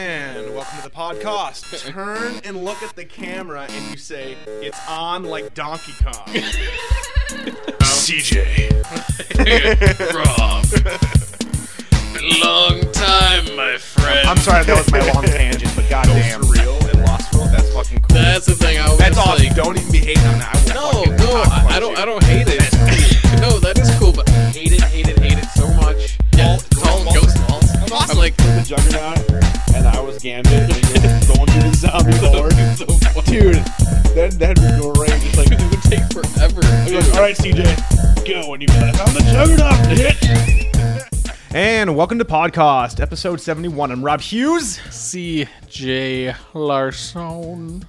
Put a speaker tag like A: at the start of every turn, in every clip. A: welcome to the podcast. Turn and look at the camera and you say, it's on like Donkey Kong.
B: CJ. Rob. Long time, my friend.
C: I'm sorry that was my long tangent, but goddamn.
A: Ghost real and lost real. That's fucking cool.
B: That's the thing. I was
A: That's awesome.
B: like,
A: don't even be hating on that. I
B: no, no, I, I don't, I don't hate it. no, that is cool, but I hate it, hate it, hate it so much. Yeah, tall ghost walls. I'm like,
D: the Juggernaut, and I was Gambit, and you were going through the zombie lord.
B: so funny.
D: Dude, that, that'd be great. Just like,
B: It would take forever.
D: like, alright, CJ, go. And you'd be like, I'm the Juggernaut, bitch.
A: And welcome to podcast episode 71. I'm Rob Hughes.
B: CJ Larson.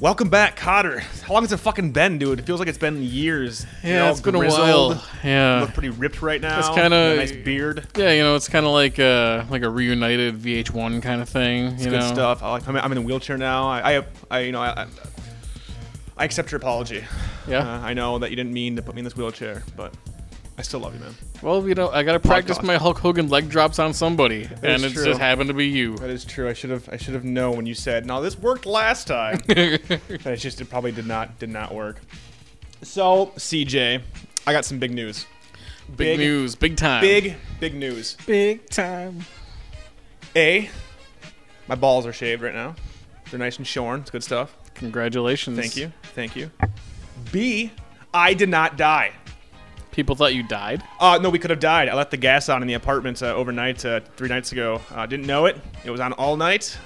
A: Welcome back, Cotter. How long has it fucking been, dude? It feels like it's been years. You're
B: Yeah,
A: all
B: it's been a
A: grizzled.
B: while. Yeah.
A: You Look pretty ripped right now.
B: It's kinda-
A: a nice beard.
B: Yeah, you know, it's kind of like a like a reunited VH1 kind of thing. You
A: It's
B: know,
A: good stuff. I like, I'm, I'm in a wheelchair now. I, I, I you know, I, I, I accept your apology.
B: Yeah.
A: Uh, I know that you didn't mean to put me in this wheelchair, but I still love you, man.
B: well, you know, I gotta practice
A: Podcast.
B: my Hulk Hogan leg drops on somebody, and
A: is
B: it
A: true.
B: just happened to be you.
A: That is true. I should have, I should have known when you said, "No, this worked last time."
B: okay.
A: but it just, it probably did not, did not work. So, CJ, I got some big news.
B: Big news, big time,
A: Big, big news.
B: big time.
A: A, my balls are shaved right now. They're nice and shorn. It's good stuff.
B: Congratulations.
A: Thank you. Thank you. B, I did not die.
B: People thought you died.
A: Uh, no, we could have died. I left the gas on in the apartment uh, overnight uh, three nights ago. Uh, didn't know it. It was on all night.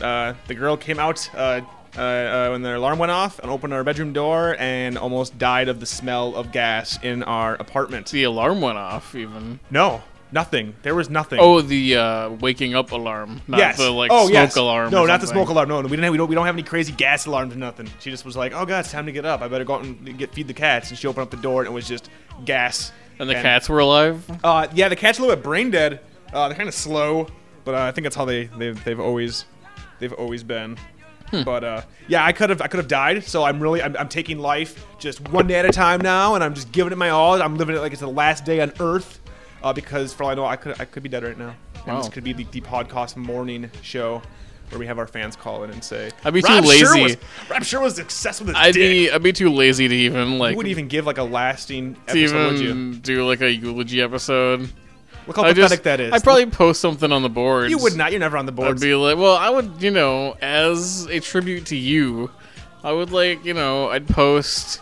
A: Uh, the girl came out uh, uh, uh, when the alarm went off and opened our bedroom door and almost died of the smell of gas in our apartment.
B: The alarm went off. Even
A: No, nothing. There was nothing.
B: oh, the uh, waking up alarm, not
A: yes.
B: the like
A: oh,
B: smoke
A: yes.
B: alarm.
A: No,
B: or
A: not the
B: something.
A: smoke alarm. No, no, we didn't. Have, we don't. We don't have any crazy gas alarms or nothing. She just was like, "Oh God, it's time to get up. I better go out and get feed the cats." And she opened up the door and it was just gas.
B: And the cats were alive.
A: Uh, yeah, the cat's a little bit brain dead. Uh, they're kind of slow, but uh, I think that's how they they've, they've always they've always been.
B: Hmm.
A: But uh, yeah, I could have I could have died. So I'm really I'm, I'm taking life just one day at a time now, and I'm just giving it my all. I'm living it like it's the last day on Earth, uh, because for all I know, I could I could be dead right now. And
B: Wow.
A: this could be the, the podcast morning show where we have our fans call in and say,
B: I'd be too
A: "Rob Sure
B: lazy.
A: was, Rob sure was successful with his
B: I'd
A: dick."
B: be I'd be too lazy to even like
A: you would even give like a lasting
B: to
A: episode, would you?
B: even do like a eulogy episode.
A: Look how
B: mm, I
A: pathetic
B: just,
A: that is.
B: I probably post something on the board.
A: you would not. You're never on the board.
B: I'd be like, well, I would, you know, as a tribute to you, I would like, you know, I'd post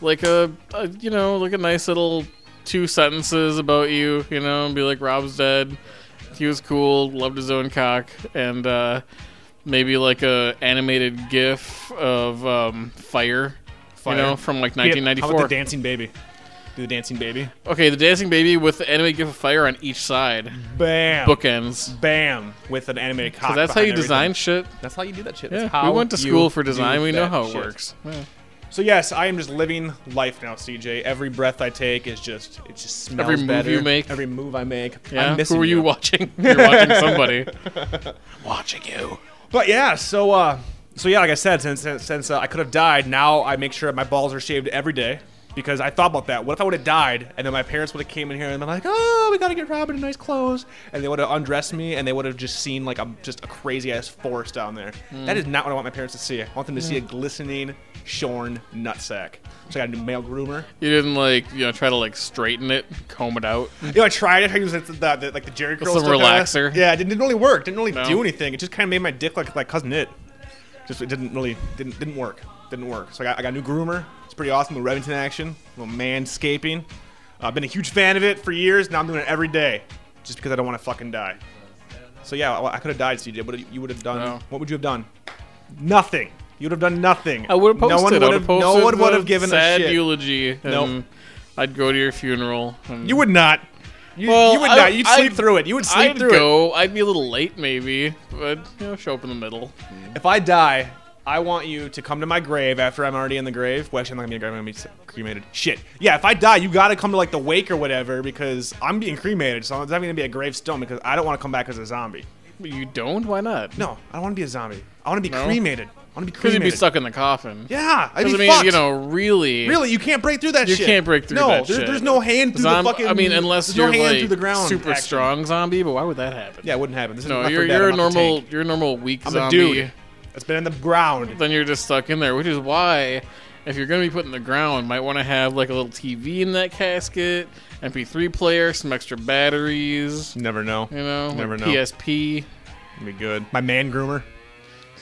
B: like a, a you know, like a nice little two sentences about you, you know, and be like, Rob's dead. He was cool, loved his own cock, and uh, maybe like a animated GIF of um, fire,
A: Fire.
B: you know, from like
A: How about
B: 1994.
A: the dancing baby? Do the dancing baby.
B: okay, the dancing baby with the animated GIF of fire on each side,
A: Bam.
B: bookends.
A: Bam. With an animated cock.
B: So that's how you
A: behind
B: design
A: everything.
B: shit.
A: That's how you do that shit.
B: Yeah,
A: That's how
B: we went to
A: you
B: school for
A: do
B: design. We know
A: that
B: how it
A: shit.
B: works. Yeah.
A: So yes, I am just living life now, CJ. Every breath I take is just it just smells
B: Every move
A: better.
B: you make.
A: Every move I make.
B: Yeah?
A: I'm missing
B: Who are you, watching? You're watching somebody.
A: watching you. But yeah, so uh, so yeah, like I said, since since, since uh, I could have died, now I make sure my balls are shaved every day because I thought about that. What if I would have died and then my parents would have came in here and been like, "Oh, we gotta get Robin in nice clothes," and they would have undressed me and they would have just seen like I'm just a crazy ass forest down there. That is not what I want my parents to see. I want them to see a glistening, shorn nutsack. So I got a male groomer.
B: You didn't like, you know, try to like straighten it, comb it out.
A: You know, I tried it. I used it, the, the, like the Jerry curl.
B: some
A: stuff kinda-
B: relaxer.
A: Yeah, it didn't, didn't really work. Didn't really
B: No.
A: do anything. It just kind of made my dick like like cousin it. Just it didn't really didn't didn't work. Didn't work. So I got, I got a new groomer. It's pretty awesome. Little Revington action. Little manscaping. Uh, I've been a huge fan of it for years. Now I'm doing it every day, just because I don't want to fucking die. So yeah, well, I could have died, CJ. What you would have done?
B: No.
A: What would you have done? Nothing. You would have done nothing.
B: I would have posted.
A: No one
B: I
A: would
B: would've
A: have.
B: posted
A: No one would
B: the
A: have given
B: sad
A: a shit.
B: eulogy. And
A: Nope.
B: I'd go to your funeral. And
A: you would not. You,
B: Well,
A: you would
B: I-
A: not. You'd sleep
B: I'd-
A: through it. You would sleep
B: I'd
A: through it.
B: go. I'd be a little late, maybe, but you know, show up in the middle.
A: If I die, I want you to come to my grave after I'm already in the grave. Well, actually, I'm not gonna be in the grave. I'm gonna be cremated. Shit. Yeah, if I die, you gotta come to like the wake or whatever because I'm being cremated. So it's not gonna be a gravestone because I don't want to come back as a zombie.
B: You don't? Why not?
A: No, I don't want to be a zombie. I want to be
B: No?
A: cremated. I want to be
B: Because
A: cremated.
B: you'd be stuck in the coffin.
A: Yeah, I'd
B: 'Cause,
A: be
B: I mean,
A: fucked.
B: you know, really,
A: Really, you can't break through that
B: you
A: shit.
B: can't break through
A: no,
B: that
A: there-
B: shit.
A: there's no hand through
B: Zomb-
A: the fucking.
B: I mean, unless
A: there's
B: you're
A: no hand
B: like
A: through the ground.
B: super
A: action.
B: strong zombie, but why would that happen?
A: Yeah, it wouldn't happen. This is
B: no,
A: not for
B: you're
A: that.
B: you're a
A: I'm not the
B: normal
A: tank.
B: you're a normal weak
A: I'm a
B: zombie.
A: dude that's been in the ground.
B: Then you're just stuck in there, which is why if you're gonna be put in the ground, might want to have like a little TV in that casket, MP3 player, some extra batteries,
A: Never know.
B: you know, like
A: Never know.
B: PSP.
A: Be good. My man groomer.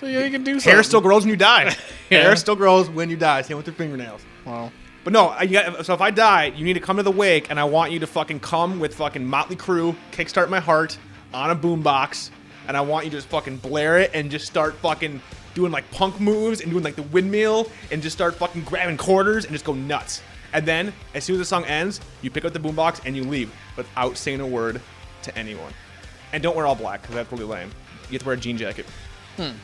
B: So yeah, you can do something.
A: Hair still grows when you die.
B: Yeah.
A: Hair still grows when you die. Same with your fingernails.
B: Wow.
A: But no, I, you got- so if I die, you need to come to the wake, and I want you to fucking come with fucking Motley Crue, Kickstart My Heart, on a boombox, and I want you to just fucking blare it and just start fucking doing like punk moves and doing like the windmill and just start fucking grabbing quarters and just go nuts. And then as soon as the song ends, you pick up the boombox and you leave without saying a word to anyone. And don't wear all black because that's really lame. You have to wear a jean jacket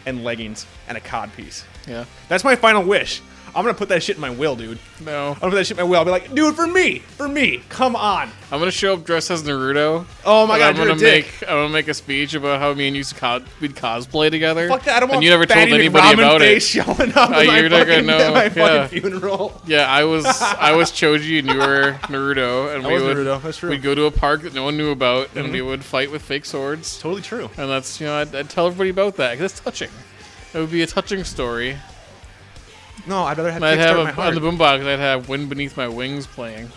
A: and leggings and a cod piece.
B: Yeah.
A: That's my final wish. I'm gonna put that shit in my will, dude.
B: No.
A: I'll put that shit in my will. I'll be like, dude, for me, for me, come on.
B: I'm gonna show up dressed as Naruto.
A: Oh my
B: and
A: God,
B: I'm
A: you're
B: gonna
A: a dick.
B: make I'm gonna make a speech about how me and you used to co- we'd cosplay together.
A: Fuck that. I don't want
B: and you never told
A: fatty
B: anybody
A: McRamen
B: about
A: face
B: it.
A: showing up
B: Oh,
A: at my,
B: you're not gonna
A: fucking,
B: know,
A: at my
B: yeah.
A: fucking funeral.
B: Yeah, I was I was Choji and you were Naruto, and we
A: was
B: would
A: Naruto, that's true. Mm-hmm.
B: we'd go to a park that no one knew about, and we would fight with fake swords,
A: Totally true.
B: and that's you know I'd, I'd tell everybody about that because it's touching. It would be a touching story.
A: No, I'd rather have
B: And I'd
A: kickstart
B: have
A: my
B: a,
A: heart.
B: on the boombox. I'd have "Wind Beneath My Wings" playing.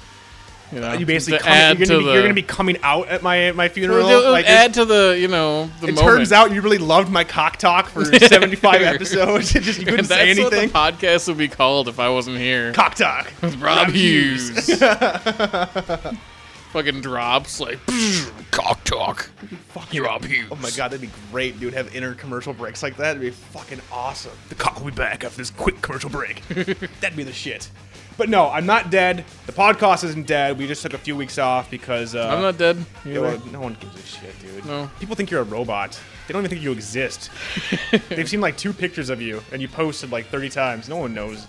B: You know,
A: Uh, you basically
B: to
A: come, you're,
B: add
A: gonna
B: to
A: be,
B: the,
A: you're gonna be coming out at my my
B: It would-
A: funeral.
B: it would
A: like,
B: add to the you know the
A: it
B: moment.
A: turns out you really loved my cock talk for 75 episodes. It just you couldn't
B: And
A: say
B: that's
A: anything.
B: what the podcast would be called if I wasn't here.
A: cock talk.
B: Rob Hughes. Fucking drops like cock talk. Fucking Rob Hughes.
A: Oh my god, that'd be great, dude. Have inner commercial breaks like that. It'd be fucking awesome. The cock will be back after this quick commercial break. that'd be the shit. But no, I'm not dead. The podcast isn't dead. We just took a few weeks off because uh,
B: I'm not dead.
A: yeah,
B: either.
A: well, no one gives a shit, dude.
B: No.
A: People think you're a robot. They don't even think you exist. They've seen like two pictures of you, and you posted like 30 times. No one knows.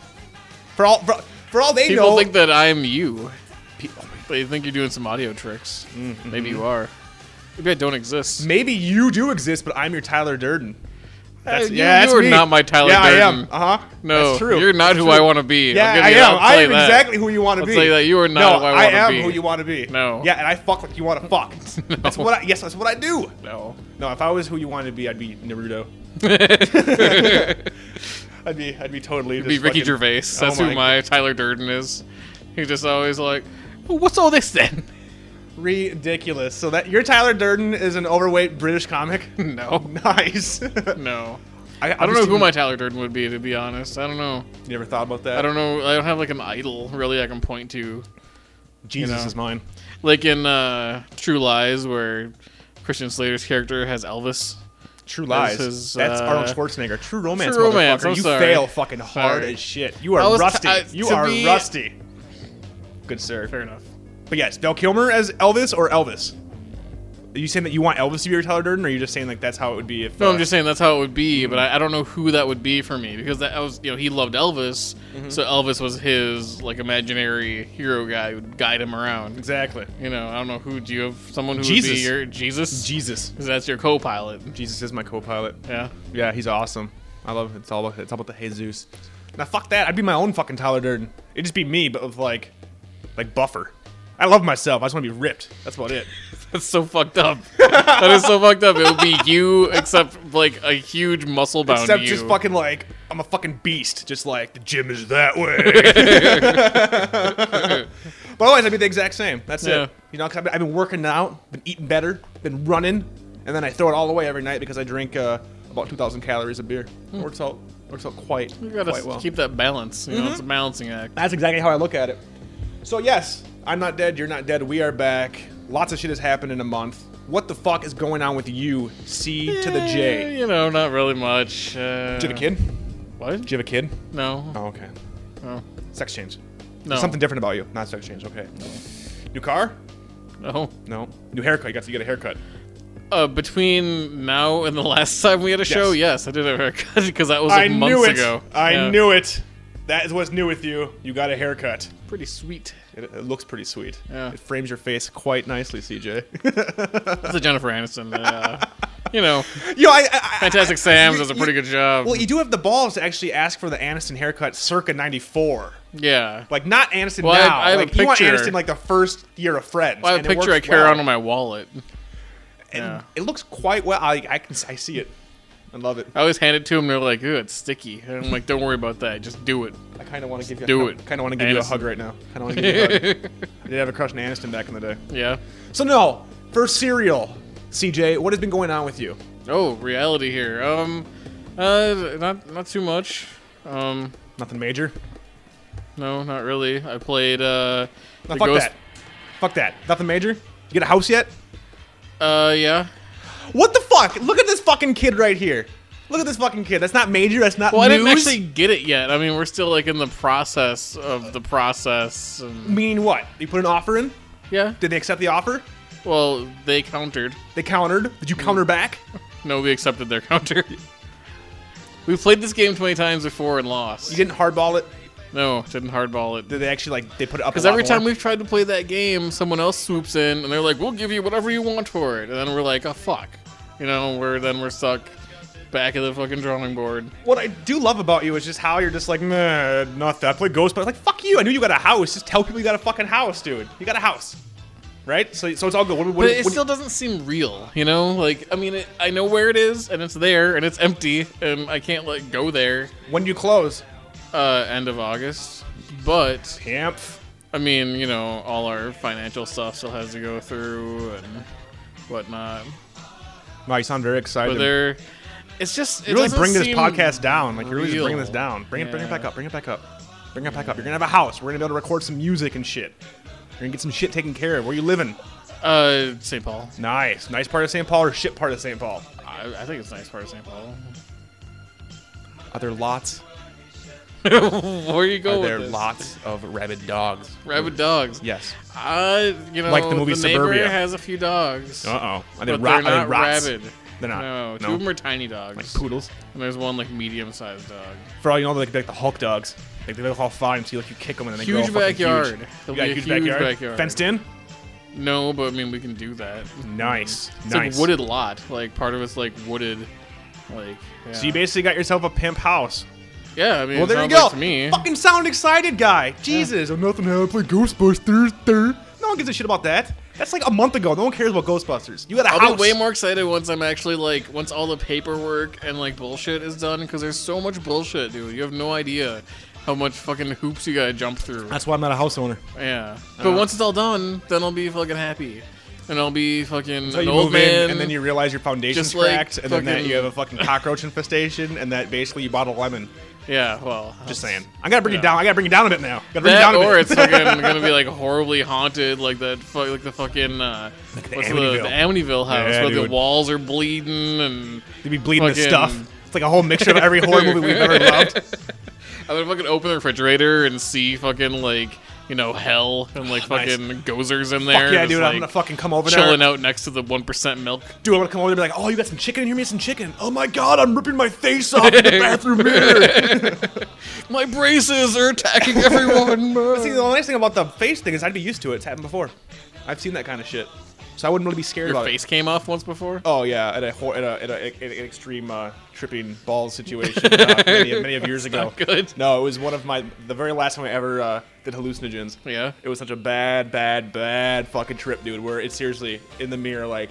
A: For all for, for all they
B: People
A: know, oh
B: think that I'm you. They think you're doing some audio tricks.
A: Mm-hmm.
B: Maybe you are. Maybe I don't exist.
A: maybe you do exist, but I'm your Tyler Durden. That's,
B: you-
A: yeah,
B: you
A: that's
B: are
A: me.
B: not my Tyler
A: yeah, I am.
B: Durden.
A: Uh huh.
B: no,
A: that's true.
B: you're not
A: That's
B: who
A: true.
B: I want to be.
A: Yeah,
B: I'll give
A: I
B: you
A: am.
B: that. I'll
A: I
B: tell
A: am
B: you that.
A: exactly who you want to
B: I'll
A: be.
B: tell you that. You are
A: no,
B: not who I wanna
A: am
B: be.
A: who you want to be.
B: No.
A: Yeah, and I fuck like you want to fuck. That's what. I, yes, that's what I do.
B: No.
A: No, if I was who you wanted to be, I'd be Naruto. I'd be. I'd be totally.
B: It'd be Ricky
A: fucking,
B: Gervais. That's
A: oh
B: who my Tyler Durden is. He's just always like, "Oh, "What's all this then?"
A: Ridiculous. So that your Tyler Durden is an overweight British comic.
B: no,
A: nice. I,
B: no.
A: I
B: I don't know who my Tyler Durden would be, to be honest. I don't know.
A: You ever thought about that?
B: I don't know. I don't have like an idol really I can point to.
A: Jesus
B: know.
A: is mine.
B: Like in uh, True Lies, where Christian Slater's character has Elvis.
A: True Lies.
B: This is,
A: That's
B: uh,
A: Arnold Schwarzenegger. True Romance.
B: True Romance,
A: motherfucker.
B: I'm
A: you
B: sorry.
A: fail fucking hard
B: Sorry.
A: as shit. You are
B: I was-
A: rusty.
B: I-
A: you
B: to
A: are
B: be-
A: rusty. Good sir.
B: Fair enough.
A: But yes, Val Kilmer as Elvis or Elvis? Are you saying that you want Elvis to be your Tyler Durden, or are you just saying like that's how it would be if?
B: No, I'm
A: uh,
B: just saying that's how it would be, but I, I don't know who that would be for me because that was you know he loved Elvis,
A: Mm-hmm.
B: so Elvis was his like imaginary hero guy who would guide him around.
A: exactly.
B: You know, I don't know who do you have someone who would
A: Jesus.
B: be your Jesus?
A: Jesus.
B: 'Cause that's your co-pilot.
A: Jesus is my co-pilot.
B: Yeah.
A: Yeah, he's awesome. I love it. It's all about, it's all about the Jesus. Now fuck that. I'd be my own fucking Tyler Durden. It'd just be me, but with like, like buffer. I love myself. I just want to be ripped. That's about it.
B: That's so fucked up. that is so fucked up. It would be you except like a huge muscle bound
A: Except
B: you.
A: just fucking like I'm a fucking beast. Just like the gym is that way. but otherwise, I'd be the exact same. That's
B: Yeah.
A: it. You know, 'cause I've been, I've been working out, been eating better, been running, and then I throw it all away every night because I drink uh, about 2,000 calories of beer. Works out. Works out quite.
B: Hmm. you gotta
A: quite well. Mm-hmm.
B: keep that balance. You know, it's a balancing act.
A: That's exactly how I look at it. So yes, I'm not dead. You're not dead. We are back. Lots of shit has happened in a month. What the fuck is going on with you, C to the
B: Eh,
A: J?
B: you know, not really much. Uh,
A: Do you have a kid? Do
B: What?
A: you have a kid?
B: No.
A: Oh, okay.
B: No.
A: Sex change.
B: No.
A: There's something different about you. Not sex change. Okay. New car?
B: No.
A: No. New haircut. You got to get a haircut.
B: Uh, between now and the last time we had a show, yes, I did have a haircut because that was like
A: I
B: months
A: knew it.
B: ago.
A: I
B: Yeah.
A: knew it. That is what's new with you. You got a haircut.
B: Pretty sweet.
A: It, it looks pretty sweet.
B: Yeah.
A: It frames your face quite nicely, CJ.
B: That's a Jennifer Aniston uh, you know,
A: Yo, I, I, I
B: Fantastic Sam's does a pretty good job.
A: Well, you do have the balls to actually ask for the Aniston haircut circa 94.
B: yeah.
A: Like, not Aniston
B: Well, I-
A: now.
B: I have a
A: like, you want
B: picture.
A: Aniston like the first year of Friends.
B: I have
A: and
B: a
A: it
B: picture I
A: works
B: carry
A: well.
B: around in my wallet.
A: And
B: yeah.
A: it looks quite well. I, I can I see it. I love it.
B: I always hand it to them. They're like, "Ooh, it's sticky." And I'm like, "Don't worry about that. Just do it."
A: I kind of want to give you
B: do
A: I
B: it.
A: Kind of want to give you a
B: Aniston.
A: hug right now. Kind of want to give you a hug. I did have a crush on Aniston back in the day.
B: Yeah.
A: So no, for cereal, CJ, what has been going on with you?
B: Oh, reality here. Um, uh, not not too much. Um,
A: Nothing major.
B: no, not really. I played uh,
A: No,
B: the
A: fuck
B: Ghost-
A: that. Fuck that. Nothing major. You get a house yet?
B: Uh, yeah.
A: What the fuck? Look at this fucking kid right here. Look at this fucking kid. That's not major. That's not
B: Well, I
A: news.
B: didn't actually get it yet. I mean, we're still like in the process of the process. And,
A: Meaning what? You put an offer in.
B: yeah.
A: Did they accept the offer?
B: Well, they countered.
A: They countered. Did you counter back?
B: No, we accepted their counter. we played this game 20 times before and
A: You
B: lost.
A: didn't hardball it.
B: No, didn't hardball it.
A: Did they actually like they put it up?
B: Because every time we've tried to play that game, someone else swoops in and they're like, "We'll give you whatever you want for it," and then we're like, "Oh fuck," you know. We're then we're stuck back at the fucking drawing board.
A: What I do love about you is just how you're just like, nah, not that. I play Ghost, but like, fuck you. I knew you got a house. Just tell people you got a fucking house, dude. You got a house, right? So, so it's all good. What, what,
B: But it
A: what-
B: still doesn't seem real, you know. Like, I mean, it, I know where it is and it's there and it's empty and I can't like go there.
A: when do you close?
B: Uh, end of August, but
A: Camp.
B: I mean, you know, all our financial stuff still has to go through and whatnot.
A: Wow, you sound very excited.
B: But they're, it's just it
A: you really
B: doesn't
A: bring this
B: seem-
A: podcast down. Like you're really just bringing this
B: real.
A: down. Bring it, bring it back
B: Yeah.
A: up. Bring it back up. Bring it back up. You're gonna have a house. We're gonna be able to record some music and shit. You're gonna get some shit taken care of. Where you living?
B: Uh, St. Paul.
A: Nice, nice part of St. Paul or shit part of St. Paul?
B: I, I think it's a nice part of St. Paul.
A: Are there lots?
B: Where you go
A: Are
B: with
A: there
B: this?
A: lots of rabid dogs?
B: Rabid dogs.
A: Yes.
B: I, you know,
A: Like the movie
B: neighbor
A: Suburbia.
B: has a few dogs.
A: Uh oh. Are they
B: but
A: ra-
B: they're
A: are they
B: not
A: rots?
B: rabid.
A: They're not.
B: No, two
A: No?
B: of them are tiny dogs.
A: Like poodles.
B: and there's one like medium-sized dog.
A: For all you know, they're like, they're like the Hulk dogs. Like they look all fine until like you kick them and then they
B: Huge
A: grow all fucking
B: backyard.
A: Huge. You
B: There'll
A: got
B: be a
A: huge,
B: huge
A: backyard?
B: backyard.
A: Fenced in.
B: No, but I mean we can do that.
A: Nice.
B: It's
A: nice.
B: like wooded lot. Like part of it's like wooded. Like yeah.
A: So you basically got yourself a pimp house.
B: yeah, I mean,
A: Well,
B: it
A: there you
B: sounds
A: go.
B: Like to me,
A: Fucking sound excited guy. Jesus. Oh, nothing happened. Play Ghostbusters. There. No one gives a shit about that. That's like a month ago. No one cares about Ghostbusters. You got a
B: I'll
A: house.
B: be way more excited once I'm actually like once all the paperwork and like bullshit is done because there's so much bullshit, dude. You have no idea how much fucking hoops you gotta jump through.
A: That's why I'm not a house owner.
B: Yeah, but once it's all done, then I'll be fucking happy, and I'll be fucking
A: So
B: an
A: you
B: old
A: move
B: man.
A: in, and then you realize your foundation's
B: just like
A: cracked, and then that
B: fucking-
A: you have a fucking cockroach infestation, and that basically you bought a lemon.
B: yeah, well,
A: Just
B: that's-
A: saying. I gotta bring it
B: yeah.
A: down. I gotta bring it down a bit now. Gotta bring it
B: That
A: down a bit.
B: or it's fucking gonna be like horribly haunted, like that, fu- like the fucking uh,
A: the
B: what's the,
A: Amityville.
B: the Amityville house
A: Yeah,
B: where
A: dude.
B: the walls are bleeding, and
A: They be bleeding the
B: Fucking-
A: stuff. It's like a whole mixture of every horror movie we've ever loved.
B: I'm gonna fucking open the refrigerator and see fucking like you know hell and like fucking gozers in there.
A: Fuck yeah,
B: just,
A: dude!
B: like,
A: I'm gonna fucking come over there.
B: chilling out next to the one percent milk.
A: Dude, I'm gonna come over there and be like, "Oh, you got some chicken in here? Me some chicken? Oh my god, I'm ripping my face off in the bathroom mirror."
B: My braces are attacking everyone.
A: See, the nice thing about the face thing is I'd be used to it. It's happened before. I've seen that kind of shit, so I wouldn't really be scared
B: Your
A: about it.
B: face came off once before.
A: Oh yeah, at a hor- at a, at a, at an extreme uh, tripping balls situation uh, many, many of years ago.
B: good.
A: No, it was one of my the very last time I ever uh, did hallucinogens.
B: Yeah.
A: It was such a bad, bad, bad fucking trip, dude. Where it's seriously in the mirror, like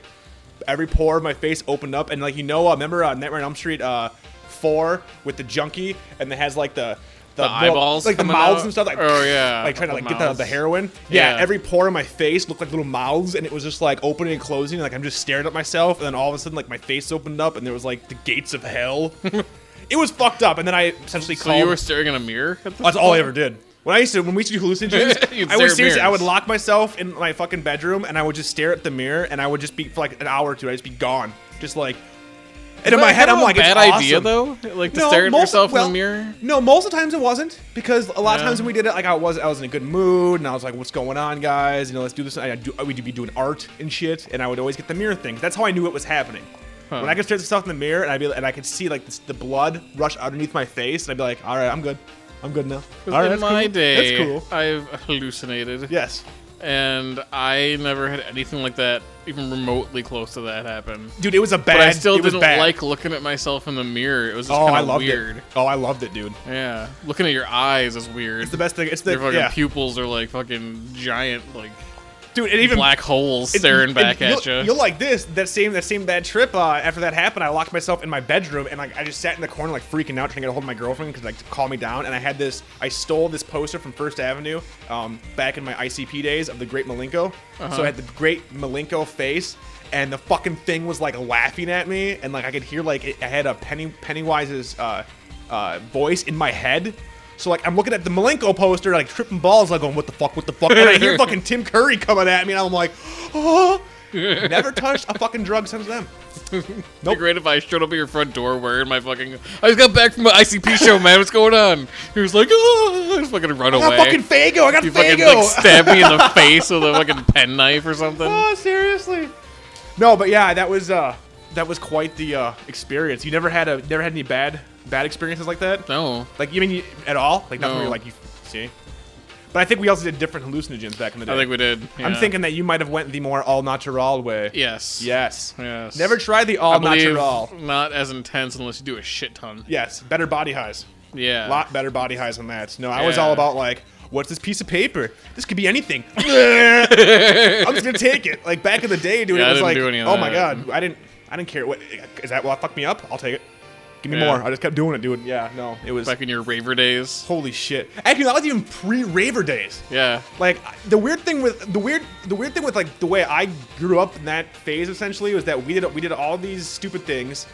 A: every pore of my face opened up, and like you know, uh, remember uh, Nightmare on Elm Street uh, four with the junkie, and it has like the the, little-
B: eyeballs
A: like the
B: coming
A: mouths
B: out?
A: and stuff, like
B: Oh, yeah,
A: like trying to like
B: little
A: get the, the
B: mouths.
A: heroin. Yeah.
B: Yeah.
A: every pore of my face looked like little mouths, and it was just like opening and closing. Like I'm just staring at myself, and then all of a sudden, like my face opened up, and there was like the gates of hell. it was fucked up, and then I essentially
B: So
A: called.
B: you were Oh. staring in a mirror. At the
A: That's all I ever did. When I used to, when we used to do
B: You'd
A: hallucinogens, I
B: stare
A: would
B: at
A: seriously, I
B: mirrors.
A: would lock myself in my fucking bedroom and I would just stare at the mirror and I would just be for like an hour or two. I'd just be gone, just like. And in my head,
B: Kind of
A: I'm
B: a
A: like,
B: bad
A: it's
B: idea
A: awesome.
B: though. Like to stare at yourself
A: well,
B: in the mirror.
A: No, most of the times it wasn't because a lot of
B: Yeah.
A: times when we did it, like I was, I was in a good mood and I was like, "What's going on, guys? You know, let's do this." I do, we'd be doing art and shit, and I would always get the mirror thing. That's how I knew it was happening. When I could stare at stuff in the mirror and I'd be, and I could see like this, the blood rush underneath my face, and I'd be like, "All right, I'm good, I'm good now." All right,
B: in
A: that's
B: my
A: cool.
B: day,
A: that's cool.
B: I've hallucinated.
A: Yes,
B: and I never had anything like that, even remotely close to that happen.
A: Dude, it was a bad.
B: But I still
A: it was
B: didn't
A: bad.
B: like looking at myself in the mirror. It was just
A: Oh, I
B: kind of
A: loved
B: weird.
A: it. Oh, I loved it, dude.
B: Yeah, looking at your eyes is weird.
A: It's the best thing. It's the
B: Your fucking
A: yeah.
B: pupils are like fucking giant, like
A: dude. It even
B: black holes
A: it-
B: staring
A: it-
B: back
A: you'll-
B: at you.
A: You'll like this. That same that same bad trip. Uh, after that happened, I locked myself in my bedroom and like I just sat in the corner like freaking out, trying to get a hold of my girlfriend because like to calm me down. And I had this. I stole this poster from First Avenue um, back in my ICP days of the Great Malenko.
B: Uh-huh.
A: So I had the Great Malenko face. And the fucking thing was like laughing at me, and like I could hear like it, I had a Penny Pennywise's uh, uh, voice in my head. So like I'm looking at the Malenko poster, like tripping balls, like going, "What the fuck? What the fuck?" And I hear fucking Tim Curry coming at me, and I'm like, "Oh!" Never touched a fucking drug since then.
B: It'd be great if I showed up at your front door wearing my fucking. I just got back from my ICP show, man. What's going on? He was like, oh, I just fucking run
A: I
B: away.
A: got Ah, fucking Fago. I got
B: you fucking
A: Fago.
B: like stabbed me in the face with a fucking penknife or something.
A: oh, seriously. No, but yeah, that was uh, that was quite the uh, experience. You never had a never had any bad bad experiences like that.
B: No,
A: Like you mean you, at all? Like nothing.
B: No.
A: Where you're like you see. But I think we also did different hallucinogens back in the day.
B: I think we did.
A: I'm
B: yeah.
A: thinking that you might have went the more all natural way.
B: Yes.
A: Yes.
B: Yes.
A: Never tried the
B: I
A: all
B: believe
A: natural.
B: Not as intense unless you do a shit ton.
A: Yes, better body highs. A
B: Yeah.
A: lot better body highs than that. No, I was
B: Yeah.
A: all about like, what's this piece of paper? This could be anything. I'm just gonna take it. Like back in the day, dude,
B: Yeah, I
A: it was
B: didn't
A: like,
B: do any of
A: oh my
B: that.
A: god, I didn't, I didn't care. What is that? What fucked me up? I'll take it. Give me
B: Yeah.
A: more. I just kept doing it, dude. Yeah, no, it was
B: Back in your raver days.
A: holy shit. Actually, that was even pre-raver days.
B: Yeah.
A: Like the weird thing with the weird the weird thing with like the way I grew up in that phase essentially was that we did we did all these stupid things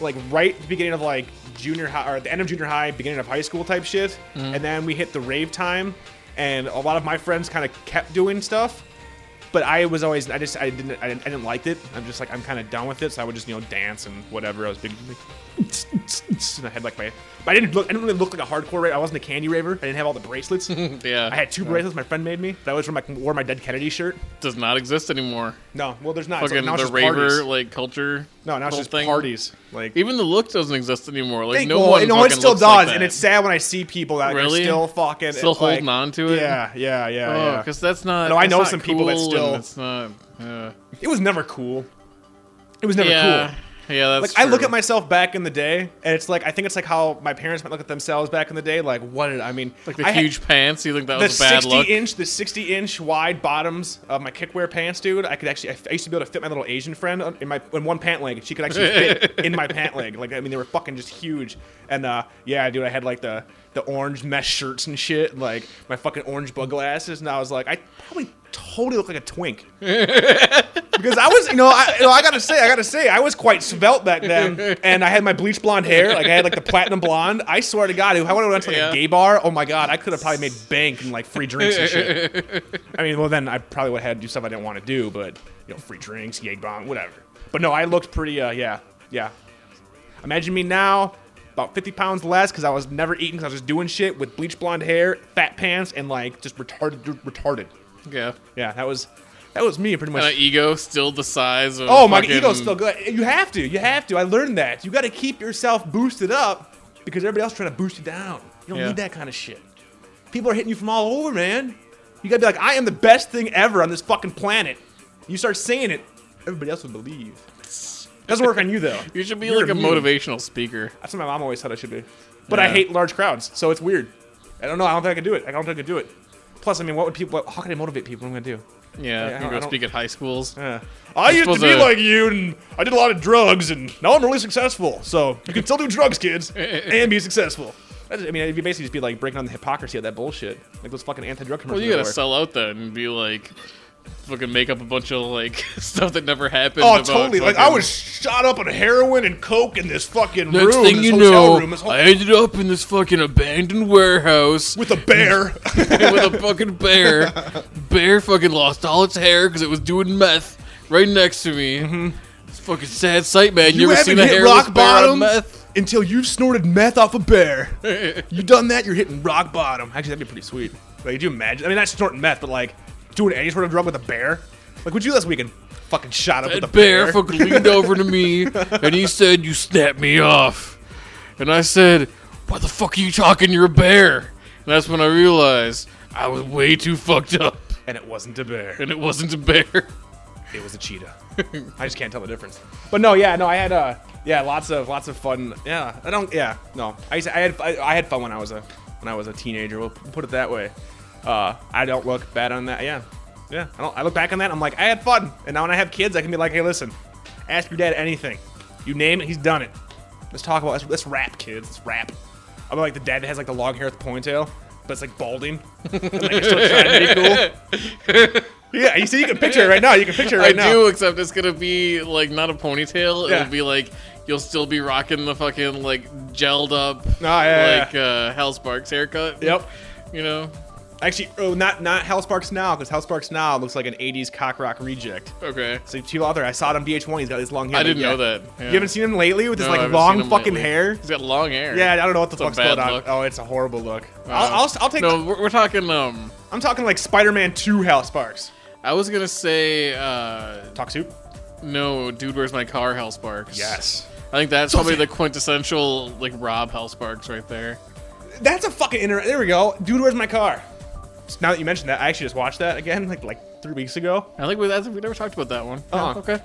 A: like right at the beginning of like junior high or at the end of junior high, beginning of high school type shit. And then we hit the rave time and a lot of my friends kind of kept doing stuff. But I was always I just I didn't I didn't, I didn't like it. I'm just like I'm kind of done with it, so I would just you know dance and whatever. I was big like, and I had like my I didn't look I didn't really look like a hardcore raver. I wasn't a candy raver. I didn't have all the bracelets.
B: Yeah.
A: I had two bracelets my friend made me. That was from my wore my dead Kennedy shirt.
B: Does not exist anymore.
A: No, well, there's not. It's like,
B: Fucking
A: now it's just
B: the raver
A: parties.
B: like culture.
A: No, now it's
B: whole
A: just
B: thing.
A: parties. Like
B: Even the look doesn't exist anymore. Like
A: think-
B: no
A: well,
B: one.
A: and no, it
B: fucking
A: still
B: looks
A: does,
B: like
A: and
B: that.
A: it's sad when I see people that
B: Really?
A: are still fucking
B: Still
A: like-
B: holding on to it? Oh,
A: Yeah, yeah, yeah, yeah.
B: because that's not.
A: No, I
B: that's
A: know
B: not
A: some people that
B: cool and
A: still-
B: It's not. Uh,
A: It was never cool. It was never
B: yeah,
A: cool.
B: yeah. That's
A: Like I look
B: true.
A: at myself back in the day, and it's like I think it's like how my parents might look at themselves back in the day. Like what did I mean?
B: like the
A: I had-
B: huge pants. You think that
A: the
B: was a bad
A: 60
B: look?
A: inch, the 60 inch wide bottoms of my kickwear pants, dude. I could actually, I I used to be able to fit my little Asian friend on- in my in one pant leg. She could actually fit in my pant leg. Like I mean, they were fucking just huge. And uh, yeah, dude, I had like the the orange mesh shirts and shit, like my fucking orange bug glasses, and I was like, I probably totally look like a twink. Because I was, you know, I, you know, I gotta say, I gotta say, I was quite svelte back then, and I had my bleach blonde hair, like I had like the platinum blonde. I swear to God, if I would have went to like
B: Yeah.
A: a gay bar, oh my God, I could have probably made bank and like free drinks and shit. I mean, well then I probably would have had to do stuff I didn't want to do, but you know, free drinks, yay bomb, whatever. But no, I looked pretty, uh, yeah, yeah. Imagine me now, about 50 pounds less, because I was never eating, because I was just doing shit with bleach blonde hair, fat pants, and like just retarded, retarded.
B: yeah,
A: Yeah, that was. That was me pretty much.
B: and an ego still the size of.
A: Oh, my
B: fucking-
A: ego's still good. You have to. You have to. I learned that. You got to keep yourself boosted up because everybody else is trying to boost you down. You don't
B: Yeah.
A: need that kind of shit. People are hitting you from all over, man. You got to be like, I am the best thing ever on this fucking planet. You start saying it, everybody else would believe. Doesn't work on you though.
B: You should be
A: You're
B: like a
A: immune.
B: motivational speaker.
A: That's what my mom always said I should be. But I
B: Yeah.
A: hate large crowds, so it's weird. I don't know. I don't think I could do it. I don't think I could do it. Plus, I mean, what would people? How can I motivate people? What am I gonna do?
B: Yeah,
A: I
B: you
A: don't- I
B: go
A: don't-
B: speak at high schools.
A: Yeah. I used to
B: supposed
A: be
B: to-
A: like you, and I did a lot of drugs, and now I'm really successful. So you can still do drugs, kids,
B: Eh,
A: and be successful. That's, I mean, it'd be basically just be like breaking on the hypocrisy of that bullshit, like those fucking anti-drug
B: Well,
A: commercials.
B: you gotta
A: everywhere.
B: sell out then and be like, fucking make up a bunch of like stuff that never happened.
A: Oh,
B: about
A: totally! Like I
B: fucking-
A: was shot up on heroin and coke in this fucking
B: Next
A: room,
B: thing
A: this
B: you
A: hotel
B: know,
A: room, this whole-
B: I ended up in this fucking abandoned warehouse with,
A: with a bear.
B: a fucking bear. bear fucking lost all its hair because it was doing meth right next to me. It's a fucking sad sight, man.
A: Mm-hmm.
B: You,
A: you
B: ever
A: haven't
B: seen a
A: hit
B: hairless
A: rock
B: bear on
A: bottom
B: meth?
A: until you've snorted meth off a bear. you done that, you're hitting rock bottom. Actually, that'd be pretty sweet. Like, could you imagine? I mean, not snorting meth, but like doing any sort of drug with a bear. Like, would you last weekend? Fucking shot up with a
B: That
A: bear.
B: bear fucking leaned over to me and he said, "You snapped me off," and I said, "Why the fuck are you talking? You're a bear." And that's when I realized I was way too fucked up.
A: and it wasn't a bear.
B: and it wasn't a bear.
A: It was a cheetah. I just can't tell the difference. But no, yeah, no, I had uh, yeah, lots of lots of fun. Yeah, I don't. Yeah, no, I used to- I had I, I had fun when I was a when I was a teenager. We'll put it that way. Uh, I don't look bad on that. Yeah, yeah. I don't. I look back on that. I'm like, I had fun. And now when I have kids, I can be like, hey, listen, ask your dad anything. You name it, he's done it. Let's talk about let's, let's rap, kids. Let's rap. I'm like the dad that has like the long hair with the ponytail, but it's like balding. And, like, it's still trying to be cool. Yeah, you see, you can picture it right now. You can picture it right
B: I
A: now.
B: do, except it's gonna be like not a ponytail.
A: Yeah.
B: It'll be like you'll still be rocking the fucking like gelled up,
A: Ah, yeah,
B: like Uh, Hal Sparks haircut.
A: Yep.
B: You know.
A: Actually, oh, not not Hal Sparks now, because Hal Sparks now looks like an '80s cock rock reject.
B: Okay.
A: So two out there, I saw it on VH1. He's got this long hair.
B: I didn't
A: Yeah.
B: know that. Yeah.
A: You haven't seen him lately with this
B: No, I
A: like
B: haven't
A: long
B: seen him
A: fucking
B: lately.
A: hair.
B: He's got long hair.
A: Yeah, I don't know what the
B: a
A: fuck's
B: bad
A: going on.
B: look.
A: Oh, it's a horrible look.
B: Uh,
A: I'll, I'll I'll take.
B: No, we're, we're talking. Um,
A: I'm talking like Spider-Man 2 Hal Sparks.
B: I was gonna say, uh,
A: Talk soup.
B: no, dude, where's my car? Hal Sparks.
A: Yes.
B: I think that's probably the quintessential like Rob Hal Sparks right there.
A: That's a fucking inter. There we go, dude. Where's my car? So now that you mentioned that, I actually just watched that again, like like three weeks ago.
B: I think we, I think we never talked about that one. Yeah,
A: Uh-uh.
B: okay.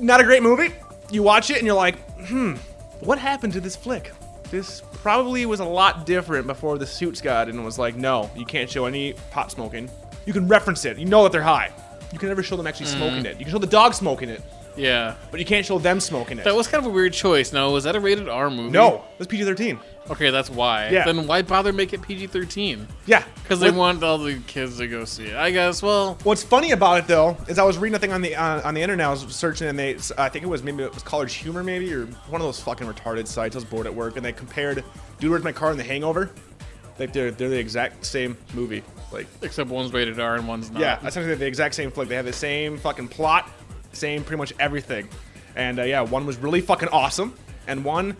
A: not a great movie. You watch it and you're like, hmm, what happened to this flick? This probably was a lot different before the suits got in and was like, no, you can't show any pot smoking. You can reference it. You know that they're high. You can never show them actually
B: Mm.
A: smoking it. You can show the dog smoking it,
B: Yeah.
A: but you can't show them smoking it.
B: That was kind of a weird choice. Now, was that a rated R movie?
A: no, that's PG-13.
B: Okay, that's why.
A: Yeah.
B: Then why bother make it PG thirteen?
A: Yeah,
B: Because they
A: What-
B: want all the kids to go see it. I guess. Well,
A: What's funny about it though is I was reading a thing on the on, on the internet. I was searching and they I think it was maybe it was College Humor maybe or one of those fucking retarded sites. I was bored at work and they compared Dude Where's My Car and The Hangover. Like they're they're the exact same movie. Like
B: except one's rated R and one's not.
A: yeah, essentially they're the exact same flick. They have the same fucking plot, same pretty much everything. And uh, yeah, one was really fucking awesome and one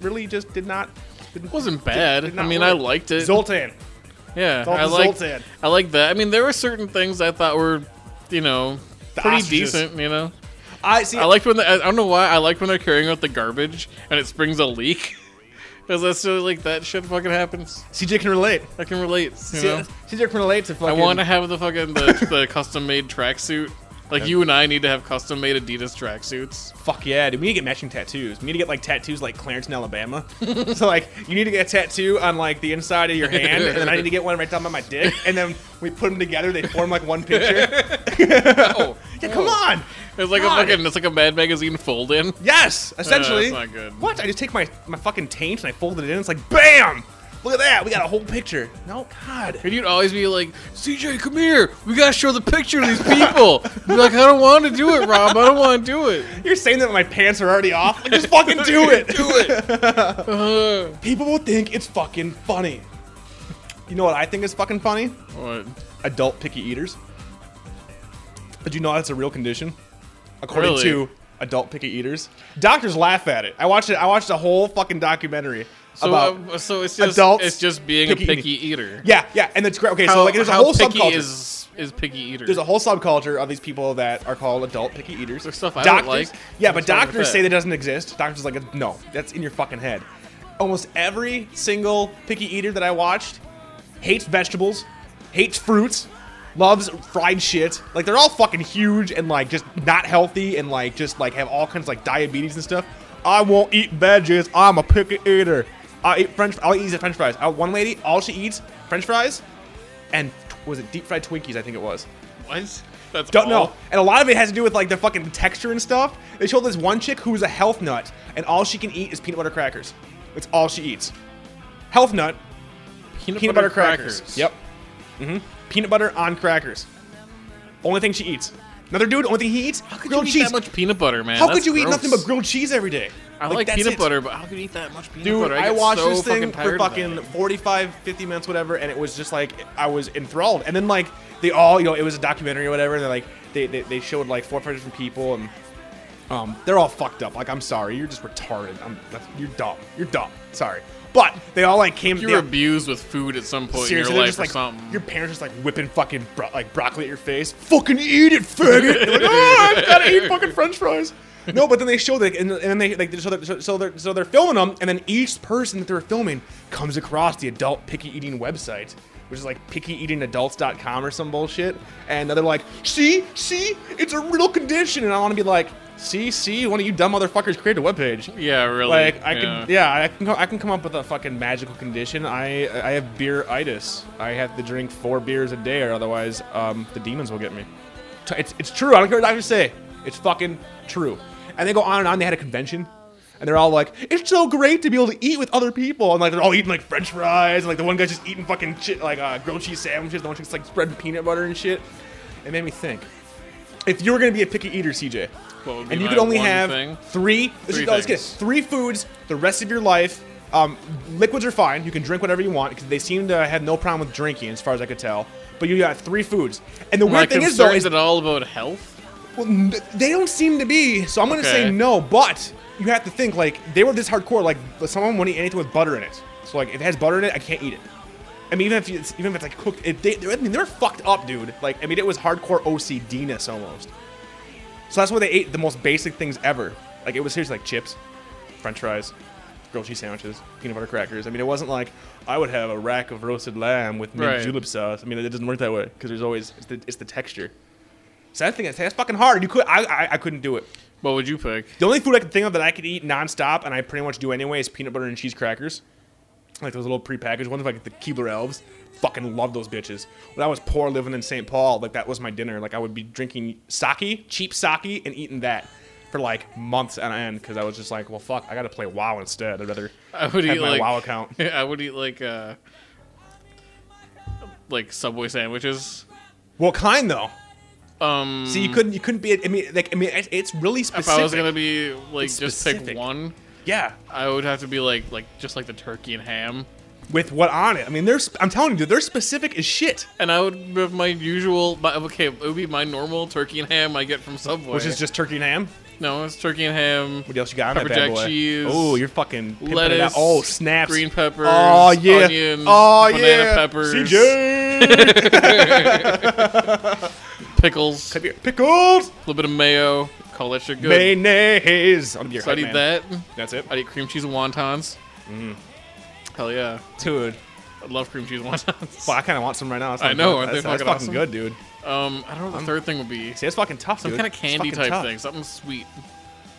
A: really just did not. Didn't,
B: It wasn't bad.
A: did
B: I
A: not
B: mean,
A: work.
B: I liked it.
A: Zoltan.
B: yeah,
A: all
B: I
A: the
B: liked.
A: Zoltan.
B: I liked that. I mean, there were certain things I thought were, you know,
A: The
B: pretty
A: ostriches.
B: decent. You know,
A: I see.
B: I liked when the, I don't know why I liked when they're carrying out the garbage and it springs a leak. Because that's just like that shit fucking happens.
A: CJ can relate.
B: I can relate. You know,
A: CJ can relate to
B: I
A: fucking.
B: want to have the fucking the, the custom made tracksuit. Like you and I need to have custom made Adidas tracksuits.
A: Fuck yeah, dude. We need to get matching tattoos. We need to get like tattoos like Clarence in Alabama. so like you need to get a tattoo on like the inside of your hand, and then I need to get one right down by my dick, and then we put them together, they form like one picture.
B: Oh,
A: Yeah, come on!
B: It's like
A: God.
B: a fucking, it's like a Mad Magazine fold in.
A: Yes, essentially.
B: that's not good.
A: What? I just take my, my fucking taint and I fold it in, it's like BAM! Look at that, we got a whole picture. No god.
B: And you'd always be like, CJ, come here. We gotta show the picture of these people. You'd be like, I don't want to do it, Rob. I don't want to do it.
A: You're saying that my pants are already off? Like just fucking do it!
B: do it. Uh,
A: People will think it's fucking funny. You know what I think is fucking funny?
B: what?
A: adult picky eaters. Did you know that's a real condition? According
B: Really?
A: to adult picky eaters, doctors laugh at it. I watched it. I watched a whole fucking documentary
B: So,
A: about.
B: uh, so it's just
A: adults
B: it's just being
A: picky
B: a picky eater.
A: yeah, yeah, and it's great. Okay,
B: How,
A: so like, there's a
B: how
A: whole
B: picky
A: subculture.
B: is is picky eater?
A: there's a whole subculture of these people that are called adult picky eaters.
B: There's stuff I don't like.
A: Yeah, but
B: What's wrong with
A: doctors
B: that?
A: say that doesn't exist. Doctors are like, no, that's in your fucking head. Almost every single picky eater that I watched hates vegetables, hates fruits, loves fried shit. Like they're all fucking huge and like just not healthy and like just like have all kinds of like diabetes and stuff. I won't eat veggies. I'm a picky eater. I eat French. I'll eat French fries. Uh, one lady, all she eats French fries, and was it deep fried Twinkies? I think it was.
B: what? That's
A: Don't
B: all?
A: know. And a lot of it has to do with like the fucking texture and stuff. They showed this one chick who was a health nut, and all she can eat is peanut butter crackers. That's all she eats. Health nut,
B: Peanut,
A: peanut butter, crackers. Yep. hmm Peanut butter on crackers. Only thing she eats. Another dude, only thing he eats,
B: How could
A: grilled
B: you eat
A: cheese.
B: that much peanut butter, man?
A: How
B: That's
A: could you eat
B: gross.
A: nothing but grilled cheese every day?
B: I like,
A: that's
B: peanut
A: it.
B: butter, but how could you eat that much peanut
A: Dude,
B: butter?
A: I,
B: get
A: watched
B: so
A: this thing
B: fucking tired
A: for
B: of that.
A: fucking 45, 50 minutes, whatever, and it was just like I was enthralled. And then like they all, you know, it was a documentary or whatever, and they're like they they, they showed like four or five different people, and um, they're all fucked up. Like I'm sorry, you're just retarded. I'm that's, you're dumb. You're dumb. Sorry, but they all like came.
B: You
A: they-
B: were abused with food at some point
A: Seriously,
B: in your
A: they're
B: life
A: just
B: or
A: like
B: something.
A: your parents just like whipping fucking bro- like broccoli at your face. Fucking eat it, faggot! You're like, oh, I've got to eat fucking French fries. No, but then they show that, and, and then they like so they're, so they're so they're filming them, and then each person that they're filming comes across the adult picky eating website, which is like pickyeatingadults.com or some bullshit. And they're like, see, see, it's a real condition. And I want to be like, see, see, one of you dumb motherfuckers created a webpage.
B: Yeah, really.
A: Like I
B: yeah.
A: can, yeah, I can, co- I can come up with a fucking magical condition. I, I have beer itis. I have to drink four beers a day, or otherwise, um, the demons will get me. T- It's, it's true. I don't care what doctors say. It's fucking true. And they go on and on. They had a convention, and they're all like, "It's so great to be able to eat with other people." And like they're all eating like French fries, and like the one guy's just eating fucking shit, like uh, grilled cheese sandwiches. The one chick's like spreading peanut butter and shit. It made me think. If you were gonna be a picky eater, CJ,
B: What would be
A: and you
B: my
A: could only
B: one
A: have
B: thing?
A: three. Let's,
B: Three
A: no, let's get it.
B: things.
A: Three foods the rest of your life. Um, liquids are fine. You can drink whatever you want because they seem to have no problem with drinking, as far as I could tell. But you got three foods, and the
B: My
A: weird thing is though
B: concerns
A: is
B: at all about health.
A: well, n- they don't seem to be. So I'm gonna say
B: Okay.
A: no. But you have to think like they were this hardcore. Like someone wouldn't eat anything with butter in it. So like if it has butter in it, I can't eat it. I mean, even if it's, even if it's like cooked, it, they, I mean, they're fucked up, dude. Like, I mean, it was hardcore OCDness almost. So that's why they ate the most basic things ever. Like, it was seriously like chips, French fries, grilled cheese sandwiches, peanut butter crackers. I mean, it wasn't like I would have a rack of roasted lamb with mint
B: Right.
A: julep sauce. I mean, it doesn't work that way because there's always it's the, it's the texture. So I think that's, that's fucking hard. You could I, I I couldn't do it.
B: What would you pick?
A: The only food I can think of that I could eat nonstop, and I pretty much do anyway, is peanut butter and cheese crackers. Like those little prepackaged ones, like the Keebler Elves. Fucking love those bitches. When I was poor living in St. Paul, like that was my dinner. Like I would be drinking sake, cheap sake, and eating that for like months on end because I was just like, well, fuck, I gotta play WoW instead. I'd rather
B: I would
A: have
B: eat
A: my
B: like
A: WoW account.
B: I would eat like uh like Subway sandwiches.
A: What kind though?
B: Um,
A: See, you couldn't, you couldn't be. I mean, like, I mean, it's, it's really
B: if
A: specific.
B: I was gonna be like
A: It's
B: just
A: specific.
B: pick one,
A: yeah,
B: I would have to be like like just like the turkey and ham,
A: with what on it? I mean, there's. I'm telling you, dude, they're specific as shit.
B: and I would have my usual. My, okay, it would be my normal turkey and ham I get from Subway,
A: Which is just turkey and ham.
B: no, it's turkey and ham.
A: What else you got on
B: Pepper
A: that bad
B: jack
A: boy?
B: cheese,
A: Oh, you're fucking pimping it out.
B: Lettuce,
A: Oh, snaps.
B: green peppers,
A: Oh yeah.
B: onions,
A: oh
B: banana
A: yeah.
B: peppers,
A: CJ.
B: pickles, a
A: Pickles.
B: little bit of mayo. Call that shit good.
A: Mayonnaise. I'm your
B: so I'd
A: hype
B: eat
A: man.
B: that.
A: That's it,
B: I'd eat cream cheese and wontons.
A: Mm.
B: Hell yeah,
A: dude.
B: I love cream cheese and wontons.
A: Well, I kind of want some right now. That
B: I
A: sounds
B: know,
A: good.
B: aren't
A: That
B: they
A: sounds- that's,
B: fucking awesome?
A: good, dude.
B: Um, I don't know what the third thing would be.
A: See, that's fucking tough.
B: Some
A: dude.
B: kind of
A: It's
B: candy
A: fucking
B: type
A: tough.
B: thing, something sweet.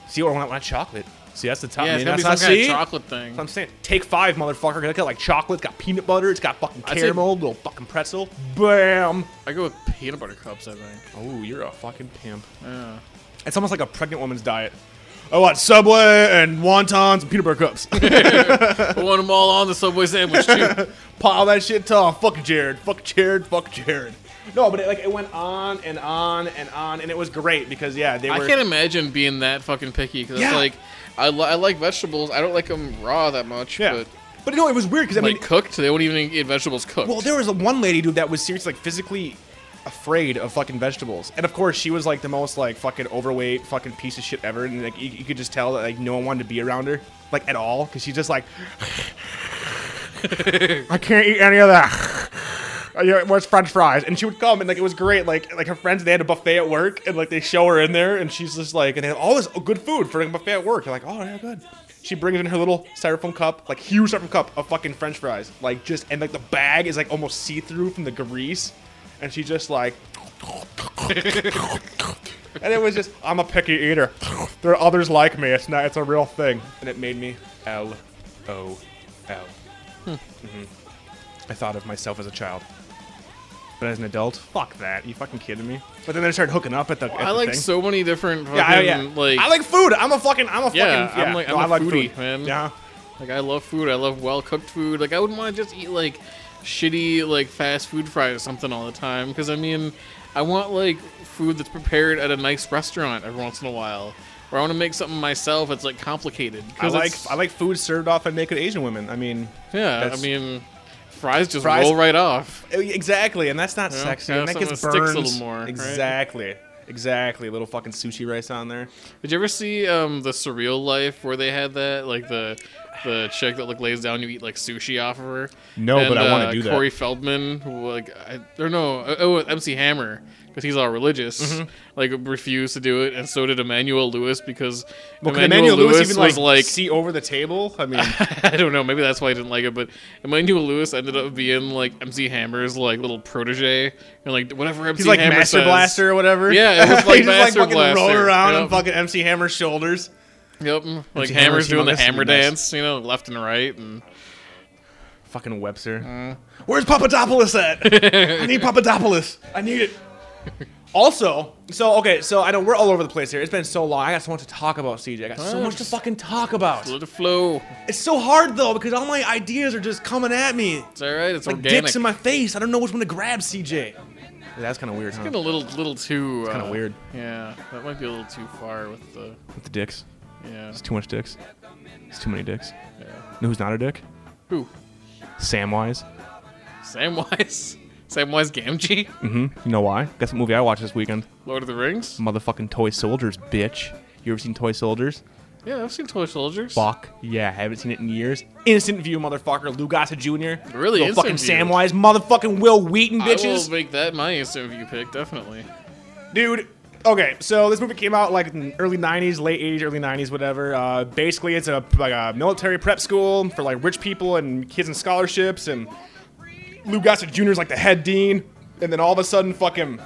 A: See, or when I want chocolate. See, that's the top.
B: yeah,
A: man.
B: it's gonna be
A: that's
B: some
A: not,
B: kind
A: see?
B: of chocolate thing.
A: That's what I'm saying. Take five, motherfucker. It's got like chocolate, it's got peanut butter, it's got fucking
B: I'd say-
A: caramel, little fucking pretzel. Bam.
B: I go with peanut butter cups, I think.
A: Oh, you're a fucking pimp.
B: Yeah.
A: It's almost like a pregnant woman's diet. I want Subway and wontons and peanut butter cups. Oh.
B: I want them all on the Subway sandwich too.
A: Pile that shit tall. Fuck Jared. Fuck Jared. Fuck Jared. No, but it, like it went on and on and on, and it was great because yeah, they were.
B: I can't imagine being that fucking picky because
A: Yeah.
B: it's like I, li- I like vegetables. I don't like them raw that much,
A: yeah,
B: but
A: but, no, it was weird because I
B: like
A: mean,
B: cooked, they won't even eat vegetables cooked.
A: well, there was a one lady dude that was seriously like physically afraid of fucking vegetables, and of course she was like the most like fucking overweight fucking piece of shit ever, and like you, you could just tell that like no one wanted to be around her like at all because she just like I can't eat any of that. Uh, yeah, Where's French fries? And she would come, and like it was great. Like like her friends, they had a buffet at work, and like they show her in there, and she's just like, and they have all this good food for a buffet at work. You're like, oh yeah, good. She brings in her little styrofoam cup, like huge styrofoam cup of fucking French fries, like just and like the bag is like almost see through from the grease, and she just like, and it was just, I'm a picky eater. there are others like me. It's not. It's a real thing, and it made me L O L. Hmm. Mm-hmm. I thought of myself as a child. But as an adult, fuck that. You fucking kidding me? But then I started hooking up at the. at
B: I
A: the
B: like
A: thing.
B: so many different fucking
A: Yeah, I, yeah.
B: like
A: I like food. I'm a fucking. I'm a
B: Yeah,
A: fucking.
B: I'm
A: yeah.
B: like-
A: No,
B: I'm a
A: I like
B: foodie,
A: food.
B: man.
A: Yeah.
B: Like I love food. I love well cooked food. Like I wouldn't want to just eat like shitty like fast food fries or something all the time. Because I mean, I want like food that's prepared at a nice restaurant every once in a while. Or I want to make something myself. It's like complicated.
A: I
B: 'Cause
A: like
B: it's-
A: I like food served off by naked Asian women. I mean,
B: Yeah, I
A: that's-
B: mean, fries just
A: Fries-
B: roll right off.
A: Oh, exactly, and that's not sexy.
B: yeah,
A: and that
B: something
A: gets
B: that sticks a
A: burned.
B: little more, right?
A: exactly, exactly. A little fucking sushi rice on there.
B: Did you ever see um the Surreal Life where they had that like the the chick that like lays down you eat like sushi off of her.
E: No, but I wanna
B: uh,
E: do that.
B: Corey Feldman, who, like I don't know, oh MC Hammer because he's all religious,
A: Mm-hmm.
B: like refused to do it, and so did Emmanuel Lewis because
A: Well, can
B: Emmanuel, Lewis,
A: even
B: was like
A: see over the table? I mean,
B: I don't know. Maybe that's why I didn't like it. But Emmanuel Lewis ended up being like MC Hammer's like little protege, and like whatever MC
A: he's like
B: Hammer
A: Master
B: says-
A: Blaster or whatever.
B: Yeah, it was like
A: he just like
B: Master
A: fucking rolled
B: Blaster.
A: around
B: Yep.
A: on fucking MC Hammer's shoulders.
B: Yep,
A: Hammer's
B: like Hammer's doing the
A: humongous.
B: hammer
A: Nice.
B: dance, you know, left and right, and
A: Fucking Webster.
B: Uh.
A: Where's Papadopoulos at? I need Papadopoulos. I need it. Also, so okay, so I know we're all over the place here. It's been so long. I got so much to talk about, CJ. I got so
B: Oh,
A: much to fucking talk about.
B: let it flow.
A: It's so hard though because all my ideas are just coming at me
B: It's all right. It's
A: like
B: organic.
A: dicks in my face. I don't know which one to grab, CJ. That's kind of weird. Huh?
B: Getting a little, little too. It's
A: kinda weird.
B: Yeah, that might be a little too far with the.
A: With the dicks,
B: Yeah.
A: it's too much dicks. It's too many dicks.
B: yeah.
A: You know who's not a dick?
B: Who?
A: Samwise.
B: Samwise. Samwise Gamgee.
A: You know why? Guess what movie I watched this weekend?
B: Lord of the Rings.
A: Motherfucking Toy Soldiers, bitch. You ever seen Toy Soldiers?
B: Yeah, I've seen Toy Soldiers.
A: Fuck yeah, haven't seen it in years. Instant view, motherfucker. Lou Gossett Jr.
B: Really
A: Little
B: instant
A: fucking
B: view.
A: Samwise, motherfucking Will Wheaton,
B: I
A: bitches.
B: will make that my instant view pick, definitely.
A: dude okay so this movie came out like in early 90s late 80s early 90s whatever uh, basically it's a like a military prep school for like rich people and kids and scholarships and lou gossett jr is like the head dean and then all of a sudden fucking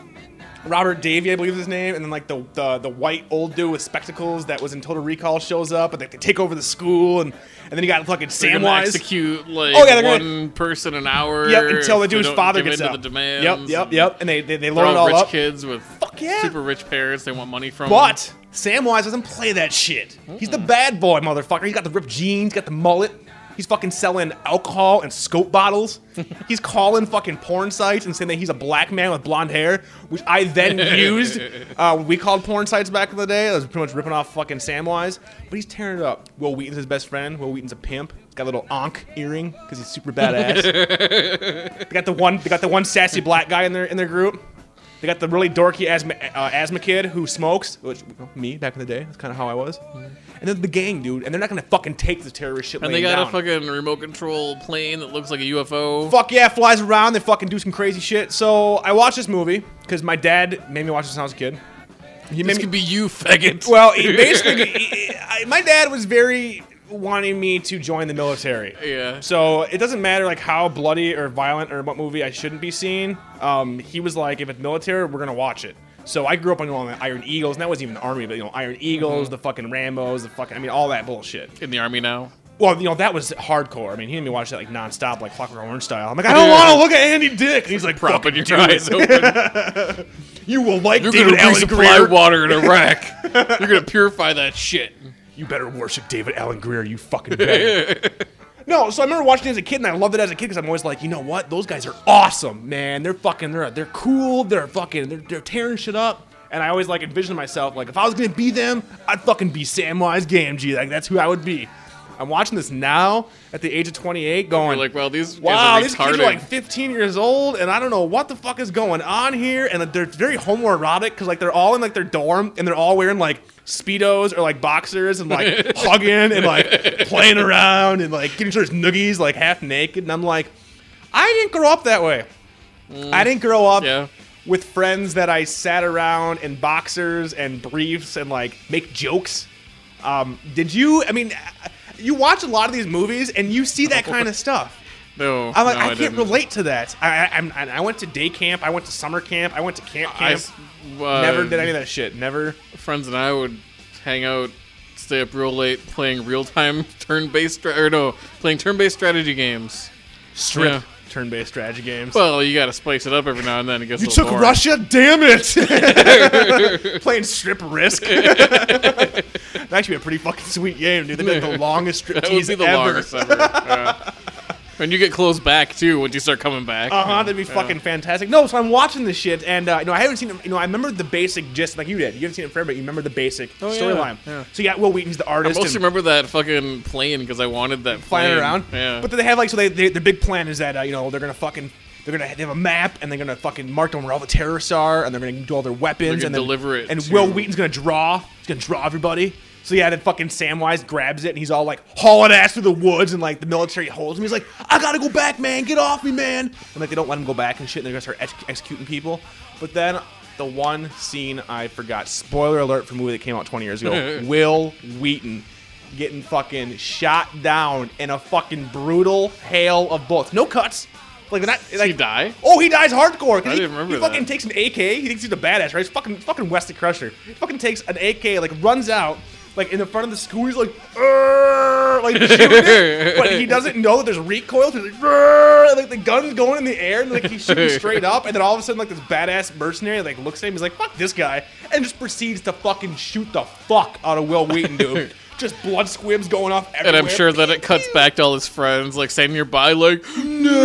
A: robert davy i believe is his name and then like the, the the white old dude with spectacles that was in total recall shows up and they, they take over the school and and then you got fucking
B: They're gonna
A: samwise
B: execute like
A: Oh, yeah, they're
B: one
A: gonna-
B: person an hour.
A: Yep, until the
B: if they
A: dude's
B: don't
A: father
B: give
A: gets
B: into
A: out.
B: the demands.
A: Yep, yep, yep. And they they, they
B: They're
A: load it
B: all
A: all
B: rich
A: up.
B: kids with
A: yeah.
B: super rich parents. They want money from.
A: But Samwise doesn't play that shit. He's the bad boy, motherfucker. He's got the ripped jeans, got the mullet. He's fucking selling alcohol and scope bottles. he's calling fucking porn sites and saying that he's a black man with blonde hair, which I then used. Uh, we called porn sites back in the day. I was pretty much ripping off fucking Samwise. But he's tearing it up. Will Wheaton's his best friend. Will Wheaton's a pimp. He's got a little onk earring because he's super badass. they got the one. They got the one sassy black guy in their in their group. They got the really dorky asthma, uh, asthma kid who smokes, which you know, me back in the day. That's kind of how I was. And then the gang, dude, and they're not gonna fucking take the terrorist shit.
B: And they
A: laying
B: got
A: down.
B: a fucking remote control plane that looks like a UFO.
A: fuck yeah, flies around. They fucking do some crazy shit. So I watched this movie because my dad made me watch this when I was a kid. He made
B: This
A: me-
B: could be you, faggot.
A: well, he basically, he- I, my dad was very wanting me to join the military.
B: Yeah.
A: So it doesn't matter like how bloody or violent or what movie I shouldn't be seeing. Um, he was like, if it's military, we're gonna watch it. So I grew up on you know, the Iron Eagles, and that wasn't even the army, but you know Iron
B: Mm-hmm.
A: Eagles, the fucking Rambo's, the fucking I mean all that bullshit.
B: in the army now.
A: Well, you know that was hardcore. I mean, he made me watch that like nonstop, like Clockwork Orange style. I'm like, I don't want to look at Andy Dick. And he's like,
B: Propping
A: propping
B: your eyes open.
A: You will like
B: You're
A: David
B: gonna
A: Allen
B: resupply
A: Greer.
B: water in Iraq. You're gonna purify that shit.
A: you better worship David Allen Greer, you fucking better. no, so I remember watching it as a kid, and I loved it as a kid because I'm always like, you know what? Those guys are awesome, man. They're fucking, they're they're cool. They're fucking, they're, they're tearing shit up. And I always like envisioned myself like if I was gonna be them, I'd fucking be Samwise Gamgee. Like that's who I would be. I'm watching this now at the age of 28,
B: You're
A: going
B: like, well, these
A: Wow,
B: guys
A: these
B: are retarded.
A: kids are like 15 years old, and I don't know what the fuck is going on here. And they're very homoerotic because like they're all in like their dorm, and they're all wearing like speedos or like boxers, and like hugging and like playing around and like getting each other's noogies like half naked. And I'm like, I didn't grow up that way. I didn't grow up
B: Mm. Yeah.
A: with friends that I sat around in boxers and briefs and like make jokes. Um, did you? I mean, you watch a lot of these movies and you see that kind of stuff.
B: no,
A: I'm like,
B: no,
A: I,
B: I
A: can't
B: didn't.
A: relate to that. I, I, I'm, I I went to day camp. I went to summer camp. I went to camp camp.
B: I s- uh,
A: Never did any of that shit. Never.
B: friends and I would hang out, stay up real late playing real time turn based stra- or no, playing turn based strategy games.
A: Strip
B: Yeah.
A: turn-based strategy games.
B: Well, you got to spice it up every now and then. It gets
A: you
B: a little
A: took
B: boring.
A: Russia, damn it! Playing strip risk. That'd actually be a pretty fucking sweet game, dude. They made the longest strip
B: That would
A: tease
B: be the
A: ever.
B: longest ever. Yeah. And you get close back too once you start coming back.
A: Uh huh. That'd be fucking fantastic. No, so I'm watching this shit, and uh, you know I haven't seen it. You know I remember the basic gist, like you did. You haven't seen it forever, but you remember the basic
B: Oh, yeah,
A: storyline.
B: yeah.
A: So yeah, Will Wheaton's the artist.
B: I
A: and-
B: mostly remember that fucking plane because I wanted that
A: flying
B: plane.
A: around.
B: Yeah.
A: But then they have like so they, they their big plan is that uh, you know they're gonna fucking they're gonna they have a map and they're gonna fucking mark down where all the terrorists are and they're gonna do all their weapons
B: gonna
A: and then
B: deliver it
A: And
B: to-
A: Will Wheaton's gonna draw. He's gonna draw everybody. So yeah, then fucking Samwise grabs it and he's all like hauling ass through the woods and like the military holds him. He's like, I gotta go back, man, get off me, man. And like they don't let him go back and shit. And they're gonna start ex- executing people. But then the one scene I forgot. Spoiler alert for a movie that came out 20 years ago. Will Wheaton getting fucking shot down in a fucking brutal hail of bullets. No cuts. Like they're not.
B: Did
A: like,
B: he die?
A: Oh, he dies hardcore. 'cause
B: I
A: he,
B: didn't remember
A: he fucking
B: that.
A: takes an AK. He thinks he's a badass, right? He's fucking fucking Wesley Crusher. He fucking takes an AK, like runs out, like in the front of the school. He's like, "Arr!" like shooting it, but he doesn't know that there's recoil. So he's like, "Arr!" and, like the gun's going in the air, and like he's shooting straight up. And then all of a sudden, like this badass mercenary like looks at him. He's like, "Fuck this guy," and just proceeds to fucking shoot the fuck out of Will Wheaton, dude. Just blood squibs going off
B: And
A: everywhere.
B: I'm sure that it cuts back to all his friends, like standing nearby, like,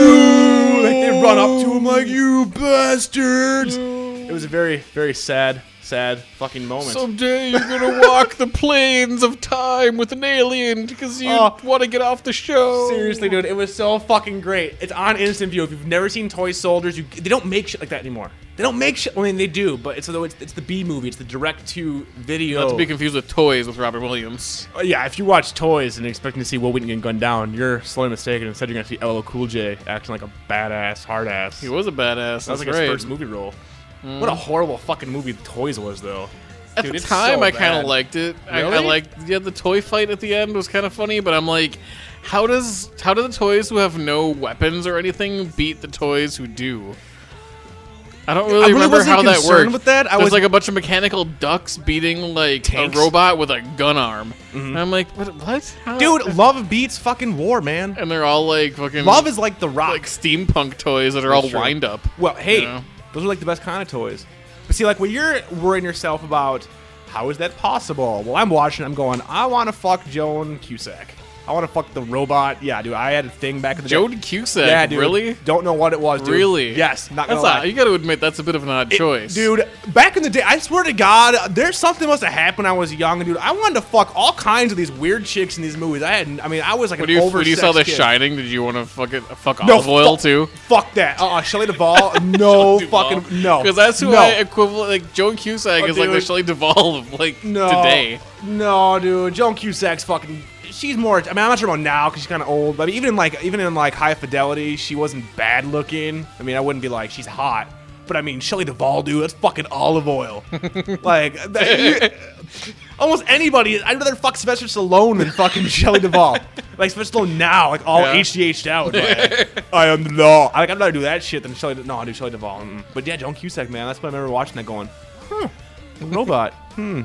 A: Like they
B: no!
A: run up to him like you bastards. It was a very, very sad, sad fucking moment.
B: Someday you're gonna walk the plains of time with an alien because you
A: Oh.
B: want to get off the show.
A: Seriously, dude, it was so fucking great. It's on instant view. If you've never seen Toy Soldiers, you they don't make shit like that anymore. They don't make shit. I mean, they do, but it's it's, it's the B movie. It's the direct to video.
B: Not to be confused with toys with Robert Williams.
A: Uh, yeah, if you watch Toys and expecting to see Will Wheaton getting gunned down, you're slowly mistaken. Instead, you're gonna see LL Cool J acting like a badass, hard ass.
B: He was a badass.
A: that was
B: That's
A: like
B: right.
A: his first movie role. What a horrible fucking movie the Toys was, though.
B: At
A: Dude,
B: the
A: it's
B: time,
A: so
B: I kind
A: bad.
B: of liked it. I, I
A: Really?
B: liked yeah, the toy fight at the end was kind of funny, but I'm like, how does how do the toys who have no weapons or anything beat the toys who do? I don't really,
A: really
B: remember
A: wasn't
B: how that
A: concerned
B: worked.
A: with that. I
B: There's
A: was-
B: like a bunch of mechanical ducks beating like
A: Tanks. Mm-hmm.
B: a robot with a gun arm. And I'm like, what? what? How-
A: Dude, love beats fucking war, man.
B: And they're all like fucking
A: Love is like the rock.
B: like steampunk toys that are all
A: true.
B: wind up.
A: Well, hey,
B: Yeah.
A: those are like the best kind of toys. But see, like when you're worrying yourself about how is that possible? Well, I'm watching. I'm going. I want to fuck Joan Cusack. I want to fuck the robot. Yeah, dude. I had a thing back in the day.
B: Joan Cusack,
A: Yeah, dude.
B: really?
A: Don't know what it was. Dude.
B: Really?
A: Yes. Not gonna
B: that's
A: lie.
B: A, you got to admit that's a bit of an odd choice,
A: Dude, back in the day, I swear to God, there's something must have happened when I was young, dude. I wanted to fuck all kinds of these weird chicks in these movies. I had, I mean, I was like
B: When
A: an
B: you,
A: over
B: when you saw The Shining, did you want to fuck it, fuck
A: No,
B: olive oil
A: fuck-
B: too?
A: Fuck that. Uh, uh Shelley Duvall. No fucking no.
B: Because that's who
A: no.
B: I equivalent. Like Joan Cusack
A: Oh,
B: is like the
A: dude.
B: Shelley Duvall of like
A: no,
B: today.
A: No, dude. Joan Cusack's fucking. She's more. I mean, I'm not sure about now because she's kind of old. But even in like even in like High Fidelity, she wasn't bad looking. I mean, I wouldn't be like she's hot. But I mean, Shelley Duvall, dude, that's fucking olive oil. like, that, you- almost anybody. I'd rather fuck Sylvester Stallone than fucking Shelley Duvall. Like Sylvester Stallone now, like all
B: Yeah.
A: HGH'd out. Like, I am the law. I, like, I'd rather do that shit than Shelley. No, I do Shelley Duvall. Mm. But yeah, Joan Cusack, man. That's what I remember watching that going. Hmm, robot. I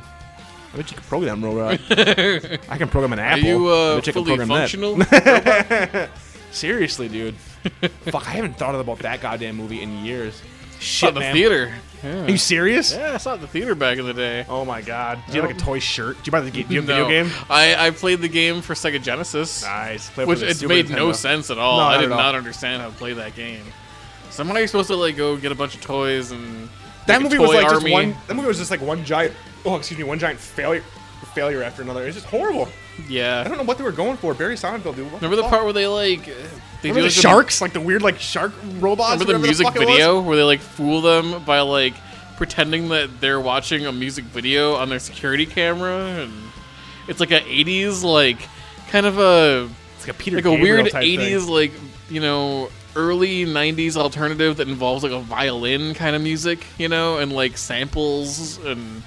A: bet you can program robot. I can program an
B: Are
A: apple.
B: you
A: I
B: uh,
A: bet you can
B: fully
A: program that.
B: functional?
A: Seriously, dude. Fuck, I haven't thought about that goddamn movie in years. Shit,
B: Shot in the
A: man.
B: theater.
A: Are you serious?
B: Yeah, I saw it in the theater back in the day.
A: Oh my god. Do you have like a toy shirt? Do you buy the ga- do you have a
B: No.
A: video game?
B: I, I played the game for Sega Genesis,
A: Nice. Play
B: which
A: for the
B: it
A: Super
B: made no
A: Nintendo.
B: sense at all.
A: No,
B: I
A: not
B: did
A: at all.
B: not understand how to play that game. Somehow you're supposed to like go get a bunch of toys and
A: That
B: make a
A: movie was
B: toy
A: like just
B: army.
A: one. That movie was just like one giant. Oh, excuse me, one giant failure, failure after another. It was just horrible. I
B: Yeah.
A: don't know what they were going for. Barry Seinfeld, dude. What
B: Remember the
A: fuck?
B: part where they like they do
A: Remember the
B: like,
A: sharks, like the weird like shark robots.
B: Remember the
A: whatever
B: music
A: fuck it was?
B: video where they like fool them by like pretending that they're watching a music video on their security camera, and it's like a '80s like kind of a
A: It's like a Peter
B: like a
A: Gabriel
B: weird
A: type thing.
B: '80s like you know early '90s alternative that involves like a violin kind of music, you know, and like samples and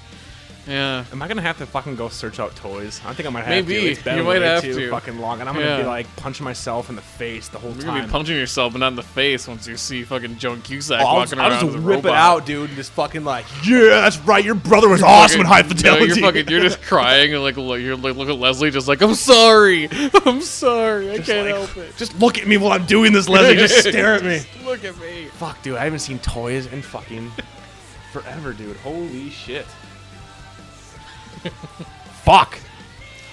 B: yeah.
A: Am I gonna have to fucking go search out toys? I think I might have to.
B: Maybe.
A: It's been
B: You might
A: way
B: have
A: too
B: to.
A: Fucking long, and I'm gonna
B: Yeah.
A: be like punching myself in the face the whole
B: You're gonna
A: time.
B: be punching yourself, but not in the face once you see fucking Joan Cusack
A: Oh, I'll just,
B: walking
A: I'll
B: around
A: just
B: with a
A: rip
B: robot.
A: it out, dude, and just fucking like, yeah, that's right. Your brother was awesome in high
B: Fucking-
A: fidelity.
B: No, you're fucking. You're just crying and like lo- you're like look at Leslie, just like I'm sorry, I'm sorry, I can't
A: like,
B: help it.
A: Just look at me while I'm doing this, Leslie. Just stare at me.
B: Look at me.
A: Fuck, dude, I haven't seen toys in fucking forever, dude. Holy shit. Fuck.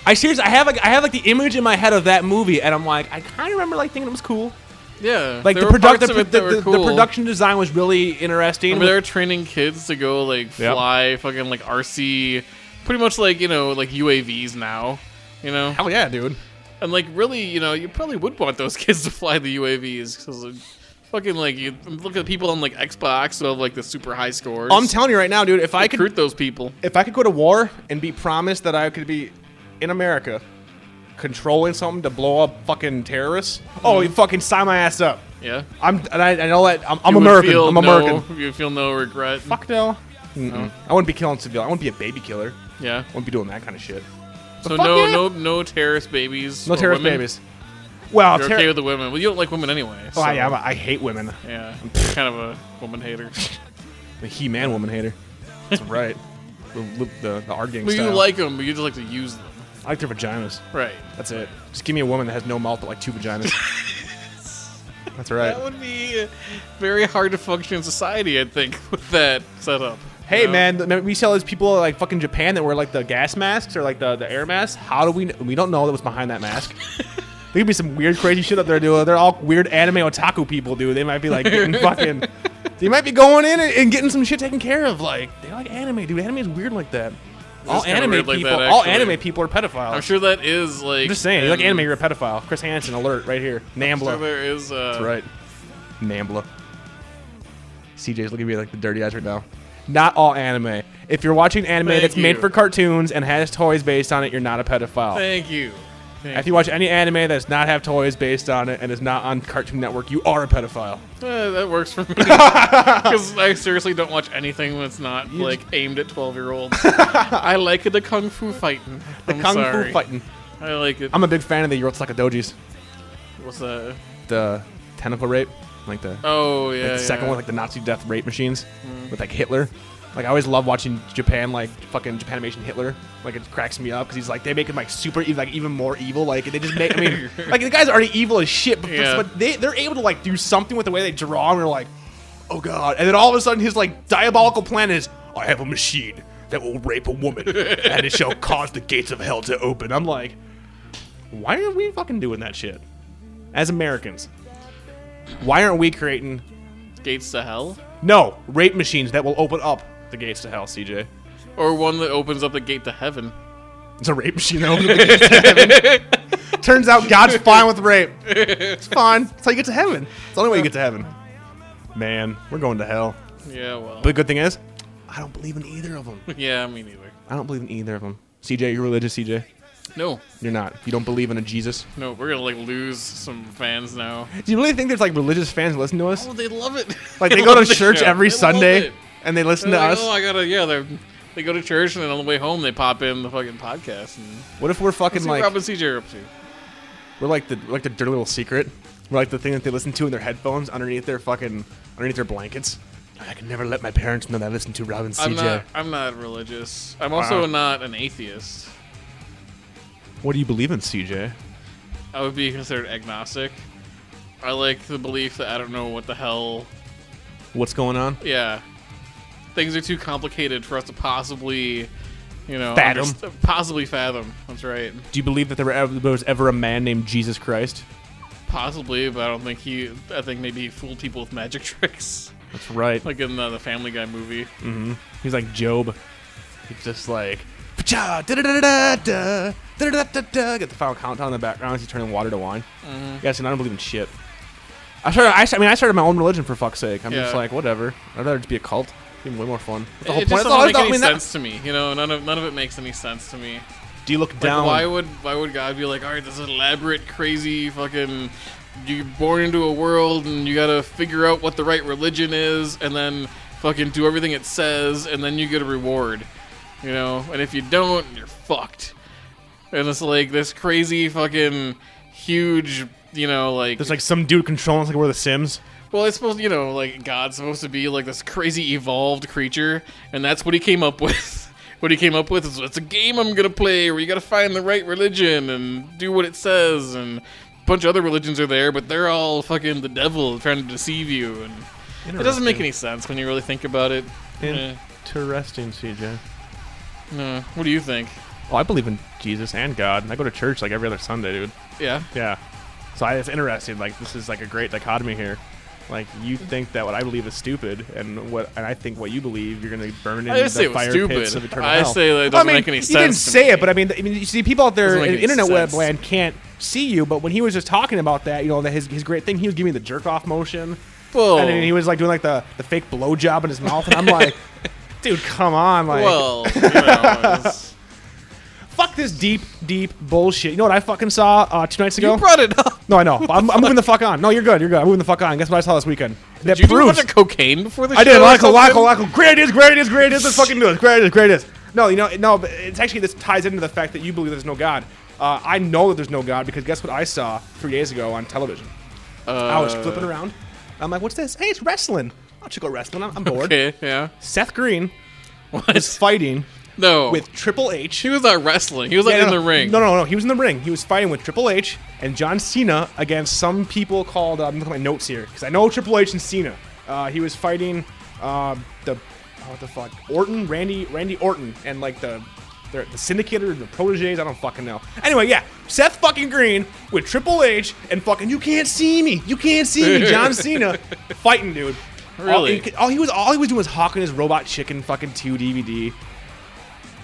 A: I seriously, I have like, I have like the image in my head of that movie, and I'm like, I kind of remember like thinking it was cool.
B: Yeah,
A: Like
B: there
A: the,
B: were
A: product,
B: parts
A: the,
B: of it that were
A: the, the
B: cool.
A: production design was really interesting.
B: Remember they were training kids to go like fly fucking like RC, pretty much like you know like UAVs now, you know,
A: Hell yeah, dude.
B: and like really you know you probably would want those kids to fly the UAVs because. Like, Fucking like you look at people on like Xbox who have like the super high scores.
A: I'm telling you right now, dude. If I could,
B: recruit those people.
A: if I could go to war and be promised that I could be in America controlling something to blow up fucking terrorists,
B: Mm-hmm.
A: oh, you fucking sign my ass up.
B: Yeah.
A: I'm and I, I know that I'm, I'm
B: You would
A: American.
B: feel
A: I'm
B: no-
A: American.
B: You feel no regret.
A: Fuck no. Mm-mm. I wouldn't be killing civilians. I wouldn't be a baby killer. I
B: Yeah.
A: wouldn't be doing that kind of shit.
B: So
A: fuck
B: no,
A: yeah.
B: no, no terrorist babies.
A: No
B: or
A: terrorist
B: women?
A: babies. Well,
B: You're
A: terror-
B: okay with the women. Well, you don't like women anyway.
A: oh,
B: so-
A: yeah, I'm a- I hate women.
B: Yeah, I'm kind of a woman hater.
A: The he-man woman hater. That's right. the, the, the, the art game
B: But you
A: style.
B: like them, but you just like to use them.
A: I like their vaginas.
B: Right.
A: That's it. Just give me a woman that has no mouth but like two vaginas. That's
B: That
A: right.
B: would be uh, very hard to function in society, I think, with that setup.
A: Hey
B: you know?
A: man, th- we see all these people like fucking Japan that wear like the gas masks or like the, the air masks. How do we? Kn- we don't know that was behind that mask. there could be some weird, crazy shit up there, dude. They're all weird anime otaku people, dude. They might be like getting fucking. They might be going in and, and getting some shit taken care of. Like they like anime, dude. Anime is weird like that. All
B: kinda
A: anime
B: weird
A: people,
B: like that,
A: all
B: actually.
A: anime people are pedophiles.
B: I'm sure that is like.
A: I'm just saying, you like
B: in-
A: anime, you're a pedophile. Chris Hansen, alert, right here.
B: I'm sure
A: Nambla.
B: there is. Uh,
A: That's right. Nambla. CJ's looking at me like the dirty eyes right now. Not all anime. If you're watching anime
B: Thank
A: that's made
B: you.
A: for cartoons and has toys based on it, you're not a pedophile.
B: Thank you. Thank
A: if you watch any anime that does not have toys based on it and is not on Cartoon Network, you are a pedophile.
B: Uh, that works for me because I seriously don't watch anything that's not like aimed at twelve year olds. I like the kung fu fighting.
A: The
B: I'm
A: kung
B: sorry.
A: fu fighting.
B: I like it.
A: I'm a big fan of the Yorotsuka Dojis.
B: What's that?
A: The tentacle rape, like the
B: Oh yeah.
A: like the second
B: yeah.
A: one, like the Nazi death rape machines with like Hitler. Like I always love watching Japan, like fucking Japanimation Hitler. Like it cracks me up because he's like they make him like super, ev- like even more evil. Like they just make. I mean, like the guy's already evil as shit, but,
B: Yeah.
A: but they they're able to like do something with the way they draw him. You're like, oh god! And then all of a sudden his like diabolical plan is, I have a machine that will rape a woman, and it shall cause the gates of hell to open. I'm like, why are we fucking doing that shit as Americans? Why aren't we creating
B: Gates to Hell,
A: no, rape machines that will open up the gates to hell, CJ.
B: or one that opens up the gate to heaven.
A: It's a rape machine that opens up the gates to heaven. Turns out God's fine with rape. It's fine. That's how you get to heaven. It's the only way you get to heaven. Man, we're going to hell.
B: Yeah. Well.
A: But the good thing is, I don't believe in either of them.
B: yeah. Me neither.
A: I don't believe in either of them. CJ, you're religious, CJ.
B: No.
A: You're not. You don't believe in a Jesus.
B: No. We're gonna like lose some fans now.
A: Do you really think there's like religious fans listen to us?
B: Oh, they love it.
A: Like they go
B: love
A: to
B: the
A: church
B: show.
A: every
B: They love
A: Sunday
B: it.
A: and they listen
B: They're
A: to
B: like,
A: us.
B: Oh, I gotta. Yeah. They're. They go to church and then on the way home they pop in the fucking podcast and
A: What if we're fucking
B: see
A: like
B: what Rob and CJ are up to.
A: We're like the we're like the dirty little secret. We're like the thing that they listen to in their headphones underneath their fucking underneath their blankets. I could never let my parents know that I listen to Robin
B: I'm uh,
A: CJ.
B: not. I'm not religious. I'm also
A: Wow.
B: not an atheist.
A: What do you believe in, CJ?
B: I would be considered agnostic. I like the belief that I don't know what the hell.
A: What's going on?
B: Yeah, things are too complicated for us to possibly, you know,
A: Fathom.
B: underst- possibly fathom. That's right.
A: Do you believe that there, were ever, there was ever a man named Jesus Christ?
B: Possibly, but I don't think he. I think maybe he fooled people with magic tricks,
A: That's right.
B: like in uh, the Family Guy movie.
A: Mm. He's like Job. He's just like "Pacha, da-da-da-da-da, da-da-da-da-da." Get the final countdown in the background as he's turning water to wine.
B: Mm-hmm.
A: Yeah, see, I don't believe in shit. I started. I, s- I mean, I started my own religion for fuck's sake. I'm just
B: Yeah.
A: like, whatever. I'd rather just be a cult. It'd be way more fun. That's the whole point.
B: it just
A: That's
B: doesn't
A: all-
B: make
A: I
B: any
A: mean, that-
B: sense to me. You know, none of none of it makes any sense to me.
A: Do you look
B: Like,
A: down?
B: why would why would God be like, all right, this elaborate, crazy fucking? You're born into a world, and you gotta figure out what the right religion is, and then fucking do everything it says, and then you get a reward, you know. And if you don't, you're fucked. And it's like this crazy fucking huge, you know, like
A: There's like some dude controlling us like we're the Sims.
B: well, it's supposed, you know, like God's supposed to be like this crazy evolved creature, and that's what he came up with. what he came up with is it's a game I'm gonna play where you gotta find the right religion and do what it says, and a bunch of other religions are there, but they're all fucking the devil trying to deceive you, and it doesn't make any sense when you really think about it. Eh,
A: Interesting, CJ.
B: no. What do you think?
A: Oh, I believe in Jesus and God, and I go to church like every other Sunday, dude.
B: Yeah,
A: Yeah. So I, it's interesting. Like this is like a great dichotomy here. Like you think that what I believe is stupid, and what and I think what you believe, you're gonna burn in
B: I just say
A: the
B: it was
A: fire pits
B: stupid.
A: of eternal
B: I
A: hell.
B: say that it
A: Well,
B: doesn't
A: I mean,
B: make any
A: You didn't
B: sense to
A: say
B: me.
A: it, but I mean, I mean, you see, people out there
B: Doesn't make
A: in
B: any
A: internet web
B: sense.
A: land can't see you. But when he was just talking about that, you know, that his his great thing, he was giving me the jerk off motion.
B: Whoa.
A: And then he was like doing like the the fake blowjob in his mouth, and I'm like, dude, come on, like.
B: Well, you know, it's-
A: Fuck this deep, deep bullshit. You know what I fucking saw uh, two nights ago?
B: You brought it up.
A: no, I know. I'm, I'm moving the fuck on. No, you're good. You're good. I'm moving the fuck on. Guess what I saw this weekend? that
B: Did you do a
A: proves.
B: bunch of cocaine before the
A: I
B: show?
A: did.
B: or
A: Lock, lock,
B: something?
A: lock. Great ideas, great ideas, great ideas. Let's fucking do this. Great ideas, great ideas. No, you know, no. But it's actually this ties into the fact that you believe there's no God. Uh, I know that there's no God because guess what I saw three days ago on television. I
B: Uh,
A: was flipping around. I'm like, what's this? Hey, it's wrestling. I'll check out wrestling. I'm, I'm bored.
B: Okay, yeah.
A: Seth Green was fighting
B: No.
A: with Triple H.
B: he was not wrestling. He was like
A: Yeah,
B: in
A: no,
B: the ring.
A: No, no, no. He was in the ring. He was fighting with Triple H and John Cena against some people called. Uh, I'm looking at my notes here because I know Triple H and Cena. Uh, he was fighting uh, the oh, what the fuck Orton, Randy, Randy Orton, and like the the, the syndicator, the proteges. I don't fucking know. Anyway, yeah, Seth fucking Green with Triple H and fucking you can't see me, you can't see me, John Cena fighting dude. All-
B: Really?
A: he- all he was all he was doing was hawking his Robot Chicken fucking two DVD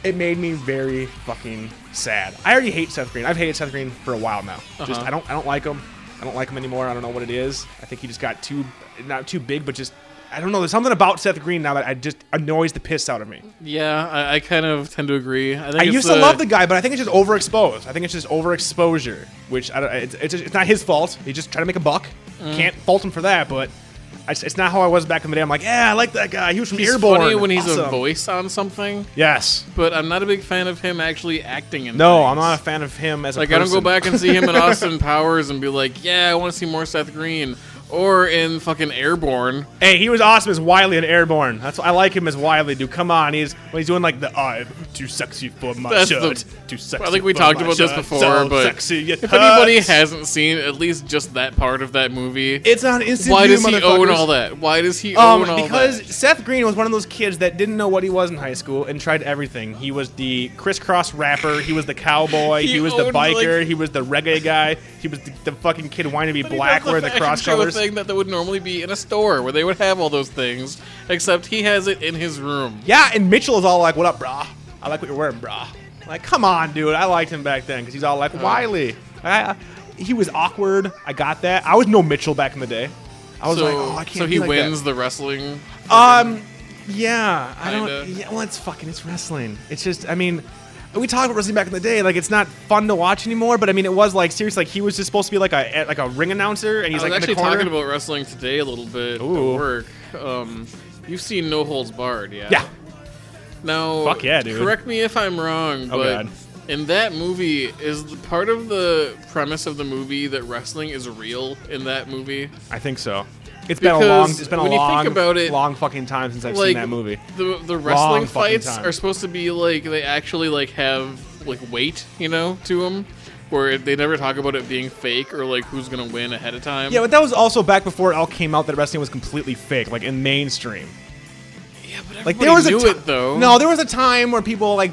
A: it made me very fucking sad. I already hate Seth Green. I've hated Seth Green for a while now.
B: Uh-huh.
A: Just I don't I don't like him. I don't like him anymore. I don't know what it is. I think he just got too not too big, but just I don't know. There's something about Seth Green now that I just annoys the piss out of me.
B: Yeah, I, I kind of tend to agree. I, think
A: I
B: it's
A: used
B: the,
A: to love the guy, but I think it's just overexposed. I think it's just overexposure, which I don't, it's, it's, just- it's not his fault. He's just trying to make a buck.
B: Mm.
A: Can't fault him for that, but I just- it's not how I was back in the day. I'm like, yeah, I like that guy. He was from
B: He's
A: Airborne.
B: funny when he's a
A: Awesome."
B: voice on something,
A: Yes.
B: but I'm not a big fan of him actually acting in.
A: No,
B: things.
A: I'm not a fan of him as a
B: Like I don't go
A: person.
B: back and see him in Austin Powers and be like, yeah, I want to see more Seth Green or in fucking Airborne.
A: Hey, he was awesome as Wiley in Airborne. That's why I like him as Wiley, dude. Come on, he's when he's doing like the I'm too sexy for my
B: That's
A: shirt,
B: the-
A: too sexy.
B: I think we
A: for
B: talked
A: my
B: about this
A: shirt,
B: before,
A: so
B: but
A: sexy Uh, it
B: if anybody
A: hurts."
B: hasn't seen at least just that part of that movie,
A: it's on instant.
B: why
A: view,
B: does he own
A: motherfuckers.
B: all that? Why does he
A: Um,
B: own all
A: because
B: that?
A: Seth Green was one of those kids that didn't know what he was in high school and tried everything. He was the crisscross rapper. He was the cowboy. he,
B: He
A: was the
B: owned,
A: biker.
B: like-
A: he was the reggae guy. He was the, the fucking kid wanting to be
B: But he
A: black,
B: does the
A: wearing the
B: fashion
A: cross
B: show
A: colors.
B: thing that they would normally be in a store where they would have all those things, except he has it in his room.
A: Yeah, and Mitchell is all like, "What up, brah? I like what you're wearing, brah." Like, come on, dude. I liked him back then because he's all like,
B: Uh-huh.
A: "Wiley." I, I- he was awkward. I got that. I was no Mitchell back in the day. I was
B: so,
A: like, "Oh, I can't."
B: so
A: be
B: he
A: like that."
B: wins the wrestling.
A: Um, yeah, I
B: Kinda.
A: don't. Yeah, well, it's fucking. It's wrestling. It's just. I mean, we talked about wrestling back in the day. Like, it's not fun to watch anymore. But I mean, it was like seriously. Like, he was just supposed to be like a like a ring announcer, and he's
B: I was
A: like in the
B: actually
A: corner.
B: talking about wrestling today a little bit
A: Ooh.
B: at work. Um, you've seen No Holds Barred, yeah?
A: yeah,
B: Now,
A: Fuck yeah, dude.
B: Correct me if I'm wrong,
A: Oh,
B: but
A: God.
B: in that movie, is the part of the premise of the movie that wrestling is real in that movie?
A: I think so. It's been a long.
B: Because
A: It's been a
B: when you think
A: long,
B: about it,
A: long fucking time since I've
B: like
A: seen that movie.
B: the the
A: Wrong
B: wrestling
A: fucking
B: fights
A: time.
B: are supposed to be like they actually like have like weight, you know, to them. Where they never talk about it being fake or like who's gonna win ahead of time.
A: Yeah, but that was also back before it all came out that wrestling was completely fake, like in mainstream.
B: Yeah, but
A: Like
B: everybody
A: there was
B: knew
A: a ti-
B: it though.
A: No, there was a time where people like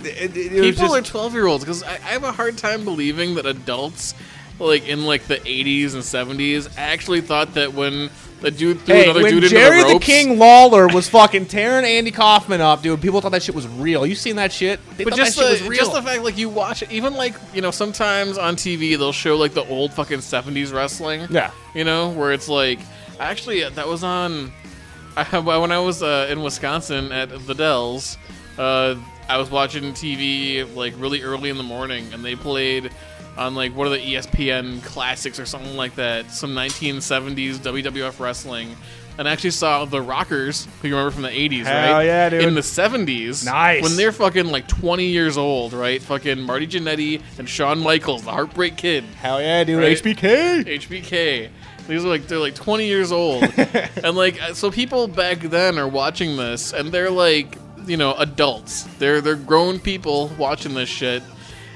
A: it, it- it was
B: people
A: just-
B: are 12 year olds because I, I have a hard time believing that adults like in like the 80s and 70s actually thought that when a dude threw
A: Hey,
B: another
A: when
B: dude
A: Jerry
B: into the
A: the
B: ropes,
A: King Lawler was fucking tearing Andy Kaufman up, dude, people thought that shit was real. You seen that shit? They
B: but
A: thought
B: just
A: that
B: the,
A: shit was real.
B: just the fact like you watch it even like you know sometimes on TV they'll show like the old fucking 70s wrestling
A: Yeah.
B: you know where it's like actually uh, that was on I, when I was uh, in Wisconsin at the Dells uh, I was watching TV like really early in the morning and they played on like one of the E ESPN classics or something like that some 1970s WWF wrestling and I actually saw the Rockers who you remember from the 80s
A: Hell
B: right
A: yeah, dude.
B: in the 70s
A: Nice.
B: when they're fucking like 20 years old, right? Fucking Marty Jannetty and Shawn Michaels, the Heartbreak Kid,
A: Hell yeah, dude.
B: Right?
A: HBK.
B: HBK. These are like they're like 20 years old, and like so people back then are watching this, and they're like you know adults. They're they're grown people watching this shit,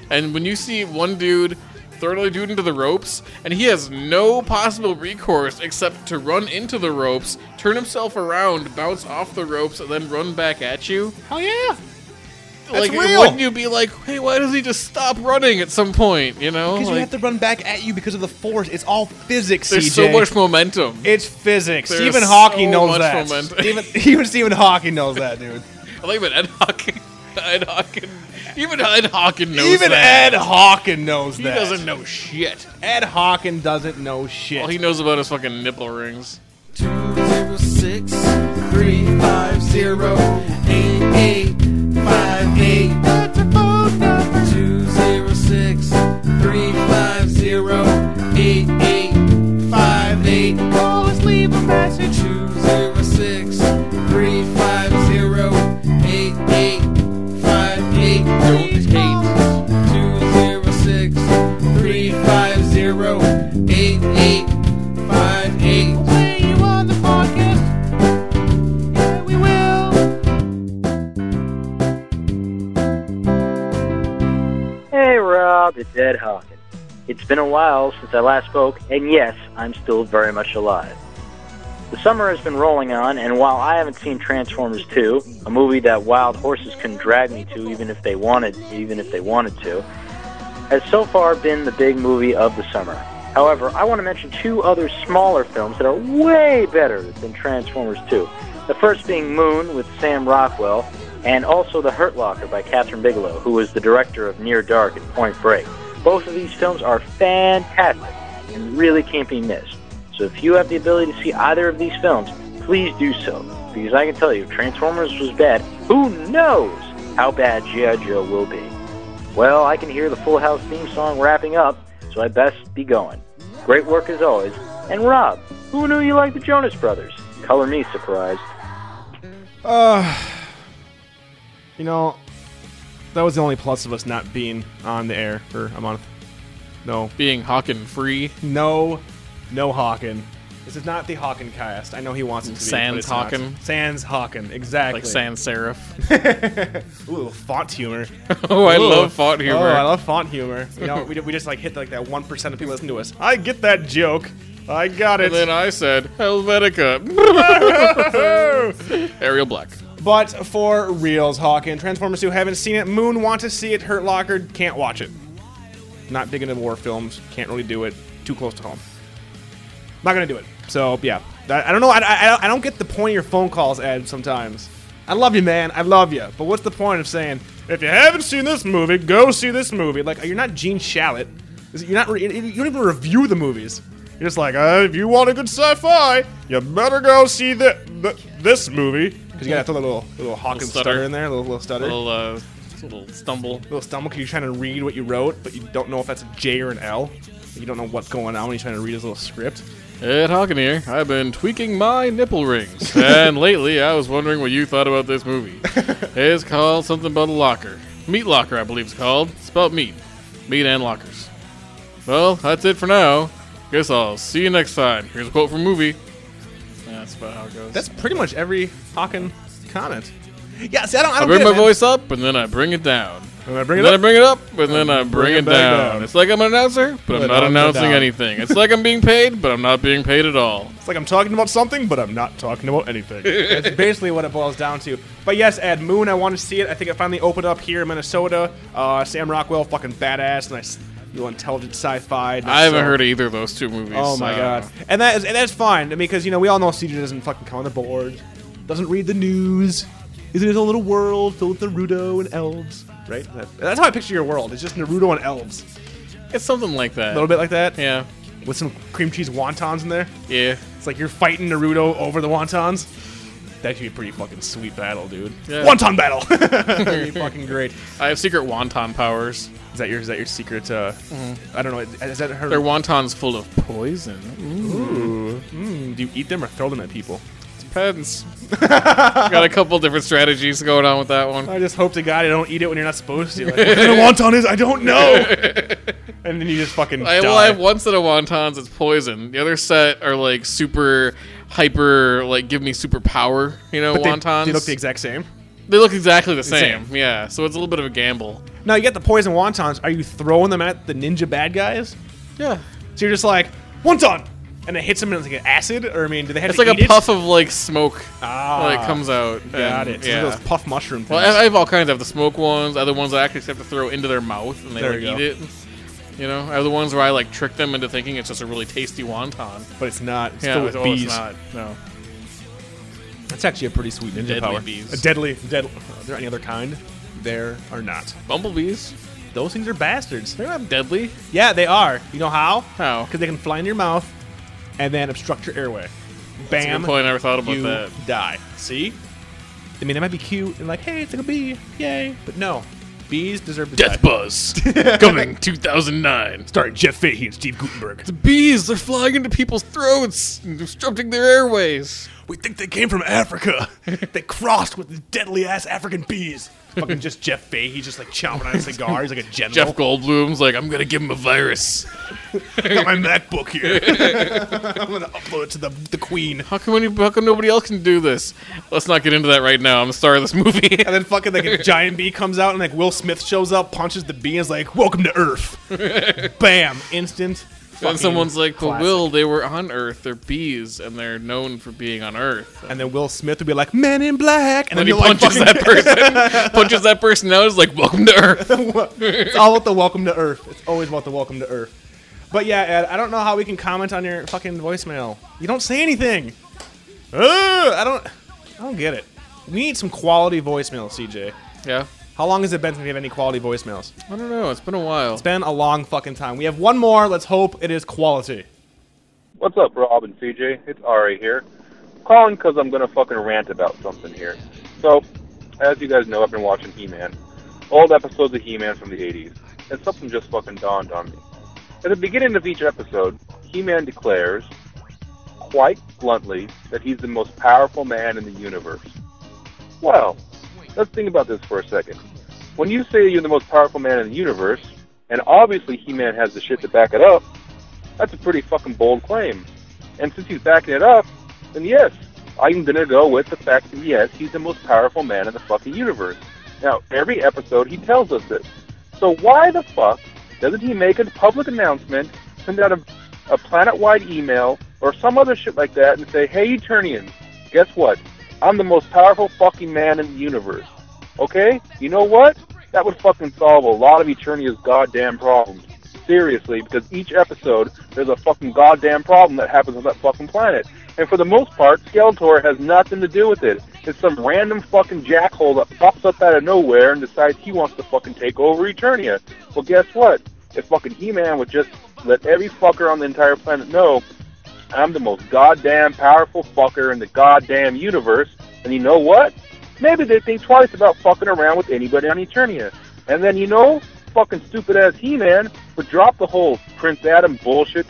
B: and when you see one dude. Throw another dude into the ropes, and he has no possible recourse except to run into the ropes, turn himself around, bounce off the ropes, and then run back at you
A: Hell
B: Oh
A: yeah.
B: like
A: real.
B: wouldn't you be like, hey, why does he just stop running at some point? You know,
A: Because
B: like,
A: you have to run back at you because of the force. It's all physics,
B: there's
A: CJ.
B: so much momentum.
A: it's physics.
B: There's
A: Stephen Hawking
B: so
A: knows that.
B: much momentum.
A: Stephen, even Stephen Hawking knows that, dude.
B: I think even Ed Hawking, Ed Hawking, even Ed Hawking knows
A: even
B: that.
A: Ed Hawking knows
B: he
A: that.
B: doesn't know shit.
A: Ed Hawking doesn't know shit.
B: All he knows about is fucking nipple rings.
E: 206-350-8858. That's our phone number. three five zero eight eight five eight. We'll play you on the podcast. Yeah, we will.
F: Hey Rob, it's Ed Hawkins. It's been a while since I last spoke, and yes, I'm still very much alive. The summer has been rolling on, and while I haven't seen Transformers 2, a movie that wild horses couldn't drag me to even if they wanted, even if they wanted to, has so far been the big movie of the summer. However, I want to mention two other smaller films that are way better than Transformers 2. The first being Moon with Sam Rockwell, and also The Hurt Locker by Catherine Bigelow, who was the director of Near Dark and Point Break. Both of these films are fantastic and really can't be missed. So if you have the ability to see either of these films, please do so. Because I can tell you, if Transformers was bad, who knows how bad G.I. Joe will be. Well, I can hear the Full House theme song wrapping up, so I best be going. Great work as always. And Rob, who knew you liked the Jonas Brothers? Color me surprised.
A: Uh, You know, that was the only plus of us not being on the air for a month. No,
B: Being Hawking free,
A: no, no Hawken. This is not the Hawken cast. I know he wants it to be.
B: Sans
A: but it's not.
B: Hawken.
A: Sans Hawken, exactly.
B: like sans serif.
A: Ooh, a little font humor.
B: Oh, I
A: Ooh.
B: love font humor.
A: Oh, I love font humor. You know, we, we just like hit like that one percent of people listen to us. I get that joke. I got it.
B: and then I said Helvetica. Ariel Black.
A: But for reals, Hawken, Transformers 2, haven't seen it. Moon, want to see it. Hurt Locker, can't watch it. Not big into war films, can't really do it. Too close to home. Not gonna do it. So yeah, I, I don't know. I, I, I don't get the point of your phone calls, Ed. Sometimes I love you, man. I love you. But what's the point of saying if you haven't seen this movie, go see this movie? Like you're not Gene Shalit. Is it- You're not. Re- you don't even review the movies. You're just like, uh, if you want a good sci-fi, you better go see the, the this movie. Because you gotta throw that little little Hawkins
B: stutter.
A: stutter. in there, little little stutter, little,
B: Little uh, little stumble.
A: stumble. Because you're trying to read what you wrote, but you don't know if that's a J or an L. You don't know what's going on when you're trying to read his little script.
B: Ed Hawken here. I've been tweaking my nipple rings, and lately I was wondering what you thought about this movie. It's called something about a locker. Meat Locker, I believe it's called. It's about meat. Meat and lockers. Well, that's it for now. Guess I'll see you next time. Here's a quote from movie. That's about how it goes.
A: That's pretty much every Hawken comment. Yeah, see, I don't. I,
B: I
A: don't
B: bring
A: get
B: my
A: it, man.
B: voice up, and then I bring it down.
A: When I bring
B: And
A: it
B: then I
A: up.
B: bring it up, and then I bring it
A: it back
B: down.
A: down.
B: It's like I'm an announcer, but I'm
A: Put
B: not
A: up and
B: announcing
A: down.
B: anything. It's like I'm being paid, but I'm not being paid at all.
A: It's like I'm talking about something, but I'm not talking about anything. That's basically what it boils down to. But yes, Ed Moon, I want to see it. I think it finally opened up here in Minnesota. Uh, Sam Rockwell, fucking badass, nice little intelligent sci-fi. uh,
B: I haven't heard of either of those two movies.
A: Oh my
B: so-
A: god, and that is and that's fine. I mean, because you know we all know CJ doesn't fucking come on the board, doesn't read the news. He's in his own little world filled with Naruto and elves. Right? That- That's how I picture your world. It's just Naruto and elves.
B: It's something like that.
A: A little bit like that.
B: Yeah.
A: with some cream cheese wontons in there.
B: Yeah.
A: It's like you're fighting Naruto over the wontons. That should be a pretty fucking sweet battle, dude.
B: Yeah.
A: Wonton battle. That'd be fucking great.
B: I have secret wonton powers.
A: Is that your is that your secret? Uh, I don't know. Is that her? Mm.
B: They're wontons full of poison.
A: do you eat them or throw them at people?
B: Depends. Got a couple different strategies going on with that one.
A: I just hope to God I don't eat it when you're not supposed to. Like, what kind of wonton is? I don't know. and then you just fucking.
B: I,
A: die.
B: well, I have one set of wontons that's poison. The other set are like super hyper, like give me super power. You know,
A: But they,
B: wontons.
A: they look the exact same.
B: They look exactly the same.
A: same.
B: Yeah, so it's a little bit of a gamble.
A: Now you get the poison wontons. Are you throwing them at the ninja bad guys?
B: Yeah,
A: So you're just like wonton, and it hits them in like an acid, or I mean, do they have
B: it's
A: to
B: like a
A: eat it?
B: puff of like smoke
A: Ah,
B: like comes out.
A: Got
B: and-
A: it.
B: Yeah.
A: Yeah. Those puff mushroom things.
B: well, I, I have all kinds. I have the smoke ones. Other ones I actually have to throw into their mouth and they
A: There
B: like,
A: you
B: eat
A: go.
B: it. You know, I have the ones where I like trick them into thinking it's just a really tasty wonton.
A: but it's not. It's
B: yeah,
A: filled with
B: oh,
A: bees.
B: It's not. No.
A: That's actually a pretty sweet ninja
B: Deadly
A: power.
B: bees.
A: A deadly, deadly. Are there any other kind? There are not.
B: Bumblebees?
A: Those things are bastards.
B: They're not deadly.
A: Yeah, they are. You know how?
B: How?
A: Because they can fly in your mauth and then obstruct your airway.
B: That's a
A: Bam.
B: good point. I never thought about
A: You
B: that.
A: die. See? I mean, they might be cute and like, hey, it's like a bee, yay! But no, Bees deserve to die.
B: Death Buzz, coming 2009.
A: Starring Jeff Fahey and Steve Gutenberg.
B: The bees, they're flying into people's throats and obstructing their airways.
A: We think they came from Africa. they crossed with the deadly ass African bees. Fucking just Jeff Fahey, just like chomping on a cigar. He's like a general.
B: Jeff Goldblum's like, I'm gonna give him a virus.
A: got my MacBook here. I'm gonna upload it to the, the Queen.
B: How come, any, how come nobody else can do this? Let's not get into that right now. I'm the star of this movie.
A: And then fucking like a giant bee comes out and like Will Smith shows up, punches the bee, and is like, "Welcome to Earth." Bam! Instant.
B: Then
A: fucking-
B: someone's like, but Will, they were on Earth. They're bees, and they're known for being on Earth.
A: and then Will Smith would be like, "Men in Black," and,
B: And
A: then
B: he
A: you're like,
B: punches
A: fucking-
B: that person. punches that person out. Is like, welcome to Earth.
A: it's all about the welcome to Earth. It's always about the welcome to Earth. But yeah, Ed, I don't know how we can comment on your fucking voicemail. You don't say anything. Ugh, I don't. I don't get it. We need some quality voicemails, CJ.
B: Yeah.
A: How long has it been since we have any quality voicemails? It's
B: I don't know. It's been a while.
A: been a long fucking time. We have one more. Let's hope it is quality.
G: What's up, Rob and CJ? It's Ari here. Calling because I'm going to fucking rant about something here. So, as you guys know, I've been watching He Man. Old episodes of He Man from the 80s. And something just fucking dawned on me. At the beginning of each episode, He Man declares, quite bluntly, that he's the most powerful man in the universe. Well, let's think about this for a second. When you say you're the most powerful man in the universe, and obviously He Man has the shit to back it up, that's a pretty fucking bold claim. And since he's backing it up, then yes, I'm gonna go with the fact that yes, he's the most powerful man in the fucking universe. Now, every episode he tells us this. So why the fuck doesn't he make a public announcement, send out a, a planet-wide email, or some other shit like that, and say, "Hey, Eternians, guess what? I'm the most powerful fucking man in the universe." Okay? You know what? That would fucking solve a lot of Eternia's goddamn problems. Seriously, because each episode there's a fucking goddamn problem that happens on that fucking planet. And for the most part, Skeletor has nothing to do with it. It's some random fucking jackhole that pops up out of nowhere and decides he wants to fucking take over Eternia. Well, guess what? If fucking He-Man would just let every fucker on the entire planet know I'm the most goddamn powerful fucker in the goddamn universe, and you know what? Maybe they think twice about fucking around with anybody on Eternia. And then, you know, fucking stupid ass He Man would drop the whole Prince Adam bullshit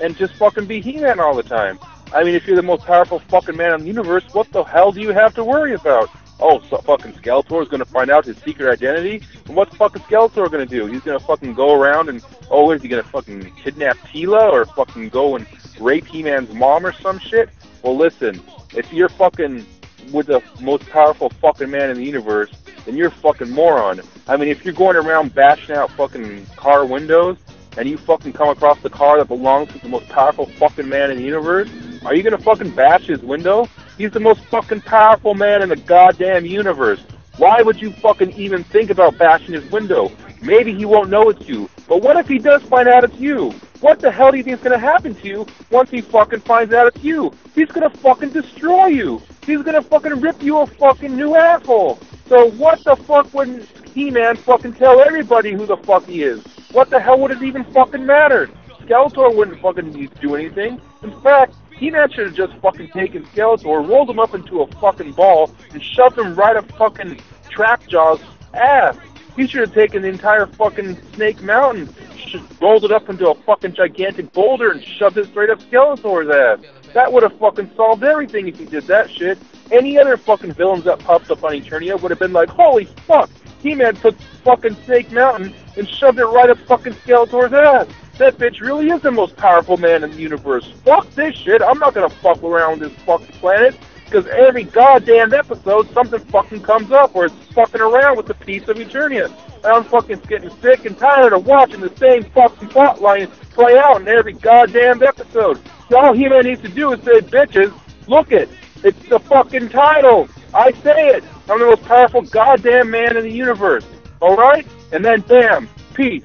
G: and just fucking be He Man all the time. I mean, if you're the most powerful fucking man in the universe, what the hell do you have to worry about? Oh, so fucking Skeletor's gonna find out his secret identity? And what's fucking Skeletor gonna do? He's gonna fucking go around and, oh, is he gonna fucking kidnap Tila or fucking go and rape He Man's mom or some shit? Well, listen, if you're fucking with the most powerful fucking man in the universe, then you're a fucking moron. I mean, if you're going around bashing out fucking car windows and you fucking come across the car that belongs to the most powerful fucking man in the universe, are you gonna fucking bash his window? He's the most fucking powerful man in the goddamn universe. Why would you fucking even think about bashing his window? Maybe he won't know it's you, but what if he does find out it's you? What the hell do you think's gonna happen to you once he fucking finds out it's you? He's gonna fucking destroy you. He's gonna fucking rip you a fucking new asshole. So what the fuck wouldn't He-Man fucking tell everybody who the fuck he is? What the hell would it even fucking matter? Skeletor wouldn't fucking do anything. In fact, He-Man should have just fucking taken Skeletor, rolled him up into a fucking ball, and shoved him right up fucking Trapjaw's ass. He should have taken the entire fucking Snake Mountain, sh- rolled it up into a fucking gigantic boulder, and shoved it straight up Skeletor's ass. That would have fucking solved everything if he did that shit. Any other fucking villains that popped up on Eternia would have been like, holy fuck, He-Man took fucking Snake Mountain and shoved it right up fucking Skeletor's ass. That bitch really is the most powerful man in the universe. Fuck this shit. I'm not gonna fuck around with this fucking planet. Because every goddamn episode, something fucking comes up or it's fucking around with a piece of Eternia. And I'm fucking getting sick and tired of watching the same fucking plotline play out in every goddamn episode. So all He-Man needs to do is say, bitches, look it. It's the fucking title. I say it. I'm the most powerful goddamn man in the universe. All right? And then, bam, peace.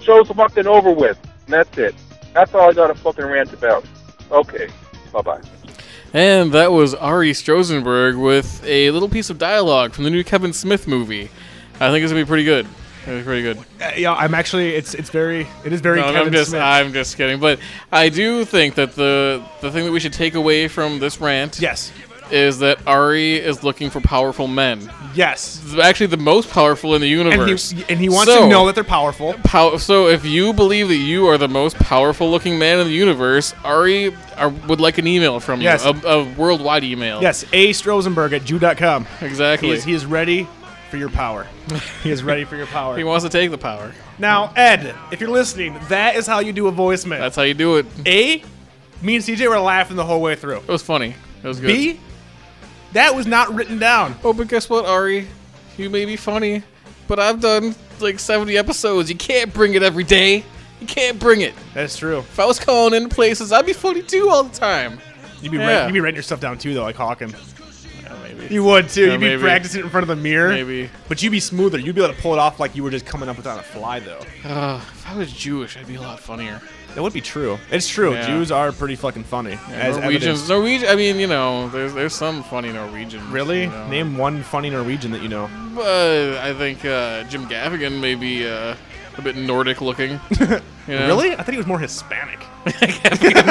G: Show's fucking over with. And that's it. That's all I got to fucking rant about. Okay. Bye-bye.
B: And that was Ari Strozenberg with a little piece of dialogue from the new Kevin Smith movie. I think it's gonna be pretty good. It's pretty good.
A: Uh, yeah, I'm actually. It's it's very. It is very.
B: No,
A: Kevin
B: I'm just
A: Smith.
B: I'm just kidding. But I do think that the the thing that we should take away from this rant
A: yes.
B: is that Ari is looking for powerful men.
A: Yes.
B: Actually, the most powerful in the
A: And
B: universe.
A: he, and he wants
B: So-
A: to know that they're powerful.
B: Pow- so if you believe that you are the most powerful looking man in the universe, Ari are, would like an email from
A: Yes.
B: you, a, a worldwide email.
A: Yes, A. Strozenberg at Jew.com.
B: exactly.
A: He is, he is ready for your power. He is ready for your
B: he
A: power.
B: wants to take the power.
A: Now, Ed, if you're listening, that is how you do a voicemail.
B: That's how you do it. It
A: A, me and CJ were laughing the whole way through.
B: was funny. It was good.
A: B, that was not written down.
B: Oh, but guess what, Ari? You may be funny, but I've done like 70 episodes. You can't bring it every day. You can't bring it.
A: That's true.
B: If I was calling in places, I'd be funny too all the time.
A: You'd be,
B: Yeah.
A: write- you'd be writing your stuff down too, though, like Hawking.
B: maybe.
A: You would too.
B: Yeah,
A: you'd be
B: maybe.
A: practicing it in front of the mirror.
B: Maybe.
A: But you'd be smoother. You'd be able to pull it off like you were just coming up with it on the fly, though.
B: Uh, if I was Jewish, I'd be a lot funnier.
A: That would be true. It's true.
B: Yeah.
A: Jews are pretty fucking funny. as
B: Norwegians,
A: evidenced.
B: Norwegian. I mean, you know, there's there's some funny Norwegians.
A: Really?
B: you know.
A: Name one funny Norwegian that you know.
B: Uh, I think uh, Jim Gaffigan may be uh, a bit Nordic looking. you know?
A: Really? I thought he was more Hispanic.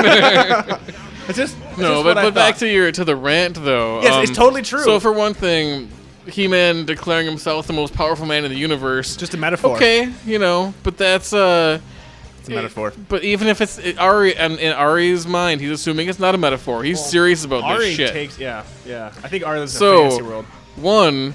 A: it's just it's just
B: No, but,
A: what I
B: but back
A: thought.
B: to your to the rant though. um,
A: Yes, it's totally true.
B: So for one thing, He-Man declaring himself the most powerful man in the universe.
A: just a metaphor.
B: okay, you know, but that's uh.
A: it's a metaphor.
B: But even if it's it, Ari, and in Ari's mind, he's assuming it's not a metaphor. He's serious about
A: Ari
B: this shit.
A: takes yeah yeah. I think Ari lives in a
B: So-
A: fantasy world.
B: One,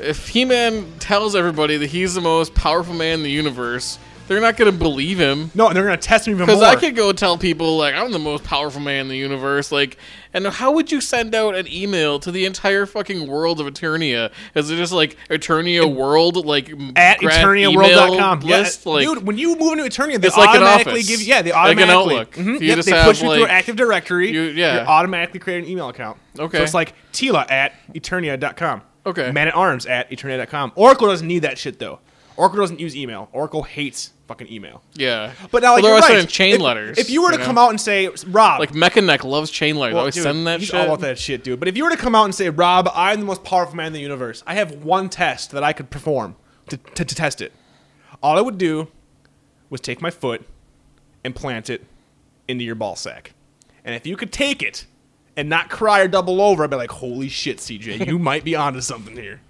B: if He Man tells everybody that he's the most powerful man in the universe, they're not going to believe him.
A: No, and they're gonna test him even more.
B: Because I could go tell people, like, I'm the most powerful man in the universe. Like, and how would you send out an email to the entire fucking world of Eternia? Is it just, like, Eternia World, like, m-
A: at
B: graph
A: eterniaworld.com.
B: email List?
A: yeah,
B: like,
A: dude, when you move into Eternia, they
B: It's like an
A: automatically
B: office.
A: give you yeah, they
B: Like an
A: automatically
B: Outlook.
A: Mhm,
B: You
A: yep,
B: just
A: they push
B: have,
A: you through
B: like-
A: Active Directory.
B: You- yeah.
A: You're automatically creating an email account.
B: Okay.
A: So it's like Tila at Eternia.com.
B: Okay.
A: Man at Arms at Eternia.com. Oracle doesn't need that shit though. Oracle doesn't use email. Oracle hates fucking email.
B: yeah.
A: But now, like,
B: Although
A: you're
B: I
A: right.
B: send chain
A: if,
B: letters.
A: If you were to
B: know?
A: come out and say, Rob,
B: Like, Mechaneck loves chain letters.
A: well,
B: always
A: dude,
B: send that
A: he's
B: shit.
A: all about that shit, dude. But if you were to come out and say, Rob, I'm the most powerful man in the universe, I have one test that I could perform to, to, to test it. All I would do was take my foot and plant it into your ball sack. And if you could take it and not cry or double over, I'd be like, holy shit, CJ, you might be onto something here.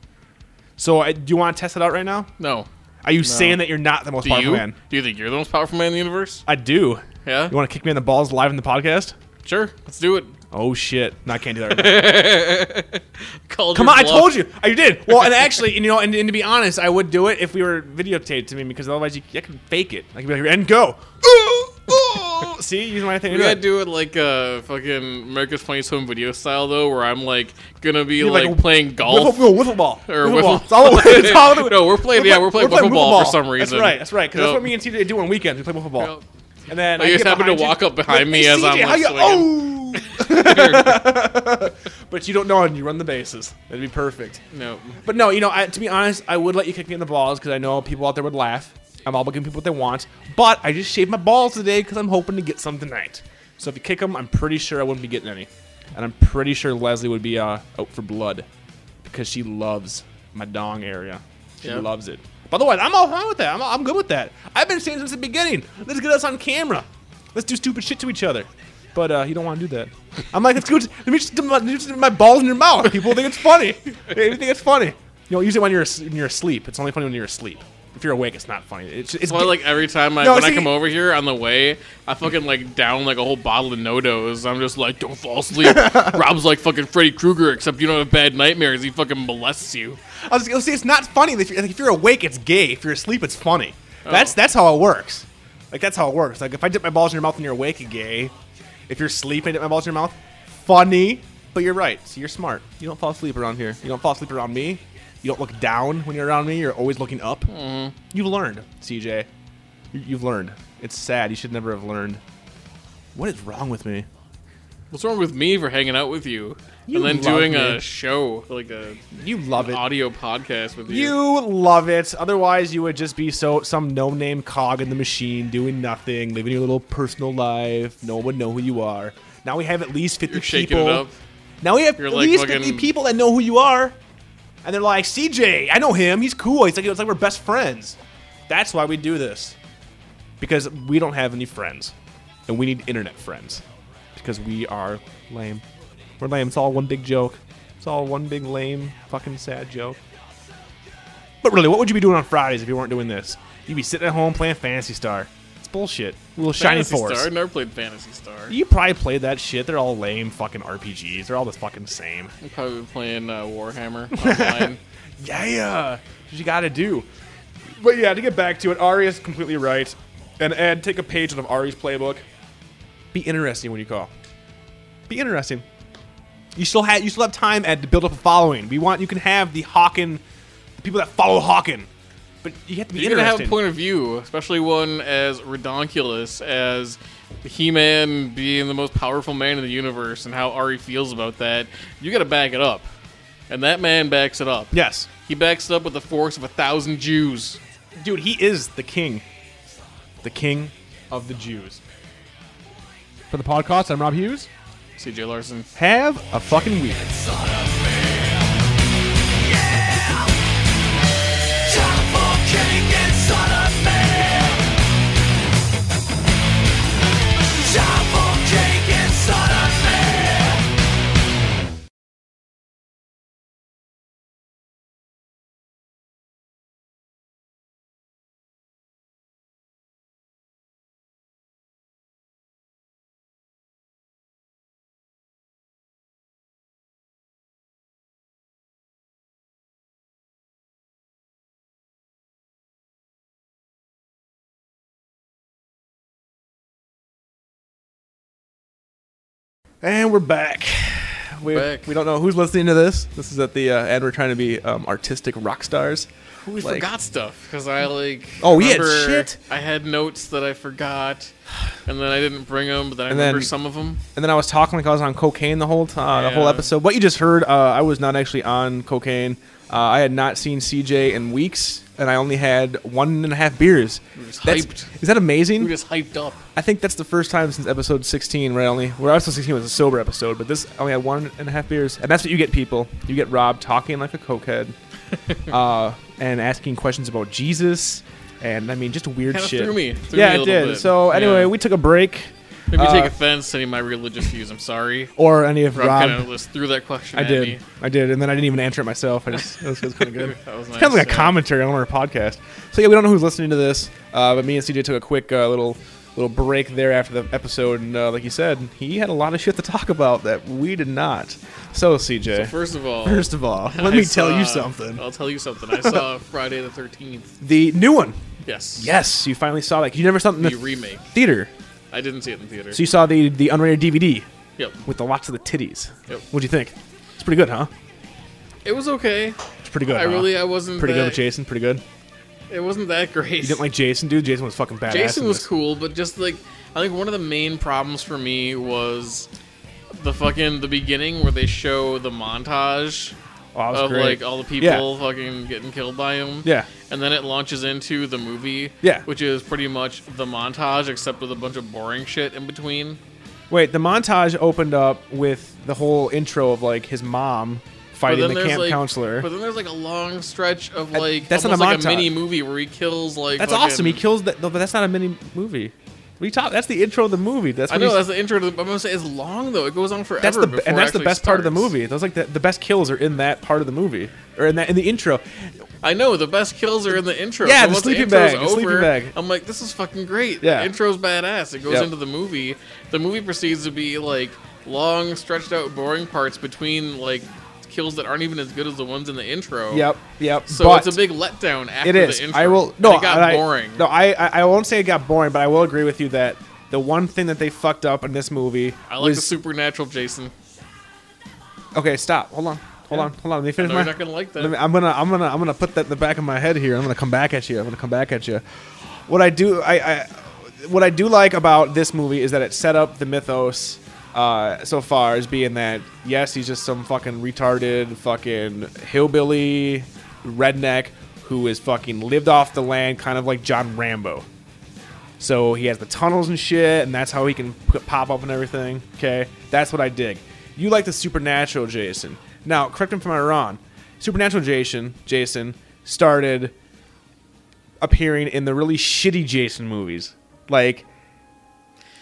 A: So, I, do you want to test it out right now?
B: No.
A: Are you saying that you're not the most
B: Do
A: powerful
B: you?
A: man?
B: Do you think you're the most powerful man in the universe?
A: I do.
B: Yeah.
A: You want to kick me in the balls live in the podcast?
B: Sure. Let's do it.
A: Oh shit! No, I can't do that. Right now.
B: Called
A: Come
B: your
A: on, I
B: bluff.
A: told you. I did. Well, and actually, and, you know, and, and to be honest, I would do it if we were videotaped to me because otherwise you, I could fake it. I could be like, and go. See, using my thing. to
B: We
A: do
B: gotta
A: it.
B: do it like uh, fucking America's Funniest Home Video style though, where I'm like gonna be
A: You're
B: like,
A: like,
B: playing golf.
A: Wiffle, no, wiffle ball.
B: Or
A: wiffle
B: wiffle-
A: ball. It's all, it's all the way.
B: No, we're playing- yeah, we're playing wiffle ball for some reason.
A: That's right. That's right. Because that's what
B: Yep.
A: me and TJ do on weekends. We play wiffle ball.
B: Yep.
A: And then
B: I
A: I
B: just
A: get
B: happen to
A: behind you.
B: walk up behind
A: Hey,
B: me as I'm,
A: CJ, how you?
B: like,
A: Oh. but you don't know, and you run the bases. That'd be perfect.
B: No,
A: But no, you know, I, to be honest, I would let you kick me in the balls because I know people out there would laugh. I'm all about giving people what they want. But I just shaved my balls today because I'm hoping to get some tonight. So if you kick them, I'm pretty sure I wouldn't be getting any. And I'm pretty sure Leslie would be uh, out for blood because she loves my dong area. She
B: Yeah.
A: loves it. By the way, I'm all fine with that. I'm, I'm good with that. I've been saying since the beginning, let's get us on camera. Let's do stupid shit to each other. But uh, you don't want to do that. I'm like, let's go. Let me just, let me just do my balls in your mouth. People think it's funny. They think it's funny. You know, usually when you're as- when you're asleep, it's only funny when you're asleep. If you're awake, it's not funny. It's, it's
B: that's why like every time I
A: No,
B: when I
A: see-
B: come over here on the way, I fucking like down like a whole bottle of No Dos. I'm just like, don't fall asleep. Rob's like fucking Freddy Krueger, except you don't have bad nightmares. He fucking molests you.
A: I was gonna say it's not funny. If you're, like, if you're awake, it's gay. If you're asleep, it's funny. That's that's how it works. Like that's how it works. Like if I dip my balls in your mouth and you're awake, gay. If you're sleeping, I dip my balls in your mouth. Funny, but you're right. So you're smart. You don't fall asleep around here. You don't fall asleep around me. You don't look down when you're around me. You're always looking up. You've learned, CJ. You- You've learned. It's sad. You should never have learned. What is wrong with me?
B: What's wrong with me for hanging out with you,
A: You
B: and then
A: love
B: doing
A: me.
B: a show like a
A: You love it.
B: audio podcast with you?
A: You love it. Otherwise, you would just be so some no-name cog in the machine, doing nothing, living your little personal life. No one would know who you are. Now we have at least 50
B: You're shaking
A: people.
B: it up.
A: Now we have
B: You're
A: at
B: like
A: least
B: fucking-
A: 50 people that know who you are, and they're like, "CJ, I know him. He's cool. He's like it's like we're best friends." That's why we do this, because we don't have any friends, and we need internet friends, because we are lame. We're lame. It's all one big joke. It's all one big lame, fucking sad joke. But really, what would you be doing on Fridays if you weren't doing this? You'd be sitting at home playing Fantasy Star. It's bullshit. Little Shining
B: Fantasy
A: Force.
B: Star. I never played Fantasy Star.
A: You probably played that shit. They're all lame fucking RPGs. They're all the fucking same.
B: I'm probably playing uh, Warhammer online.
A: Yeah, yeah. What you gotta do. But yeah, to get back to it, Ari is completely right. And Ed, take a page out of Ari's playbook. Be interesting when you call. Be interesting. You still have you still have time, Ed, to build up a following. We want you can have the Hawken, the people that follow Hawken, but you have to be
B: You're gonna have
A: interesting.
B: a point of view, especially one as redonkulous as He-Man being the most powerful man in the universe and how Ari feels about that. You gotta back it up, and that man backs it up.
A: yes,
B: He backs it up with the force of a thousand Jews.
A: dude, he is the king, the king of the Jews. For the podcast, I'm Rob Hughes.
B: CJ Larson.
A: Have a fucking week. And we're back. We,
B: Back.
A: we don't know who's listening to this. This is at the uh, end. We're trying to be um, artistic rock stars.
B: We
A: Like-
B: forgot stuff because I like.
A: Oh, we had
B: remember
A: shit.
B: I had notes that I forgot, and then I didn't bring them. But then I
A: And then-
B: remember some of them.
A: And then I was talking like I was on cocaine the whole time, the whole
B: Yeah.
A: episode. What you just heard, uh, I was not actually on cocaine. Uh, I had not seen CJ in weeks, and I only had one and a half beers.
B: just
A: That's-
B: hyped.
A: Is that amazing?
B: We just hyped up.
A: I think that's the first time since episode 16 where I only, where episode 16 was a sober episode, but this I only had one and a half beers. And that's what you get, people. You get Rob talking like a cokehead uh, and asking questions about Jesus and, I mean, just weird
B: Kinda
A: shit.
B: threw me- threw
A: yeah,
B: me a
A: it
B: little
A: did.
B: bit.
A: So, anyway,
B: Yeah.
A: we took a break.
B: Maybe
A: Uh,
B: take offense to any of my religious views. I'm sorry.
A: Or any of
B: Rob,
A: Rob.
B: kind of just threw that question
A: I
B: at
A: did.
B: me.
A: I did. And then I didn't even answer it myself. I just, it was, kind of good.
B: That was
A: It's kind of
B: nice,
A: like a
B: yeah.
A: commentary on our podcast. So yeah, we don't know who's listening to this, uh, but me and CJ took a quick uh, little little break there after the episode, and uh, like you said, he had a lot of shit to talk about that we did not. So CJ,
B: First of all,
A: first of all, let
B: I
A: me tell you
B: saw-
A: something.
B: I'll tell you something. I saw Friday the 13th.
A: The new one.
B: Yes.
A: Yes, you finally saw that. You never saw it in the
B: The remake.
A: theater,
B: I didn't see it in the theater.
A: so you saw the the unrated DVD
B: yep.
A: with the lots of the titties.
B: Yep.
A: What'd you think? It's pretty good, huh?
B: It was okay.
A: It's pretty good.
B: I
A: huh?
B: really, I wasn't
A: pretty good
B: that,
A: with Jason. Pretty good.
B: It wasn't that great.
A: You didn't like Jason, dude. Jason was fucking badass.
B: Jason
A: in
B: was
A: this.
B: cool, but just like I think one of the main problems for me was the fucking the beginning where they show the montage
A: Oh, that was
B: of
A: great.
B: like all the people fucking getting killed by him.
A: Yeah.
B: And then it launches into the movie.
A: Yeah.
B: Which is pretty much the montage except with a bunch of boring shit in between.
A: Wait, the montage opened up with the whole intro of like his mom fighting the
B: there's,
A: camp
B: like,
A: counselor.
B: But then there's like a long stretch of
A: Uh,
B: like
A: that's not a
B: almost like
A: montage.
B: a mini movie where he kills like
A: That's
B: fucking-
A: awesome. He kills that. But that's not a mini movie. We talk. That's the intro of the movie. That's
B: I
A: what
B: know
A: he's-
B: that's the intro. To the, I'm gonna say it's long though. It goes on forever.
A: that's the
B: before
A: and
B: it
A: that's the
B: actually
A: best part of the
B: starts.
A: movie. Those like the, the best kills are in that part of the movie or in that in the intro.
B: I know the best kills are in the intro.
A: Yeah,
B: so
A: the
B: once
A: sleeping
B: intro's
A: bag, the sleeping bag.
B: I'm like, this is fucking great.
A: Yeah.
B: the intro's badass. It goes
A: Yep.
B: into the movie. The movie proceeds to be like long, stretched out, boring parts between like kills that aren't even as good as the ones in the intro.
A: Yep, yep.
B: Oh. So
A: but
B: it's a big letdown after
A: It is.
B: the intro.
A: I will. No,
B: And it got
A: and I-
B: boring.
A: No, I, I I won't say it got boring, but I will agree with you that the one thing that they fucked up in this movie
B: I like
A: was
B: the supernatural Jason.
A: Okay, stop. Hold on. Hold on. Hold on. Let me finish
B: No,
A: my.
B: you're not gonna like that.
A: Let me- I'm gonna. I'm gonna. I'm gonna put that in the back of my head here. I'm gonna come back at you. I'm gonna come back at you. What I do. I. I what I do like about this movie is that it set up the mythos uh, so far as being that yes, he's just some fucking retarded fucking hillbilly redneck who is fucking lived off the land, kind of like John Rambo. So he has the tunnels and shit, and that's how he can p- pop up and everything. Okay, that's what I dig. You like the supernatural Jason. Now, correct me if I'm wrong. Supernatural Jason, Jason started appearing in the really shitty Jason movies. Like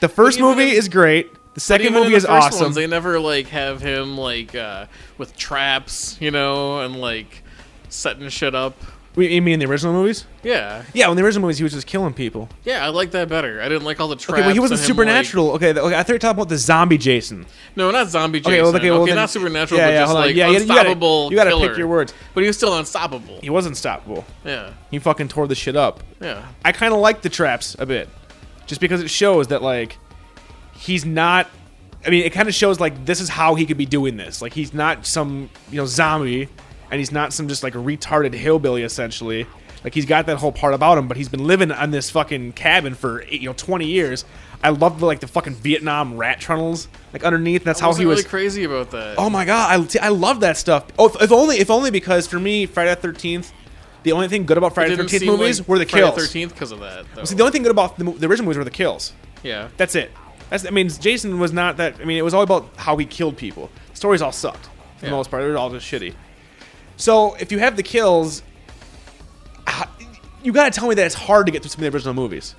A: the first
B: Even
A: movie
B: if-
A: is great. The second
B: Even in
A: movie
B: the
A: is
B: first
A: awesome.
B: Ones, they never like have him like uh, with traps, you know, and like setting shit up.
A: Wait, you mean in the original movies?
B: Yeah,
A: Yeah, in the original movies, he was just killing people.
B: yeah, I like that better. I didn't like all the traps.
A: Okay, well, he wasn't
B: and him, like-
A: supernatural. okay, th- okay, I thought you were talking about the zombie Jason.
B: no, not zombie Jason.
A: Okay,
B: Okay,
A: well, okay, well, then-
B: not supernatural,
A: yeah,
B: but
A: yeah,
B: just
A: hold on.
B: like
A: Yeah, you- you gotta-
B: unstoppable.
A: you gotta pick
B: killer.
A: your words.
B: But he was still unstoppable.
A: He was unstoppable.
B: Yeah,
A: He fucking tore the shit up.
B: yeah.
A: I kind of like the traps a bit, just because it shows that like he's not. I mean, it kind of shows like this is how he could be doing this. Like he's not some you know zombie, and he's not some just like retarded hillbilly essentially. Like he's got that whole part about him, but he's been living on this fucking cabin for you know twenty years. I love the, like the fucking Vietnam rat tunnels like underneath. That's
B: I
A: how
B: wasn't
A: he was.
B: really crazy about that.
A: Oh my god, I, t- I love that stuff. Oh, if, if only if only because for me, Friday the Thirteenth, the only thing good about Friday the Thirteenth movies were the kills.
B: Thirteenth because of that. Though.
A: See, the only thing good about the, mo- the original movies were the kills.
B: yeah,
A: That's it. That's I mean, Jason was not that. I mean, it was all about how he killed people. The stories all sucked for the
B: Yeah.
A: most part. They were all just shitty. So if you have the kills, ah, you got to tell me that it's hard to get through some of the original movies.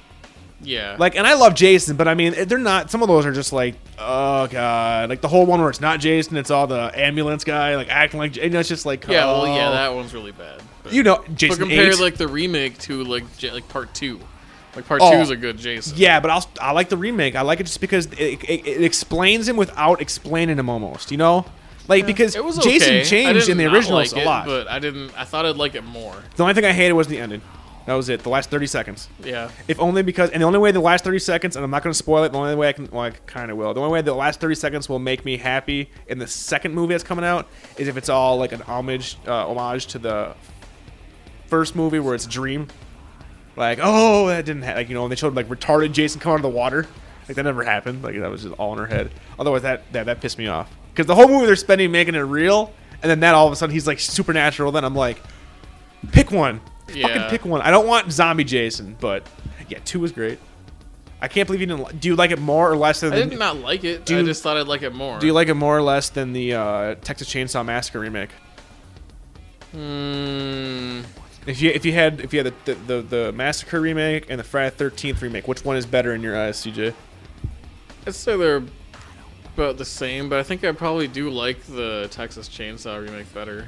B: yeah.
A: Like, and I love Jason, but I mean, they're not. Some of those are just like, oh god, like the whole one where it's not Jason, it's all the ambulance guy like acting like, you know, it's just like,
B: yeah, well,
A: oh.
B: yeah, that one's really bad. But-
A: You know,
B: But
A: Jason
B: compare
A: 8.
B: like the remake to like J- like part two, like part
A: Oh.
B: two is a good Jason.
A: yeah, but I'll, I like the remake. I like it just because it, it, it explains him without explaining him almost. You know, like because
B: it was
A: Jason
B: okay. I
A: changed
B: did
A: in the
B: not
A: originals
B: like
A: a
B: it,
A: lot.
B: but I didn't. I thought I'd like it more.
A: the only thing I hated was the ending. That was it. The last thirty seconds.
B: Yeah,
A: If only because, and the only way the last 30 seconds, and I'm not going to spoil it, the only way I can, well, I kind of will. The only way the last 30 seconds will make me happy in the second movie that's coming out is if it's all like an homage, uh, homage to the first movie where it's a dream. Like, oh, that didn't happen. Like, you know, and they showed like retarded Jason come out of the water. Like, that never happened. Like, that was just all in her head. Otherwise, that, that, that pissed me off. Because the whole movie they're spending making it real, and then that all of a sudden he's like supernatural. Then I'm like, pick one. Fucking
B: Yeah.
A: pick one. I don't want zombie Jason, but yeah, two was great. I can't believe you didn't. li- Do you like it more or less than?
B: I did not like it.
A: Do
B: I
A: you-
B: just thought I'd like it more.
A: do you like it more or less than the uh, Texas Chainsaw Massacre remake?
B: Mm,
A: If you if you had if you had the the, the, the Massacre remake and the Friday Thirteenth remake, which one is better in your eyes, CJ?
B: I'd say they're about the same, but I think I probably do like the Texas Chainsaw remake better.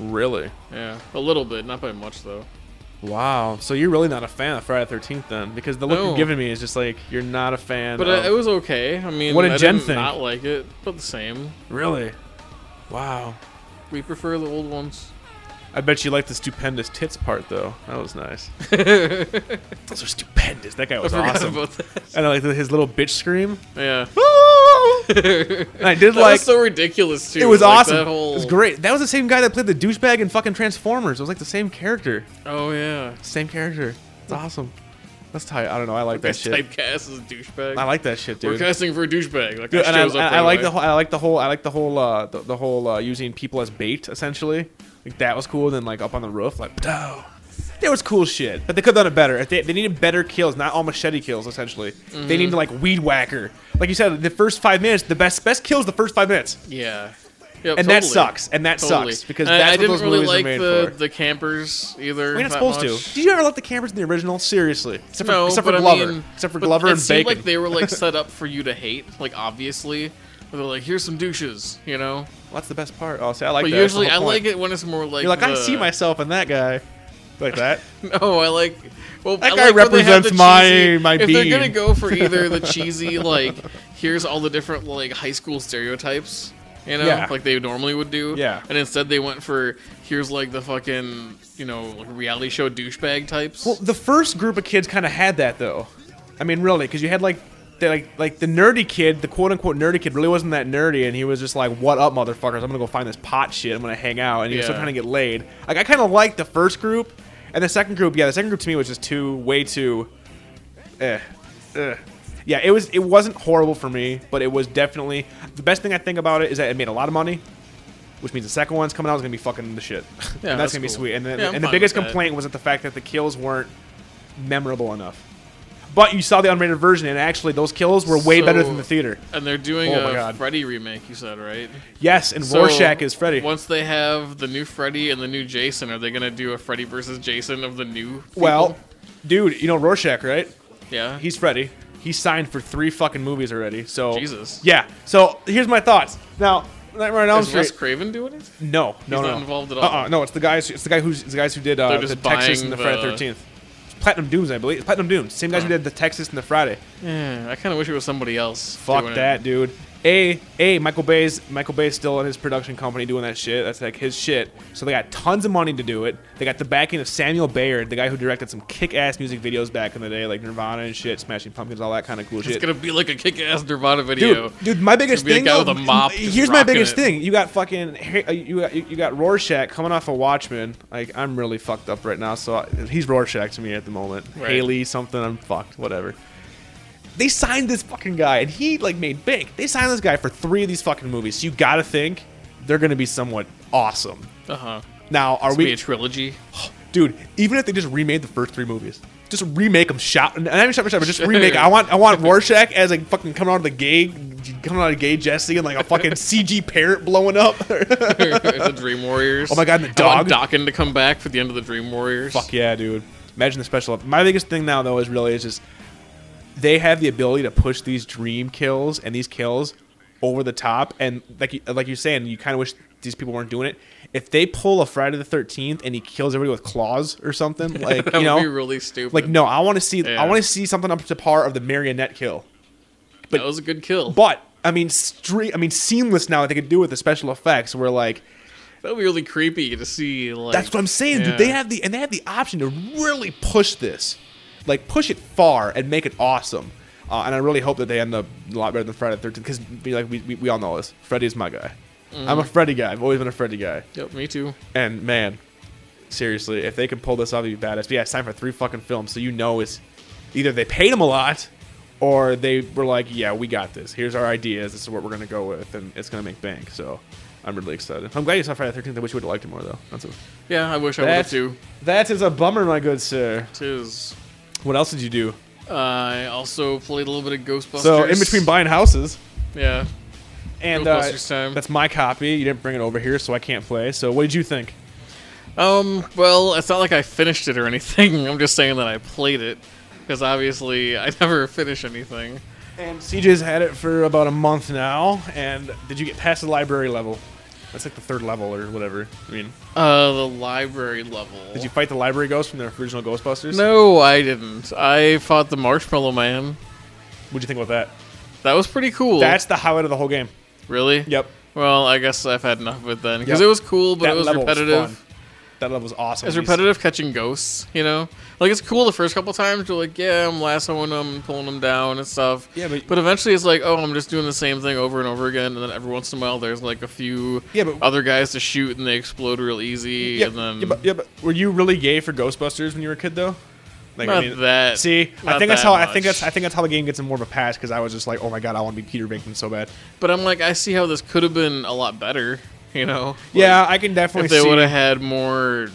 A: Really?
B: Yeah, a little bit, not by much though.
A: Wow. So you're really not a fan of Friday Thirteenth then, because the look
B: No.
A: you're giving me is just like you're not a fan.
B: But
A: of,
B: I, it was okay. I mean,
A: What did
B: I
A: Jen
B: didn't
A: think?
B: Not like it, but the same.
A: really. Wow.
B: We prefer the old ones.
A: I bet you like the stupendous tits part though. That was nice. Those are stupendous. That guy was
B: Forgot
A: awesome.
B: about that.
A: And I like his little bitch scream.
B: Yeah.
A: And I did
B: That
A: like
B: was so ridiculous too.
A: it was
B: Like,
A: awesome.
B: That whole,
A: It was great. That was the same guy that played the douchebag in fucking Transformers. It was like the same character.
B: Oh yeah.
A: Same character. It's awesome. That's tight. I don't know. I like that
B: That's
A: shit.
B: typecast as a douchebag.
A: I like that shit,
B: We're
A: dude.
B: casting for a douchebag. Like
A: Dude,
B: that
A: and I,
B: shows up
A: I- I
B: right
A: like the
B: away.
A: whole, I like the whole, I like the whole, uh, the, the whole uh, using people as bait essentially. Like that was cool. Then like up on the roof, like pow. That was cool shit. But they could have done it better. If they, they needed better kills, not all machete kills. Essentially, they
B: Mm-hmm.
A: need to like weed whacker. Like you said, the first five minutes, the best best kills, the first five minutes,
B: yeah. Yep,
A: and
B: totally.
A: that sucks. And that
B: Totally.
A: sucks because
B: And I-
A: that's
B: I
A: what
B: didn't
A: those
B: really
A: movies
B: like
A: are made
B: the,
A: for.
B: the campers either.
A: We're not
B: that
A: supposed
B: much.
A: to. Did you ever like the cameras in the original? Seriously, except for,
B: no,
A: except for
B: but
A: Glover,
B: I mean,
A: except for
B: but
A: Glover
B: it
A: and
B: seemed
A: Bacon.
B: like they were like set up for you to hate. Like obviously, Where they're like, here's some douches, you know.
A: that's the best part. Oh, see, I like
B: But
A: that.
B: usually, I like it when it's more like
A: You're like, I
B: the-
A: see myself in that guy, like that.
B: No, Oh, I like. Well,
A: That
B: I
A: guy
B: like when they have
A: represents
B: the
A: my-
B: cheesy-
A: my
B: If
A: being.
B: they're gonna go for either the cheesy, like here's all the different like high school stereotypes, you know,
A: Yeah.
B: like they normally would do.
A: Yeah.
B: And instead, they went for here's like the fucking you know like reality show douchebag types.
A: Well, the first group of kids kind of had that though. I mean, really, because you had like, the, like, like the nerdy kid, the quote unquote nerdy kid, really wasn't that nerdy, and he was just like, "What up, motherfuckers? I'm gonna go find this pot shit. I'm gonna hang out," and he was
B: Yeah.
A: trying to get laid. Like, I kind of liked the first group, and the second group, yeah, the second group to me was just too, way too, eh, eh. Yeah, it was. It wasn't horrible for me, but it was definitely the best thing I think about it is that it made a lot of money, which means the second one's coming out is gonna be fucking the shit.
B: Yeah,
A: And that's,
B: that's
A: gonna be
B: cool.
A: sweet. And, then,
B: Yeah, I'm
A: and the
B: fine
A: biggest
B: with that.
A: complaint was that the fact that the kills weren't memorable enough. But you saw the unrated version, and actually those kills were way better
B: So-
A: than the theater.
B: and they're doing
A: Oh my
B: a
A: God.
B: Freddy remake. You said right?
A: Yes, and
B: So,
A: Rorschach is Freddy.
B: Once they have the new Freddy and the new Jason, are they gonna do a Freddy versus Jason of the new? people?
A: Well, dude, you know Rorschach, right?
B: yeah,
A: He's Freddy. He signed for three fucking movies already. So
B: Jesus.
A: Yeah. So here's my thoughts. Now, Nightmare on Elm
B: Does Wes
A: Street.
B: Craven do anything?
A: No, no,
B: not
A: no.
B: involved at all.
A: Uh-uh, no, it's the guys. It's the guy who's it's the guys who did uh,
B: They're
A: the
B: just
A: Texas
B: buying
A: and the Friday
B: the- Uh-huh.
A: Thirteenth. Platinum Dunes, I believe. Platinum Dunes. Same guys who did the Texas and the Friday.
B: Yeah, I kind of wish it was somebody else.
A: Fuck
B: doing it.
A: that, dude. A A Michael Bay's Michael Bay's still in his production company doing that shit. That's like his shit. So they got tons of money to do it. They got the backing of Samuel Bayard, the guy who directed some kick-ass music videos back in the day, like Nirvana and shit, Smashing Pumpkins, all that kind of cool shit.
B: It's gonna be like a kick-ass Nirvana video.
A: Dude, dude, my biggest
B: be a
A: thing.
B: guy
A: though-
B: with a mop
A: m-
B: just
A: Here's my
B: rocking
A: biggest
B: it.
A: thing. You got fucking. Har- uh, You got you got Rorschach coming off of Watchmen. Like I'm really fucked up right now. So I, he's Rorschach to me at the moment.
B: Right.
A: Haley something. I'm fucked. Whatever. They signed this fucking guy, and he like made bank. They signed this guy for three of these fucking movies. So you gotta think they're gonna be somewhat awesome.
B: Uh huh.
A: Now, are
B: It's gonna be
A: we
B: a trilogy.
A: dude, even if they just remade the first three movies, just remake them shot, and not even shot for shot, but just remake. it. I want, I want Rorschach as like fucking coming out of the gay, coming out of gay Jesse, and like a fucking CG parrot blowing up.
B: the Dream Warriors.
A: Oh my God, and the
B: I want
A: dog?
B: Dokken to come back for the end of the Dream Warriors.
A: Fuck yeah, dude! Imagine the special. My biggest thing now though is really is just they have the ability to push these dream kills and these kills over the top, and like you- like you're saying, you kind of wish these people weren't doing it. If they pull a Friday the Thirteenth and he kills everybody with claws or something, like
B: that
A: you
B: would
A: know,
B: be really stupid.
A: Like no, I want to see
B: Yeah.
A: I want to see something up to par of the marionette kill.
B: that was a good kill.
A: But I mean, stre- I mean, seamless now that they could do with the special effects. Where like
B: that would be really creepy to see. Like
A: that's what I'm saying,
B: yeah.
A: dude. They have the and they have the option to really push this, like push it far and make it awesome. Uh, and I really hope that they end up a lot better than Friday the 13th because like we, we, we all know this. Freddy is my guy. I'm
B: Mm-hmm.
A: a Freddy guy. I've always been a Freddy guy.
B: Yep, me too.
A: And man, seriously, if they can pull this off, it'd be badass. But yeah, it's time for three fucking films, so you know it's either they paid him a lot, or they were like, "Yeah, we got this. Here's our ideas. This is what we're gonna go with, and it's gonna make bank." So I'm really excited. I'm glad you saw Friday the Thirteenth. I wish you would have liked it more, though. That's a,
B: Yeah, I wish I would have too.
A: that is a bummer, my good sir.
B: Tis.
A: What else did you do?
B: I also played a little bit of Ghostbusters.
A: So in between buying houses.
B: yeah,
A: And uh,
B: Ghostbusters time.
A: that's my copy. You didn't bring it over here, so I can't play. So what did you think?
B: Um, well, it's not like I finished it or anything. I'm just saying that I played it because obviously I never finish anything.
A: And CJ's had it for about a month now. And did you get past the library level? That's like the third level or whatever. I mean,
B: Uh, the library level.
A: did you fight the library ghost from the original Ghostbusters?
B: No, I didn't. I fought the Marshmallow Man.
A: What'd you think about that?
B: That was pretty cool.
A: That's the highlight of the whole game.
B: really.
A: Yep.
B: Well, I guess I've had enough of it then because
A: Yep.
B: it was cool, but
A: that
B: it was
A: level
B: repetitive.
A: Was fun. That level was awesome.
B: It's
A: He's-
B: repetitive catching ghosts, you know? Like, it's cool the first couple times. You're like, yeah, I'm lassoing them, pulling them down and stuff.
A: Yeah, but-
B: eventually it's like, oh, I'm just doing the same thing over and over again. And then every once in a while, there's like a few
A: Yeah, but-
B: other guys to shoot and they explode real easy.
A: Yeah,
B: and then.
A: yeah, but, yeah, but were you really gay for Ghostbusters when you were a kid, though? Like,
B: Not that-
A: See, I
B: not
A: think that's
B: that
A: how I think
B: much.
A: that's I think that's how the game gets in more of a pass because I was just like, oh my god, I want to be Peter Venkman so bad.
B: But I'm like, I see how this could have been a lot better, you know? Like,
A: yeah, I can definitely
B: If they
A: see.
B: would have had more.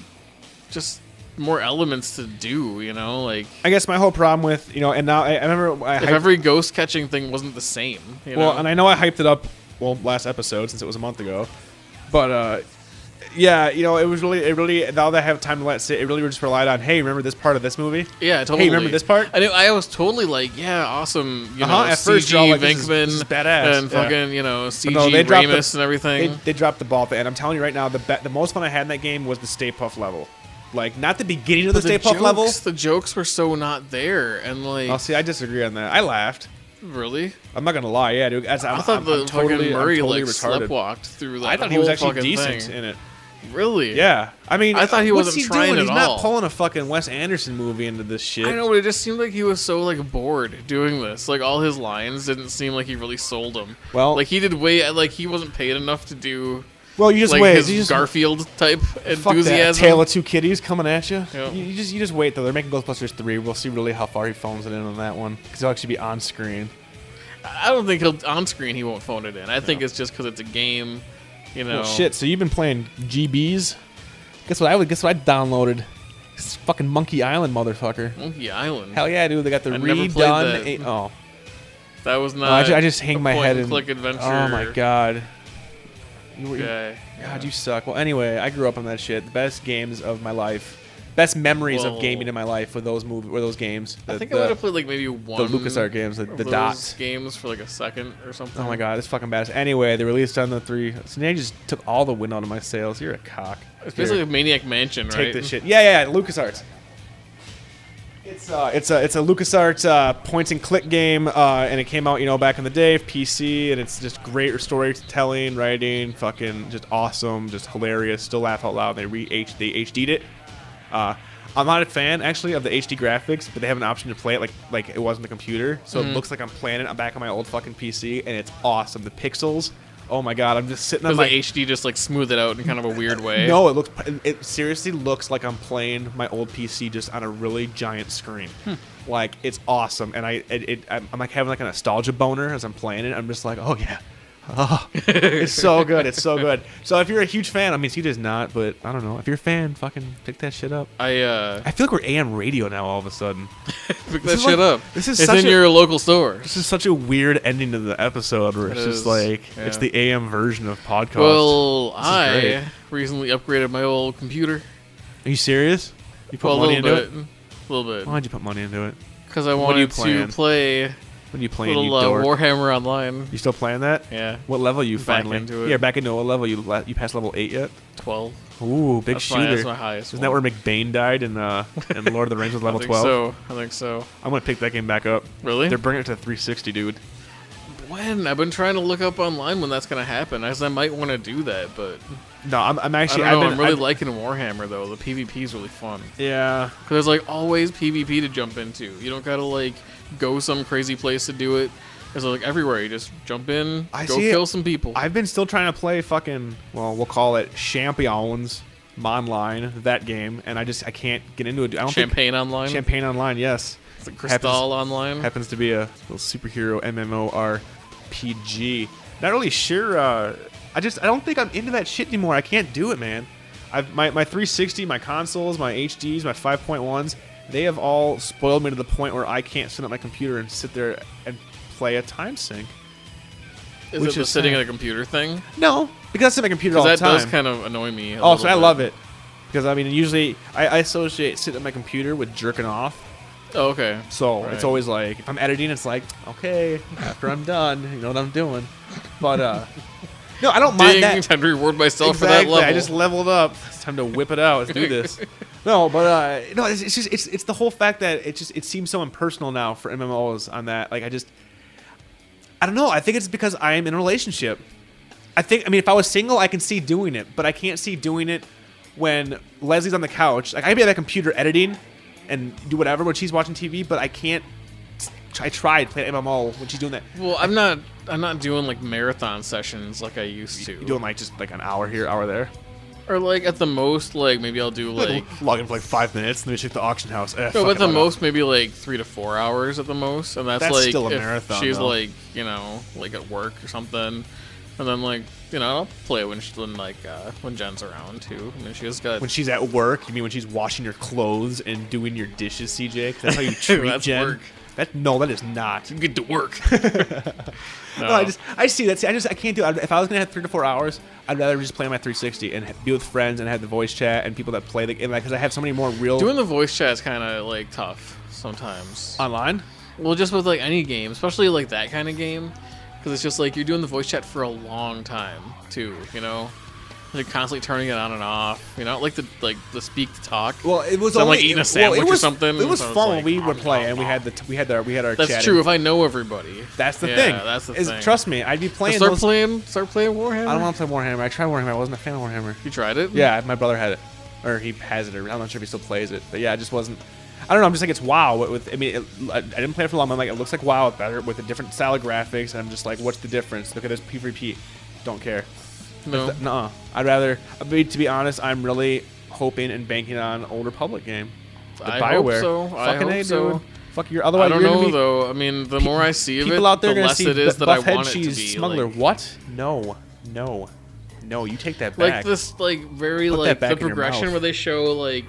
B: Just more elements to do, you know? Like,
A: I guess my whole problem with you know, and now I, I remember I
B: if
A: hyped-
B: every ghost catching thing wasn't the same, you
A: Well,
B: know?
A: and I know I hyped it up well last episode since it was a month ago, but uh, yeah, you know, it was really, it really now that I have time to let it sit, it really just relied on, hey, remember this part of this movie?
B: Yeah, totally.
A: remember this part?
B: I knew, I was totally like, yeah, awesome. You
A: Uh-huh,
B: know,
A: at
B: CG
A: first you're all like, this is-
B: Venkman
A: this is badass,
B: and
A: yeah.
B: fucking you know CG
A: But no, they dropped
B: E Ramus
A: the,
B: and everything.
A: They, they dropped the ball at the end. I'm telling you right now, the be- the most fun I had in that game was the Stay Puff level, like not the beginning of the,
B: But
A: Stay Puff
B: jokes,
A: level.
B: The jokes were so not there, and like
A: Oh, see, I disagree on that. I laughed.
B: really,
A: I'm not gonna lie, yeah, dude. As, I'm,
B: I thought
A: I'm-
B: the
A: I'm totally,
B: fucking
A: I'm
B: Murray
A: totally
B: like
A: retarded.
B: sleptwalked through that.
A: I thought he
B: whole
A: was actually
B: fucking
A: decent
B: thing.
A: in it.
B: Really?
A: Yeah, I mean,
B: I thought he
A: what's
B: wasn't
A: he
B: trying
A: doing?
B: at
A: He's not
B: all.
A: pulling a fucking Wes Anderson movie into this shit.
B: I know, but it just seemed like he was so like bored doing this. Like all his lines didn't seem like he really sold them.
A: Well-
B: like he did way like he wasn't paid enough to do
A: Well, you just
B: like
A: wait.
B: his
A: you just
B: Garfield type
A: Fuck that
B: enthusiasm.
A: tale of two kitties coming at you.
B: Yeah.
A: You, you just you just wait though. They're making Ghostbusters three. We'll see really how far he phones it in on that one because he'll actually be on screen.
B: I don't think he'll on screen. He won't phone it in. I think it's just because it's a game. You know,
A: Oh shit! So you've been playing GBs? Guess what I would guess what I downloaded? This fucking Monkey Island motherfucker.
B: Monkey Island.
A: Hell yeah, dude! They got the
B: I never played
A: redone.
B: that.
A: eight- oh,
B: That was not.
A: No, I, ju- I just hang
B: a
A: my head and
B: point-and-click adventure.
A: Oh my god. You were-
B: guy.
A: God, you suck. Well, anyway, I grew up on that shit. The best games of my life. best memories
B: Well-
A: of gaming in my life were those movie were those games.
B: I
A: The-
B: think I
A: the-
B: would have played like maybe one.
A: LucasArts games, the-
B: of
A: the
B: those
A: dots.
B: games for like a second or something.
A: Oh my god, it's fucking badass. Anyway, they released on the three. So now you just took all the wind out of my sails. You're a cock.
B: It's basically Maniac Mansion, right?
A: Take this shit. Yeah, yeah, yeah. LucasArts. It's uh, it's a it's a LucasArts uh, point and click game, uh, and it came out you know back in the day, PC, and it's just great storytelling, writing, fucking just awesome, just hilarious. Still laugh out loud. They re H they HD'd it. Uh, I'm not a fan actually of the HD graphics, but they have an option to play it like like it was on the computer, so it looks like I'm playing it. I'm back on my old fucking PC, and it's awesome. The pixels. Oh my god, I'm just sitting on
B: Does
A: my
B: like HD just like smooth it out in kind of a weird way?
A: no, it looks. It seriously looks like I'm playing my old PC just on a really giant screen.
B: Hmm.
A: Like it's awesome, and I, it, it, I'm I'm, like having like a nostalgia boner as I'm playing it. I'm just like, oh yeah, oh, it's so good, it's so good. So if you're a huge fan, I mean, he does not, but I don't know. If you're a fan, fucking pick that shit up.
B: I uh,
A: I feel like we're AM radio now all of a sudden. This
B: pick that
A: is
B: shit
A: like-
B: up.
A: this is
B: it's
A: such
B: in
A: a-
B: your local store.
A: This is such a weird ending to the episode where it's
B: It
A: just
B: is,
A: like
B: yeah.
A: it's the AM version of podcast.
B: Well,
A: is
B: I
A: great.
B: recently upgraded my old computer.
A: Are you serious? You put
B: Well, a
A: money
B: little
A: into
B: bit,
A: it?
B: a little bit,
A: Why'd you put money into it?
B: because I
A: What are you
B: wanted
A: playing?
B: to play
A: When you playing,
B: little
A: you
B: uh,
A: dork?
B: Warhammer Online.
A: You still playing that?
B: Yeah,
A: What level you
B: Back
A: finally?
B: into it.
A: Yeah, back into what level you le- you passed level eight yet?
B: twelve.
A: Ooh, big
B: That's
A: shooter.
B: my, that's my highest.
A: Isn't that where
B: one.
A: McBain died in uh in Lord of the Rings with level
B: I think
A: twelve?
B: So I think so.
A: I'm gonna pick that game back up.
B: Really?
A: They're bringing it to 360, dude.
B: When I've been trying to look up online when that's gonna happen, as I might want to do that, but
A: No, I'm, I'm
B: I
A: actually.
B: don't
A: have
B: know.
A: been,
B: I'm really
A: I've-
B: liking Warhammer though. The PvP is really fun
A: Yeah.
B: because there's like always PvP to jump into. You don't gotta like go some crazy place to do it. There's like everywhere. You just jump in,
A: I
B: go
A: see it.
B: kill some people.
A: I've been still trying to play fucking well, we'll call it Champions Online that game, and I just I can't get into it. I don't
B: Champagne online,
A: think Champagne Online. Yes.
B: It's like
A: Happens-
B: Crystal online.
A: happens to be a little superhero MMORPG. Not really sure. Uh, I just I don't think I'm into that shit anymore. I can't do it, man. I've, my my 360, my consoles, my HDs, my 5.1s, they have all spoiled me to the point where I can't sit at my computer and sit there and play a time sync.
B: is
A: which
B: it the
A: is
B: sitting
A: sad.
B: at a computer thing?
A: No, because I sit at my computer all
B: Because
A: the
B: that
A: time.
B: does kind of annoy me. a
A: Oh, so
B: little
A: I
B: bit.
A: love it. Because I mean, usually I, I associate sitting at my computer with jerking off.
B: Oh, okay.
A: So
B: Right.
A: it's always like if I'm editing, it's like okay, after I'm done, you know what I'm doing. But uh, no, I don't
B: Ding!
A: mind that.
B: Time to reward myself
A: exactly.
B: for that level.
A: I just leveled up. It's time to whip it out. Let's do this. no, but uh, no, it's, it's just it's it's the whole fact that it just it seems so impersonal now for MMOs on that. Like I just, I don't know. I think it's because I am in a relationship. I think I mean if I was single, I can see doing it, but I can't see doing it when Leslie's on the couch. Like I can be at that computer editing and do whatever when she's watching TV, but I can't. I tried playing MMO when she's doing that.
B: Well, I'm not. I'm not doing like marathon sessions like I used to.
A: You doing like just like an hour here, hour there.
B: or like at the most, like maybe I'll do like.
A: log in for like five minutes, and then we check the auction house. Eh,
B: No,
A: fuck
B: but
A: it,
B: the
A: why not?
B: most, maybe like three to four hours at the most, and that's,
A: That's
B: like
A: still a
B: if
A: marathon,
B: She's
A: though.
B: like, you know, like at work or something, and then like, you know, I'll play when she, when like uh, when Jen's around too, and then she has got
A: When she's at work, you mean when she's washing your clothes and doing your dishes, CJ? 'Cause that's how you treat
B: That's
A: Jen.
B: work.
A: That no, that is not.
B: get to work. no,
A: No, I just I see that. See, I just I can't do. it. If I was gonna have three to four hours, I'd rather just play on my 360 and be with friends and have the voice chat and people that play the game because I have so many more real
B: doing the voice chat is kind of like tough sometimes.
A: online.
B: Well, just with like any game, especially like that kind of game, because it's just like you're doing the voice chat for a long time too. You know, you're constantly turning it on and off. You know, like the like the speak to talk.
A: Well, it was
B: So I'm,
A: only
B: like, eating a
A: well,
B: sandwich
A: it
B: or
A: was,
B: something,
A: It was
B: so it's
A: fun when
B: like,
A: we would play and we had the we had our we had our.
B: that's
A: chatting.
B: true. If I know everybody,
A: That's the
B: Yeah,
A: thing.
B: That's the
A: is,
B: thing.
A: Trust me, I'd be
B: But
A: playing.
B: start
A: those-
B: playing. Start playing Warhammer.
A: I don't want to play Warhammer. I tried Warhammer. I wasn't a fan of Warhammer.
B: You tried it?
A: Yeah, my brother had it, or he has it, or I'm not sure if he still plays it. But yeah, I just wasn't. I don't know. I'm just like it's WoW. With, with I mean, it, I, I didn't play it for long. but I'm like, it looks like WoW better with a different style of graphics, and I'm just like, what's the difference? Look at this PvP. Don't care.
B: No.
A: Nuh-uh. I'd rather. I mean, to be honest, I'm really hoping and banking on Old Republic game. The
B: I hope
A: Bioware.
B: so. I
A: Fucking
B: hope
A: A, dude.
B: so.
A: Fuck your. Otherwise,
B: I don't
A: you're gonna
B: know
A: be,
B: though. I mean, the more I see of
A: People
B: it,
A: out there are
B: the
A: gonna
B: less
A: see
B: it is
A: bu-
B: that I
A: Buffhead
B: want it to
A: cheese
B: be.
A: smuggler.
B: Like,
A: what? No, no, no. You take that back.
B: like this like very
A: Put that
B: like
A: back
B: the
A: in your
B: progression
A: mouth.
B: where they show like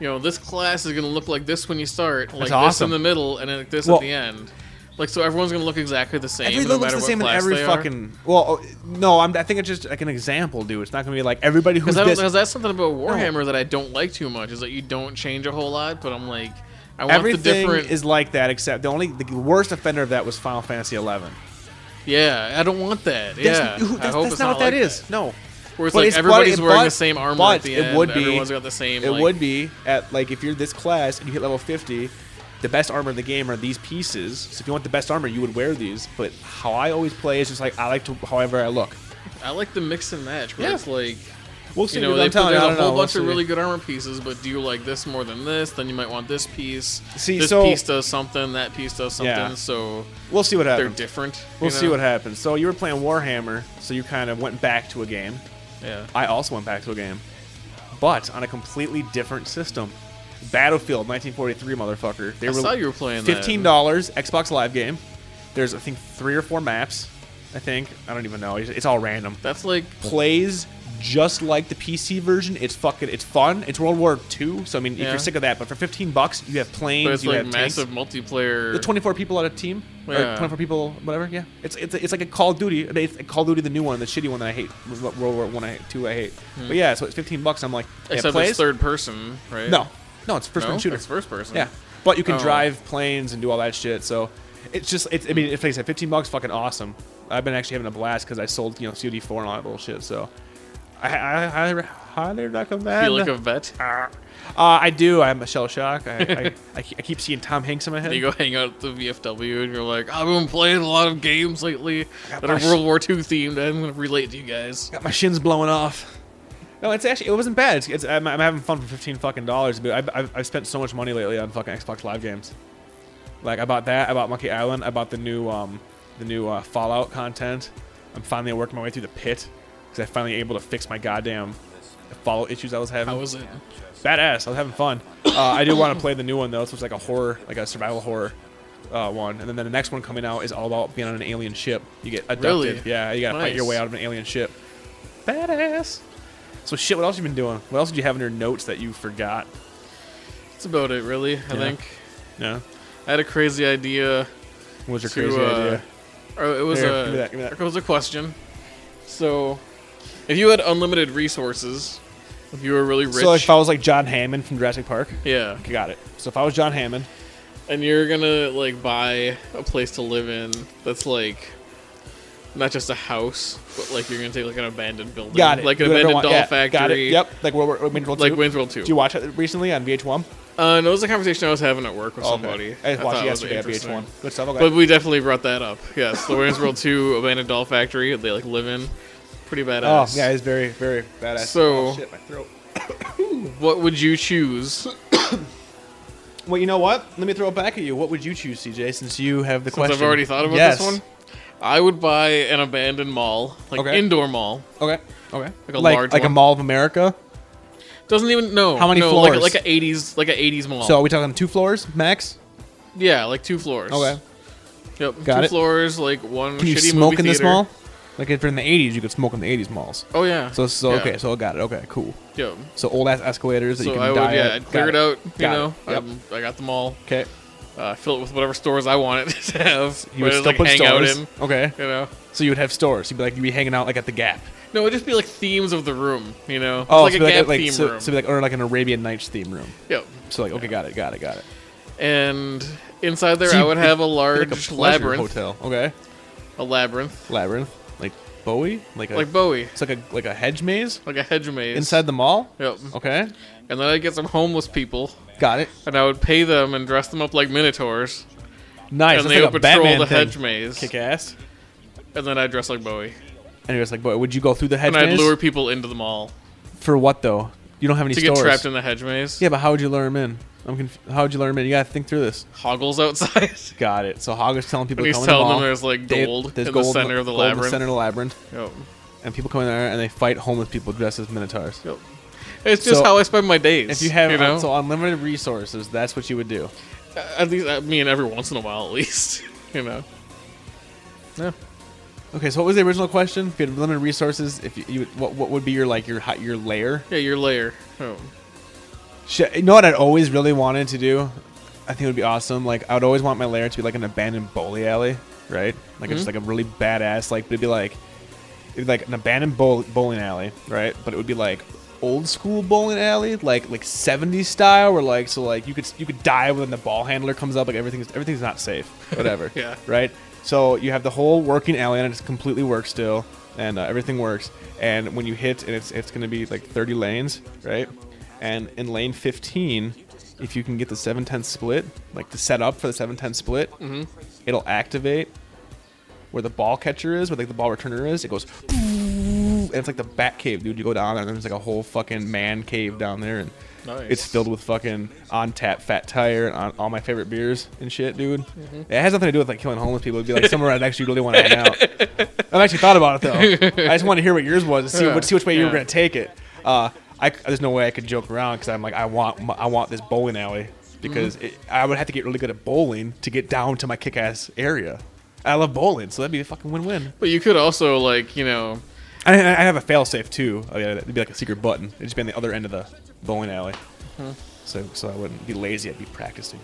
B: you know this class is gonna look like this when you start like this
A: awesome.
B: in the middle and then like this
A: Well,
B: at the end Like, so everyone's gonna look exactly the same.
A: Every
B: no
A: look looks
B: matter
A: the
B: what
A: same in
B: class
A: every
B: they are?
A: fucking. Well, oh, no, I'm, I think it's just like an example, dude. It's not gonna be like everybody who's
B: Because
A: this.
B: that's, something about Warhammer that I don't like too much is that you don't change a whole lot, but I'm like, I want
A: Everything
B: the different.
A: is like that, except the only the worst offender of that was Final Fantasy XI. That's,
B: yeah, I don't want that. yeah,
A: who-
B: I
A: that's,
B: hope
A: that's
B: it's
A: not
B: not
A: what that
B: like
A: is. No,
B: Where
A: But
B: it's like
A: it's- but-
B: everybody's wearing
A: but-
B: the same armor
A: but
B: at the
A: it
B: end.
A: would be-
B: Everyone's got the same.
A: it
B: like,
A: would be at like if you're this class and you hit level 50, the best armor in the game are these pieces. So if you want the best armor, you would wear these. But how I always play is just like I like to however I look.
B: I like the mix and match where
A: Yeah.
B: it's like
A: We'll
B: you
A: see.
B: know
A: dude,
B: they
A: I'm
B: put,
A: telling you,
B: there's
A: I
B: a
A: don't
B: whole
A: know. We'll
B: bunch
A: see.
B: of really good armor pieces, but do you like this more than this? Then you might want this piece.
A: See,
B: this
A: so-
B: piece does something. That piece does something.
A: Yeah.
B: So
A: We'll see what
B: they're
A: happens.
B: different.
A: We'll
B: you
A: see
B: know?
A: what happens. So you were playing Warhammer, so you kind of went back to a game.
B: Yeah.
A: I also went back to a game, but on a completely different system. Battlefield 1943, motherfucker. They
B: I
A: were
B: saw you were playing that.
A: fifteen dollars Xbox Live game. There's I think three or four maps. I think I don't even know. It's, it's all random.
B: That's like
A: Plays just like the PC version. It's fucking. It's fun. It's World War II. So I mean, if
B: Yeah.
A: you're sick of that, but for 15 bucks, you have planes.
B: But it's
A: you
B: like
A: have tanks.
B: massive multiplayer.
A: The 24 people on a team,
B: Yeah.
A: or 24 people, whatever. Yeah, it's it's, it's like a Call of Duty. It's a Call of Duty, the new one, the shitty one that I hate. World War One, I hate, two, I hate. But yeah, so it's 15 bucks. I'm like, yeah,
B: Hmm. except
A: plays?
B: it's third person, right?
A: No, no, it's first
B: no?
A: person shooter.
B: It's first person.
A: Yeah, but you can
B: Oh.
A: drive planes and do all that shit. So it's just, it's, I mean, if like I said, 15 bucks, fucking awesome. I've been actually having a blast because I sold, you know, COD4 and all that bullshit. So I, I, I highly, highly recommend.
B: Be like a vet.
A: uh, I do. I'm a shell shock. I, I, I, ke- I keep seeing Tom Hanks in my head.
B: You go hang out at the VFW and you're like, I've been playing a lot of games lately that
A: my
B: are
A: sh-
B: World War II themed. I'm gonna relate to you guys.
A: Got my shins blowing off. No, it's actually it wasn't bad. It's, it's I'm, I'm having fun for 15 fucking dollars. But I've, I've, I've spent so much money lately on fucking Xbox Live games. Like I bought that. I bought Monkey Island. I bought the new um the new uh, Fallout content. I'm finally working my way through the pit because I finally able to fix my goddamn Fallout issues I was having.
B: How was it?
A: badass. I was having fun. Uh, I do want to play the new one though. It's like a horror, like a survival horror uh, one. And then, the next one coming out is all about being on an alien ship. You get abducted.
B: Really?
A: Yeah, you gotta fight your
B: Nice.
A: way out of an alien ship. Badass. So shit. What else you been doing? What else did you have in your notes that you forgot?
B: That's about it, really. I think
A: No.
B: I had a crazy idea.
A: What was your
B: To,
A: crazy
B: uh,
A: idea?
B: Or it was
A: Here,
B: a
A: give me that, give me that.
B: it was a question. So, if you had unlimited resources, if you were really rich,
A: So if I was like John Hammond from Jurassic Park,
B: yeah,
A: got it. So if I was John Hammond,
B: and you're gonna like buy a place to live in that's like not just a house, but like you're gonna take like an abandoned building,
A: got it.
B: like an
A: Do whatever I
B: abandoned
A: want.
B: doll
A: Yeah,
B: factory,
A: Got it. Yep. Like World War, World War
B: like
A: II.
B: Wayne's World Two.
A: Did you watch it recently on VH1?
B: Uh, no, it was a conversation I was having at work with
A: Oh,
B: somebody.
A: Okay. I watched
B: thought
A: it
B: it was
A: yesterday at
B: interesting.
A: VH1. Good stuff. Okay.
B: But we definitely brought that up. Yes, the Wayne's World Two abandoned doll factory that they like live in, pretty
A: Oh
B: badass.
A: yeah, he's very, very badass.
B: So-
A: Oh, shit, my throat.
B: What would you choose?
A: Well, you know what? Let me throw it back at you. What would you choose, CJ? Since you have the
B: Since
A: question,
B: I've already thought about
A: Yes.
B: this one, I would buy an abandoned mall, like
A: Okay.
B: indoor mall.
A: Okay. Okay.
B: Like a large
A: like a
B: one.
A: Mall of America.
B: Doesn't even know
A: How many
B: no,
A: floors?
B: Like, like a eighties, like a eighties mall.
A: So are we talking two floors max?
B: yeah, like two floors.
A: Okay.
B: Yep.
A: Got
B: two
A: it.
B: floors, like one.
A: Can you
B: shitty
A: smoke
B: movie
A: in this
B: theater.
A: mall? Like if you're in the '80s, you could smoke in the '80s malls.
B: Oh yeah.
A: So so
B: Yeah.
A: okay, so I got it. Okay, cool.
B: Yep.
A: So old ass escalators that you
B: So
A: can
B: I would,
A: die
B: yeah,
A: at.
B: I'd
A: Got
B: clear it out. You
A: Got
B: know, Um,
A: it. Yep.
B: I'm- I got the mall.
A: Okay.
B: Uh, fill it with whatever stores I want it to have.
A: You would
B: Where
A: still
B: it's, like
A: put
B: hang out
A: stores.
B: in.
A: Okay.
B: You know.
A: So you would have stores. You'd be like you'd be hanging out like at the Gap.
B: No, it'd just be like themes of the room. You know. It's
A: Oh,
B: like
A: so
B: a
A: be like,
B: gap
A: like,
B: theme
A: so,
B: room.
A: so be like or like an Arabian Nights theme room.
B: yep.
A: So like okay, got it, got it, got it.
B: And inside there,
A: So
B: I
A: you-
B: would have a large
A: Like a pleasure
B: labyrinth.
A: hotel. Okay.
B: A labyrinth,
A: labyrinth, like Bowie, like a,
B: like Bowie,
A: it's like a like a hedge maze
B: like a hedge maze
A: inside the Oh. mall.
B: Yep.
A: Okay,
B: And then I'd get some homeless people,
A: got it.
B: and I would pay them and dress them up like minotaurs,
A: Nice.
B: and
A: That's
B: they
A: like a
B: would patrol
A: Batman
B: the
A: thing.
B: hedge maze,
A: Kick ass.
B: and then I'd dress like Bowie,
A: And you're just like, boy, would you go through the hedge
B: and I'd
A: maze
B: lure people into the mall
A: for what though? You don't have any
B: to
A: stores.
B: get trapped in the hedge maze.
A: yeah, but how would you lure him in? I'm conf- how would you lure him in? You gotta think through this.
B: Hoggles outside.
A: Got it. So Hogg is telling people
B: And
A: to come
B: he's
A: in the
B: telling
A: mall.
B: them there's like
A: They-
B: gold
A: there's
B: in
A: gold
B: the center of the
A: gold in
B: labyrinth.
A: center of the labyrinth,
B: Yep.
A: and people come in there and they fight homeless people dressed as minotaurs.
B: Yep. It's just
A: So,
B: how I spend my days.
A: If you have
B: you know?
A: so unlimited resources, that's what you would do.
B: at least I mean every once in a while, at least you know.
A: Okay, so what was the original question? If you had limited resources, if you, you would- what what would be your like your hot your layer?
B: Yeah, your layer. Oh.
A: Shit, you know what I'd always really wanted to do? I think it would be awesome. Like I would always want my lair to be like an abandoned bowling alley, right?
B: Mm-hmm.
A: Like it's just like a really badass. Like but it'd be like it'd be like an abandoned bowl- bowling alley, right? But it would be like old school bowling alley, like like 70s style, where like so like you could you could die when the ball handler comes up. Like everything's everything's not safe, whatever.
B: Yeah.
A: Right. So you have the whole working alley and it's completely works still, and uh, everything works. And when you hit, and it's it's gonna be like 30 lanes, right? And in lane 15, if you can get the 710 split, like the setup for the 710 split, it'll activate where the ball catcher is, where like the ball returner is. It goes, and it's like the bat cave, dude. You go down there, and there's like a whole fucking man cave down there, and
B: Nice.
A: it's filled with fucking on tap fat tire and on, all my favorite beers and shit, dude. It has nothing to do with like killing homeless people. It'd be like somewhere I'd actually really want to hang out. I've actually thought about it though. I just want to hear what yours was and see
B: Yeah.
A: what see which way you were
B: Yeah.
A: gonna take it. Uh, I, there's no way I could joke around because I'm like I want my, I want this bowling alley because
B: Mm-hmm.
A: it, I would have to get really good at bowling to get down to my kick ass area. I love bowling, so that'd be a fucking win win.
B: But you could also like you know
A: I, I have a failsafe too. Oh, yeah, it'd be like a secret button. It'd just be on the other end of the bowling alley. So, so I wouldn't be lazy. I'd be practicing.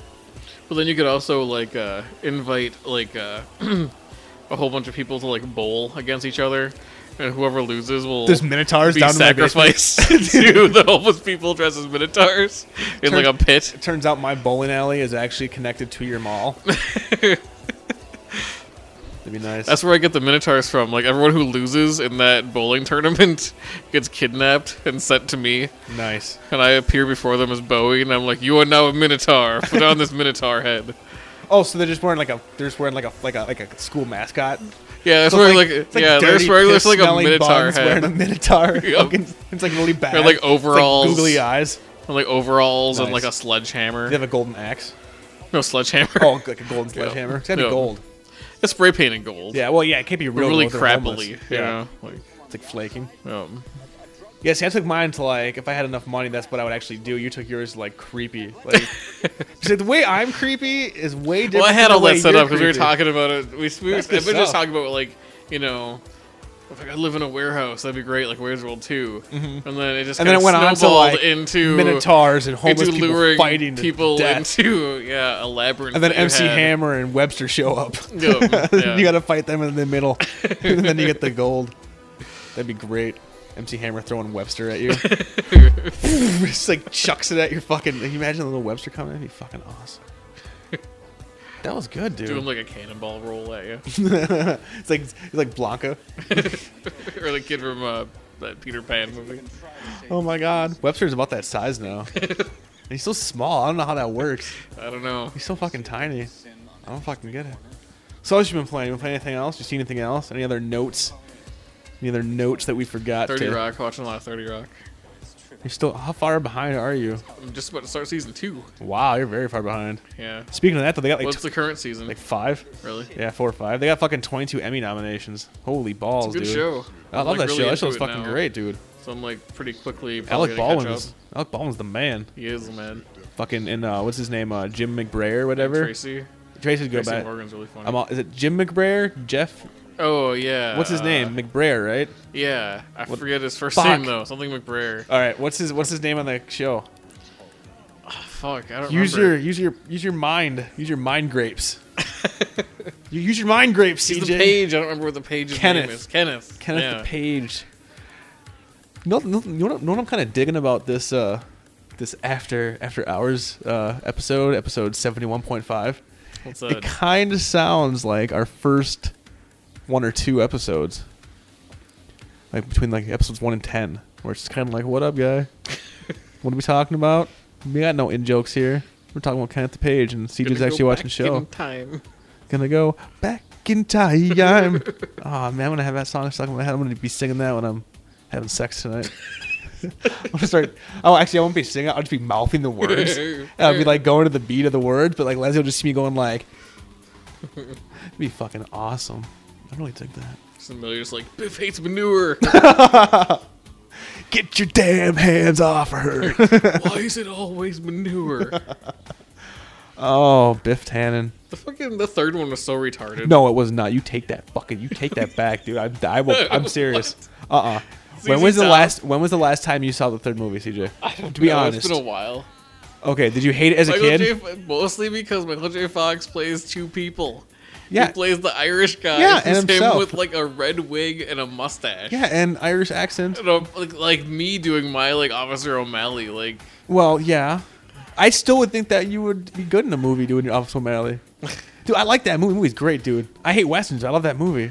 B: But then you could also like uh, invite like uh, a whole bunch of people to like bowl against each other, and whoever loses will
A: There's minotaurs
B: be
A: down in my
B: sacrificed to the homeless people dressed as minotaurs in like a pit.
A: Turns out my bowling alley is actually connected to your mall. That'd be nice.
B: That's where I get the minotaurs from. Like everyone who loses in that bowling tournament gets kidnapped and sent to me,
A: nice.
B: and I appear before them as Bowie, and I'm like, "You are now a minotaur. Put on this minotaur head."
A: Oh, so they're just wearing like a they're just wearing like a like a like a school mascot.
B: Yeah, that's
A: So
B: where
A: it's
B: like,
A: it's
B: yeah,
A: dirty
B: that's where there's like a
A: piss-smelling
B: minotaur
A: buns wearing a
B: head,
A: minotaur.
B: Yep.
A: Fucking- it's like really bad.
B: like,
A: It's
B: overalls.
A: googly eyes.
B: and, like overalls and
A: Nice.
B: like a sledgehammer.
A: They have a golden axe.
B: No sledgehammer.
A: Oh, like a golden sledgehammer. It's gotta
B: Yeah.
A: be gold.
B: It's spray painted gold.
A: Yeah. Well, yeah, it can't be real.
B: really
A: gold, they're homeless.
B: crappily. You know, like
A: It's like flaking.
B: um,
A: Yeah, see, I took mine to like, if I had enough money, that's what I would actually do. You took yours like creepy. Like, see, the way I'm creepy is way different.
B: well, I had
A: than
B: all
A: the way
B: that set
A: you're
B: up because we were
A: creepy.
B: talking about it. We, we, we
A: That's
B: were
A: good
B: just
A: stuff.
B: talking about like you know. If I could live in a warehouse, that'd be great, like Where's World 2. And then it just
A: Mm-hmm. And then it
B: kinda
A: went on to
B: snowballed
A: like
B: into
A: minotaurs and homeless
B: into
A: people
B: luring
A: fighting to
B: people
A: death.
B: into yeah a labyrinth.
A: and then
B: that you
A: MC
B: had.
A: Hammer and Webster show up.
B: Yeah, yeah.
A: you got to fight them in the middle, and then you get the gold. That'd be great. MC Hammer throwing Webster at you. Just like chucks it at your fucking. Can you imagine a little Webster coming? That'd be fucking awesome. That was good, dude.
B: doing like a cannonball roll at you,
A: it's like it's like Blanca.
B: or the kid from uh, that Peter Pan movie.
A: Oh my God, Webster's about that size now. and he's so small. I don't know how that works.
B: I don't know.
A: He's so fucking tiny. I don't fucking get it. So what have you been playing? You been playing anything else? You seen anything else? Any other notes? Any other notes that we forgot?
B: Thirty
A: to-
B: Rock, watching a lot of Thirty Rock.
A: You're still how far behind are you?
B: I'm just about to start season two.
A: Wow, you're very far behind.
B: Yeah.
A: Speaking of that, though, they got like
B: What's
A: tw-
B: the current season?
A: like five.
B: really?
A: Yeah, four or five. They got fucking 22 Emmy nominations. Holy balls,
B: It's a good
A: dude!
B: show.
A: I
B: I'm,
A: love that
B: like, really
A: show. That show's
B: into it
A: fucking
B: now.
A: great, dude.
B: So I'm like pretty quickly. probably
A: Alec
B: gonna catch
A: Baldwin is
B: up.
A: Alec Baldwin's the man.
B: He is the man.
A: Fucking and uh, what's his name? Uh, Jim McBrayer, or whatever.
B: Tracy.
A: Tracy's good
B: Tracy
A: back.
B: Morgan's really funny.
A: I'm all, is it Jim McBrayer? Jeff?
B: oh yeah. Uh,
A: What's his name? McBrayer, right?
B: Yeah, I forget his first
A: Fuck. Uh,
B: name though. Something McBrayer.
A: All right. What's his What's his name on the show?
B: Fuck, I don't
A: Use your
B: remember.
A: use your use your mind. Use your mind grapes. you use your mind grapes,
B: He's
A: CJ.
B: the page. I don't remember what the page's
A: Kenneth.
B: name is. Kenneth.
A: Kenneth
B: yeah.
A: the Page. No, no, you know, what- you know what I'm kind of digging about this uh, this after after hours uh, episode episode 71.5.
B: What's
A: It
B: that?
A: kind of sounds like our first one or two episodes, like between like episodes one and ten, where it's kind of like, "What up, guy? what are we talking about? We got no in jokes here. We're talking about Kenneth the Page, and
B: Gonna
A: CJ's
B: go
A: actually watching the
B: back
A: show."
B: in time.
A: gonna go back in time. oh man, I'm gonna have that song stuck in my head. I'm gonna be singing that when I'm having sex tonight. I'm gonna start. Oh, actually, I won't be singing. I'll just be mouthing the words. And I'll be like going to the beat of the words, but like Leslie will just see me going like, it'd be fucking awesome. I really dig that.
B: Somebody just like Biff hates manure.
A: Get your damn hands off her.
B: Why is it always manure?
A: oh, Biff Tannen.
B: The fucking the third one was so retarded.
A: No, it was not. You take that fucking. You take that back, dude. I, I will. I'm serious. Uh uh When was the
B: ZZ Top.
A: last? When was the last time you saw the third movie, CJ? to be
B: No,
A: honest,
B: it's been a while.
A: Okay, did you hate it as a
B: Michael
A: kid?
B: J. F- mostly because Michael J. Fox plays two people.
A: Yeah.
B: He plays the Irish guy.
A: Yeah,
B: It's
A: and
B: him
A: himself.
B: with like a red wig and a mustache.
A: yeah, and Irish accent.
B: You know, like, like me doing my like Officer O'Malley. Like
A: Well, yeah. I still would think that you would be good in a movie doing your Office O'Malley. dude, I like that movie. Movie's great, dude. I hate westerns. I love that movie.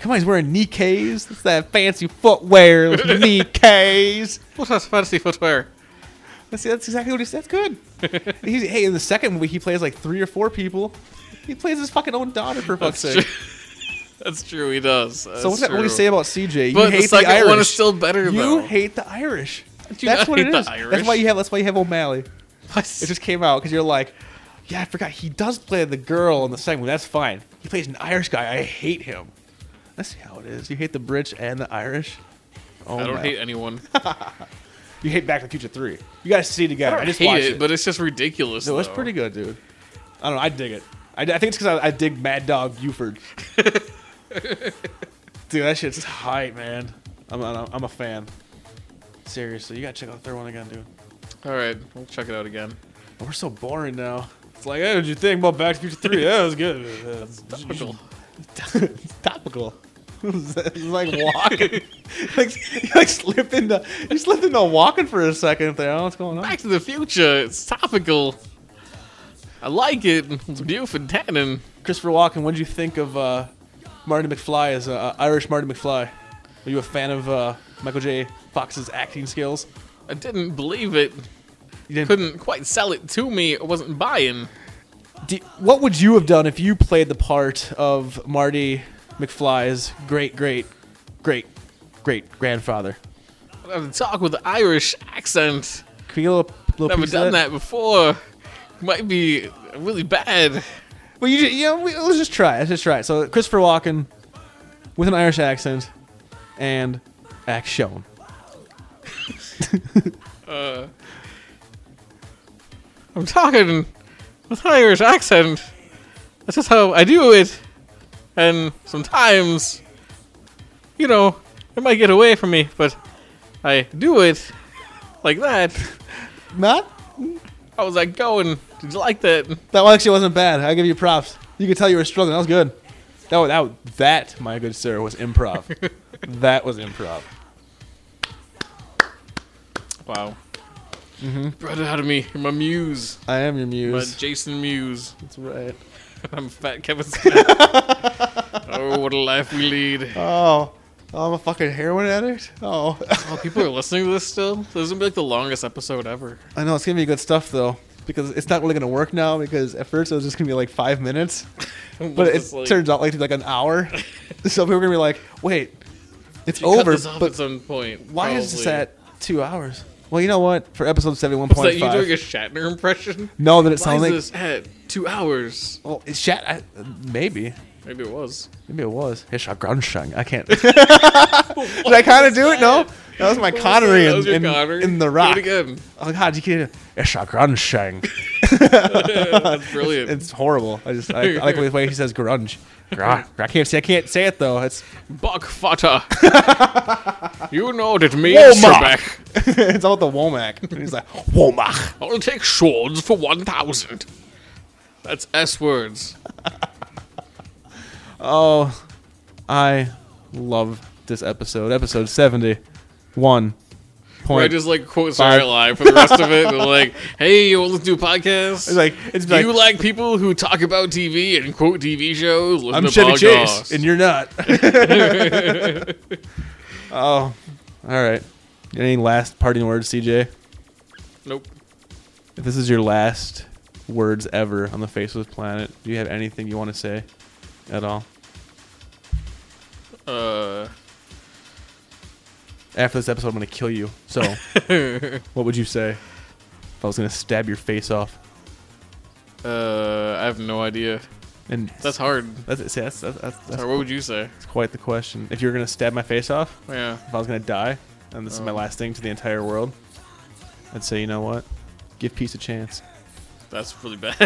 A: Come on, he's wearing knee K's. That's that fancy footwear. Those knee K's.
B: what has fantasy footwear?
A: That's, that's exactly what he said. That's good. He's, hey, in the second movie, he plays like three or four people. He plays his fucking own daughter for fuck's sake.
B: That's true. He does.
A: So what's that? What do you say about CJ? You
B: But the
A: hate the,
B: second
A: Irish.
B: one is still better,
A: You
B: though.
A: hate the Irish.
B: do
A: that's
B: not
A: what it
B: hate the
A: is. That's
B: Irish.
A: why you have. That's why you have O'Malley. It
B: about?
A: just came out because you're like, yeah, I forgot he does play the girl in the second one. That's fine. He plays an Irish guy. I hate him. That's how it is. You hate the British and the Irish. Oh,
B: I don't
A: my.
B: hate anyone.
A: You hate Back to the Future Three. You gotta see it again. I,
B: I
A: just
B: hate
A: watched
B: it, but it's just ridiculous.
A: No, it's
B: though.
A: pretty good, dude. I don't know. I dig it. I, I think it's because I, I dig Mad Dog Buford. dude, that shit's tight, man. I'm, I'm, I'm a fan. Seriously, you gotta check out the third one again, dude.
B: All right, we'll check it out again.
A: We're so boring now. It's like, hey, what'd you think about Back to the Future 3? Yeah, it was good. Uh,
B: Topical.
A: it's topical. it's like walking. like, you like slipped into, you slipped into walking for a second there. I don't know what's going on.
B: Back to the Future. It's topical. I like it. It's Buford Tannen.
A: Christopher Walken, what did you think of uh, Marty McFly as uh, Irish Marty McFly? Are you a fan of uh, Michael J. Fox's acting skills?
B: I didn't believe it.
A: You didn't,
B: Couldn't quite sell it to me. I wasn't buying.
A: D- what would you have done if you played the part of Marty McFly's great, great, great, great grandfather?
B: I had to talk with the Irish accent.
A: Can we get a little, little
B: Never
A: piece of
B: done that before. Might be really bad.
A: Well, you, ju- you know, we, let's just try. it. Let's just try it. So Christopher Walken with an Irish accent and action.
B: I'm talking with an Irish accent. That's just how I do it. And sometimes, you know, it might get away from me, but I do it like that.
A: Not
B: How was that going? Did you like that?
A: that one actually wasn't bad. I give you props. You could tell you were struggling. That was good. That wa- that wa- that my good sir was improv. that was improv.
B: Wow. Brought it out of me. You're my muse.
A: I am your
B: My
A: muse.
B: Jason Muse.
A: That's right.
B: I'm fat Kevin Smith. oh, what a life we lead.
A: Oh, I'm a fucking heroin addict. Oh,
B: Oh, people are listening to this still? This is going to be like the longest episode ever.
A: I know it's gonna be good stuff though because it's not really gonna work now because at first it was just gonna be like five minutes. But it
B: Just like-
A: turns out like to be like an hour. so people are gonna be like, wait, it's
B: Cut
A: over.
B: this off at
A: But
B: some point.
A: why is this
B: probably.
A: at two hours? Well, you know what? For episode seventy-one
B: Is that
A: point
B: you doing a
A: five,
B: Shatner impression?
A: no, that it
B: Why
A: sounds
B: is
A: like
B: this at two hours?
A: well, it's shat. I, maybe,
B: Maybe it was.
A: maybe it was. It's a grunshung. I can't. Did I kind of do it? No, that was my Connery
B: That
A: in,
B: was your
A: in,
B: Connery.
A: in the
B: Do it
A: Rock.
B: again.
A: Oh God, you can't. It's a grunshung.
B: That's brilliant.
A: It's horrible. I just I, I like the way he says grunge. Grunge. I can't say I can't say it though. It's
B: Buck Fata. you know that me
A: Whoa,
B: and
A: Mark.
B: Trebek.
A: it's all about the Womack. And he's like Womack.
B: I'll take swords for 1,000. That's S words.
A: Oh, I love this episode. Episode seventy-one
B: Where I
A: point.
B: just like quote Saturday Night Live for the rest of it. And like, hey, you want to do podcasts?
A: it's like it's
B: do
A: like
B: you like people who talk about TV and quote TV shows? Listen
A: I'm
B: to
A: Chevy Chase
B: podcasts.
A: and you're not. oh, all right. Any last parting words, CJ?
B: nope.
A: If this is your last words ever on the face of this planet, do you have anything you want to say at all?
B: Uh,
A: after this episode, I'm gonna kill you. So, what would you say if I was gonna stab your face off?
B: uh, I have no idea.
A: And
B: That's hard.
A: that's see, that's, that's, that's, that's
B: Sorry, what would you say?
A: quite the question. If you were gonna stab my face off,
B: Yeah.
A: if I was gonna die, and this is my last thing to the entire world, I'd say, you know what? Give peace a chance.
B: That's really bad.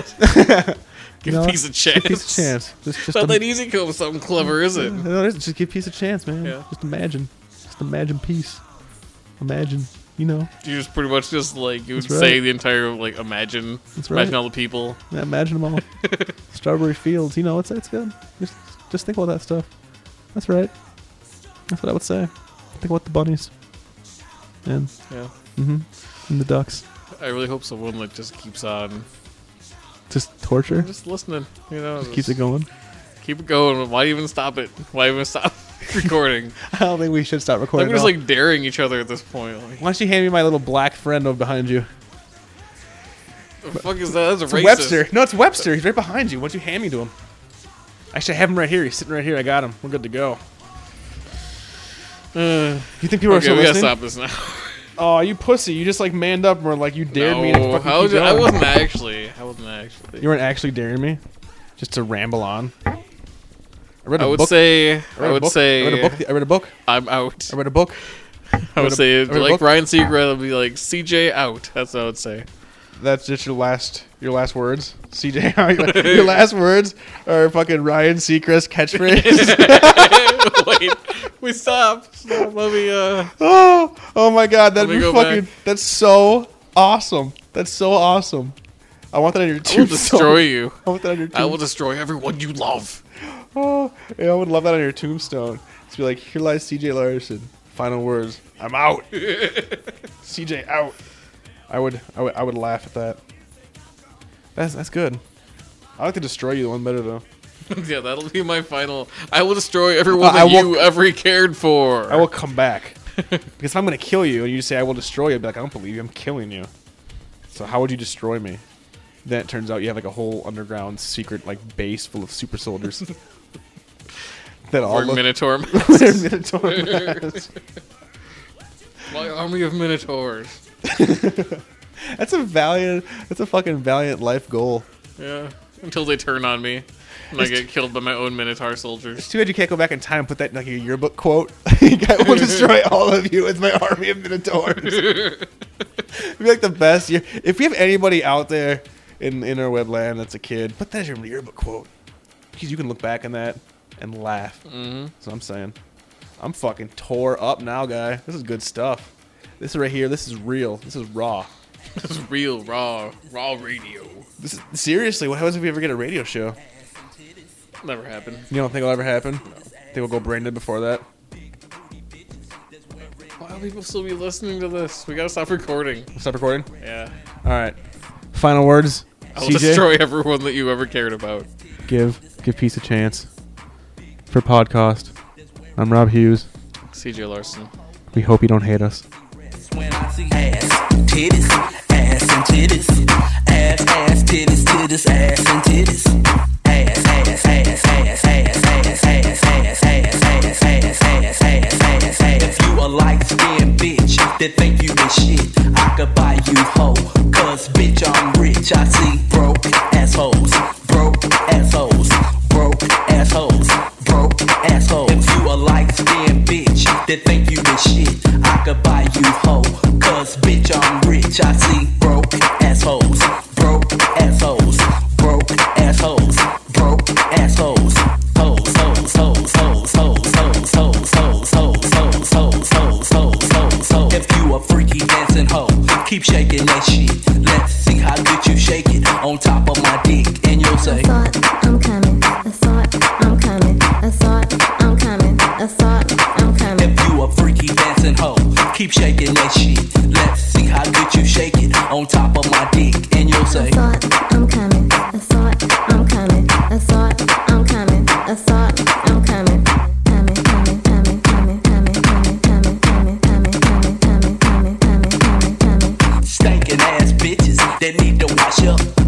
B: Give
A: No,
B: peace a chance.
A: Give peace a chance. Just, just,
B: Not
A: im-
B: that easy come with something clever, is it?
A: no, it isn't. just give peace a chance, man.
B: Yeah.
A: Just imagine. Just imagine peace. Imagine. you know,
B: You just pretty much just like you would
A: That's right.
B: say the entire like imagine
A: That's right.
B: imagine all the people.
A: yeah, imagine them all. Strawberry fields, you know, it's it's good. Just just think about that stuff. That's right. That's what I would say. Think about the bunnies. And
B: Yeah.
A: hmm and the ducks.
B: I really hope someone like just keeps on
A: Just torture.
B: just listening. You know, just
A: Keeps it going.
B: Keep it going. Why even stop it? Why even stop recording?
A: I don't think we should stop
B: like
A: recording.
B: we're just
A: now.
B: like daring each other at this point. Like,
A: Why don't you hand me my little black friend over behind you?
B: what the fuck is that? That's a
A: It's
B: racist.
A: Webster. No, it's Webster. He's right behind you. Why don't you hand me to him? Actually, I have him right here. He's sitting right here. I got him. We're good to go.
B: Uh,
A: You think people are
B: okay,
A: still
B: we gotta
A: Hmm. listening?
B: stop this now.
A: Oh, you pussy. You just like manned up and were like, you dared me to
B: no,
A: fucking
B: how
A: keep
B: did- I
A: going.
B: wasn't actually. I wasn't actually.
A: You weren't actually daring me? Just to ramble on? I read a
B: I would
A: book.
B: say.
A: I read
B: I
A: a
B: would
A: book. I read a
B: say.
A: book. I read a book.
B: I'm out.
A: I read a book.
B: I
A: read
B: would
A: a- I
B: say
A: read a book.
B: like Ryan Seacrest would be like CJ out. That's what I would say.
A: That's just your last your last words, CJ. your last words are fucking Ryan Seacrest catchphrase.
B: Wait, we stop. Stop. Let me. Uh,
A: oh, oh my god, that'd
B: Let me
A: be
B: go
A: fucking.
B: back.
A: That's so awesome. That's so awesome. I want that on your
B: I will
A: tombstone.
B: destroy you.
A: I want that on your tombstone.
B: I will destroy everyone you love.
A: Oh, yeah, I would love that on your tombstone. To be like, here lies CJ Larson. Final words. I'm out. CJ out. I would, I would, I would laugh at that. That's that's good. I like to destroy you the one better though.
B: yeah, that'll be my final. I will destroy everyone
A: I
B: that
A: will-
B: you ever cared for.
A: I will come back because if I'm gonna kill you and you say I will destroy you, I'd be like, I don't believe you. I'm killing you. So how would you destroy me? Then it turns out you have like a whole underground secret like base full of super soldiers that all
B: Or
A: look.
B: Minotaur.
A: They're Minotaur masks.
B: my army of Minotaurs.
A: That's a valiant. That's a fucking valiant life goal.
B: Yeah. Until they turn on me. And I get killed by my own Minotaur soldiers.
A: It's too bad you can't go back in time and put that in like your yearbook quote. I will destroy all of you with my army of minotaurs. It'd be like the best. Year. If we have anybody out there in in our webland that's a kid, put that as your yearbook quote because you can look back on that and laugh. Mm-hmm. That's what I'm saying. I'm fucking tore up now, guy. This is good stuff. This right here. This is real. This is raw.
B: This is real, raw, raw radio.
A: This is, seriously. What happens if we ever get a radio show?
B: Never happened.
A: You don't think it'll ever happen? Think we'll go brain dead before that?
B: Why will people still be listening to this? We gotta stop recording.
A: Stop recording.
B: Yeah.
A: All right. Final words.
B: I'll
A: CJ,
B: destroy everyone that you ever cared about.
A: give give peace a chance for podcast. I'm Rob Hughes.
B: CJ Larson.
A: We hope you don't hate us.
H: when I see ass, titties, ass and titties, ass, ass, titties, titties, ass and titties. Ass, ass, ass, ass, ass, ass, ass, ass, ass, ass, ass, ass, ass, ass, ass, ass. If you a light-skinned bitch that think you the shit, I could buy you hoe. Cause bitch, I'm rich. I see broke assholes, broke assholes, broke assholes, broke assholes. If you a light-skinned bitch that think you the shit, I could buy you hoe. Cause bitch, I'm rich. I see broke assholes, broke assholes, broke assholes, broke assholes. Hoes, hoes, hoes, hoes, hoes, hoes, hoes, hoes, hoes, hoes, hoes, hoes, hoes, hoes, hoes. If you a freaky dancing hoe, keep shaking that shit. Let's see how good you shake it on top of my dick, and you'll say.
I: thought I'm coming. I thought I'm coming. I thought I'm coming. I thought I'm coming.
H: If you a freaky dancing hoe, keep shaking that shit. Let's see how good you shake it on top of my dick, and you'll say.
I: I thought I'm coming. I thought I'm coming. I thought I'm coming. I thought I'm coming. Coming, coming, coming, coming, coming, coming, coming, coming, coming, coming, coming, coming, coming, coming, coming.
H: Stankin' ass bitches that need to wash up.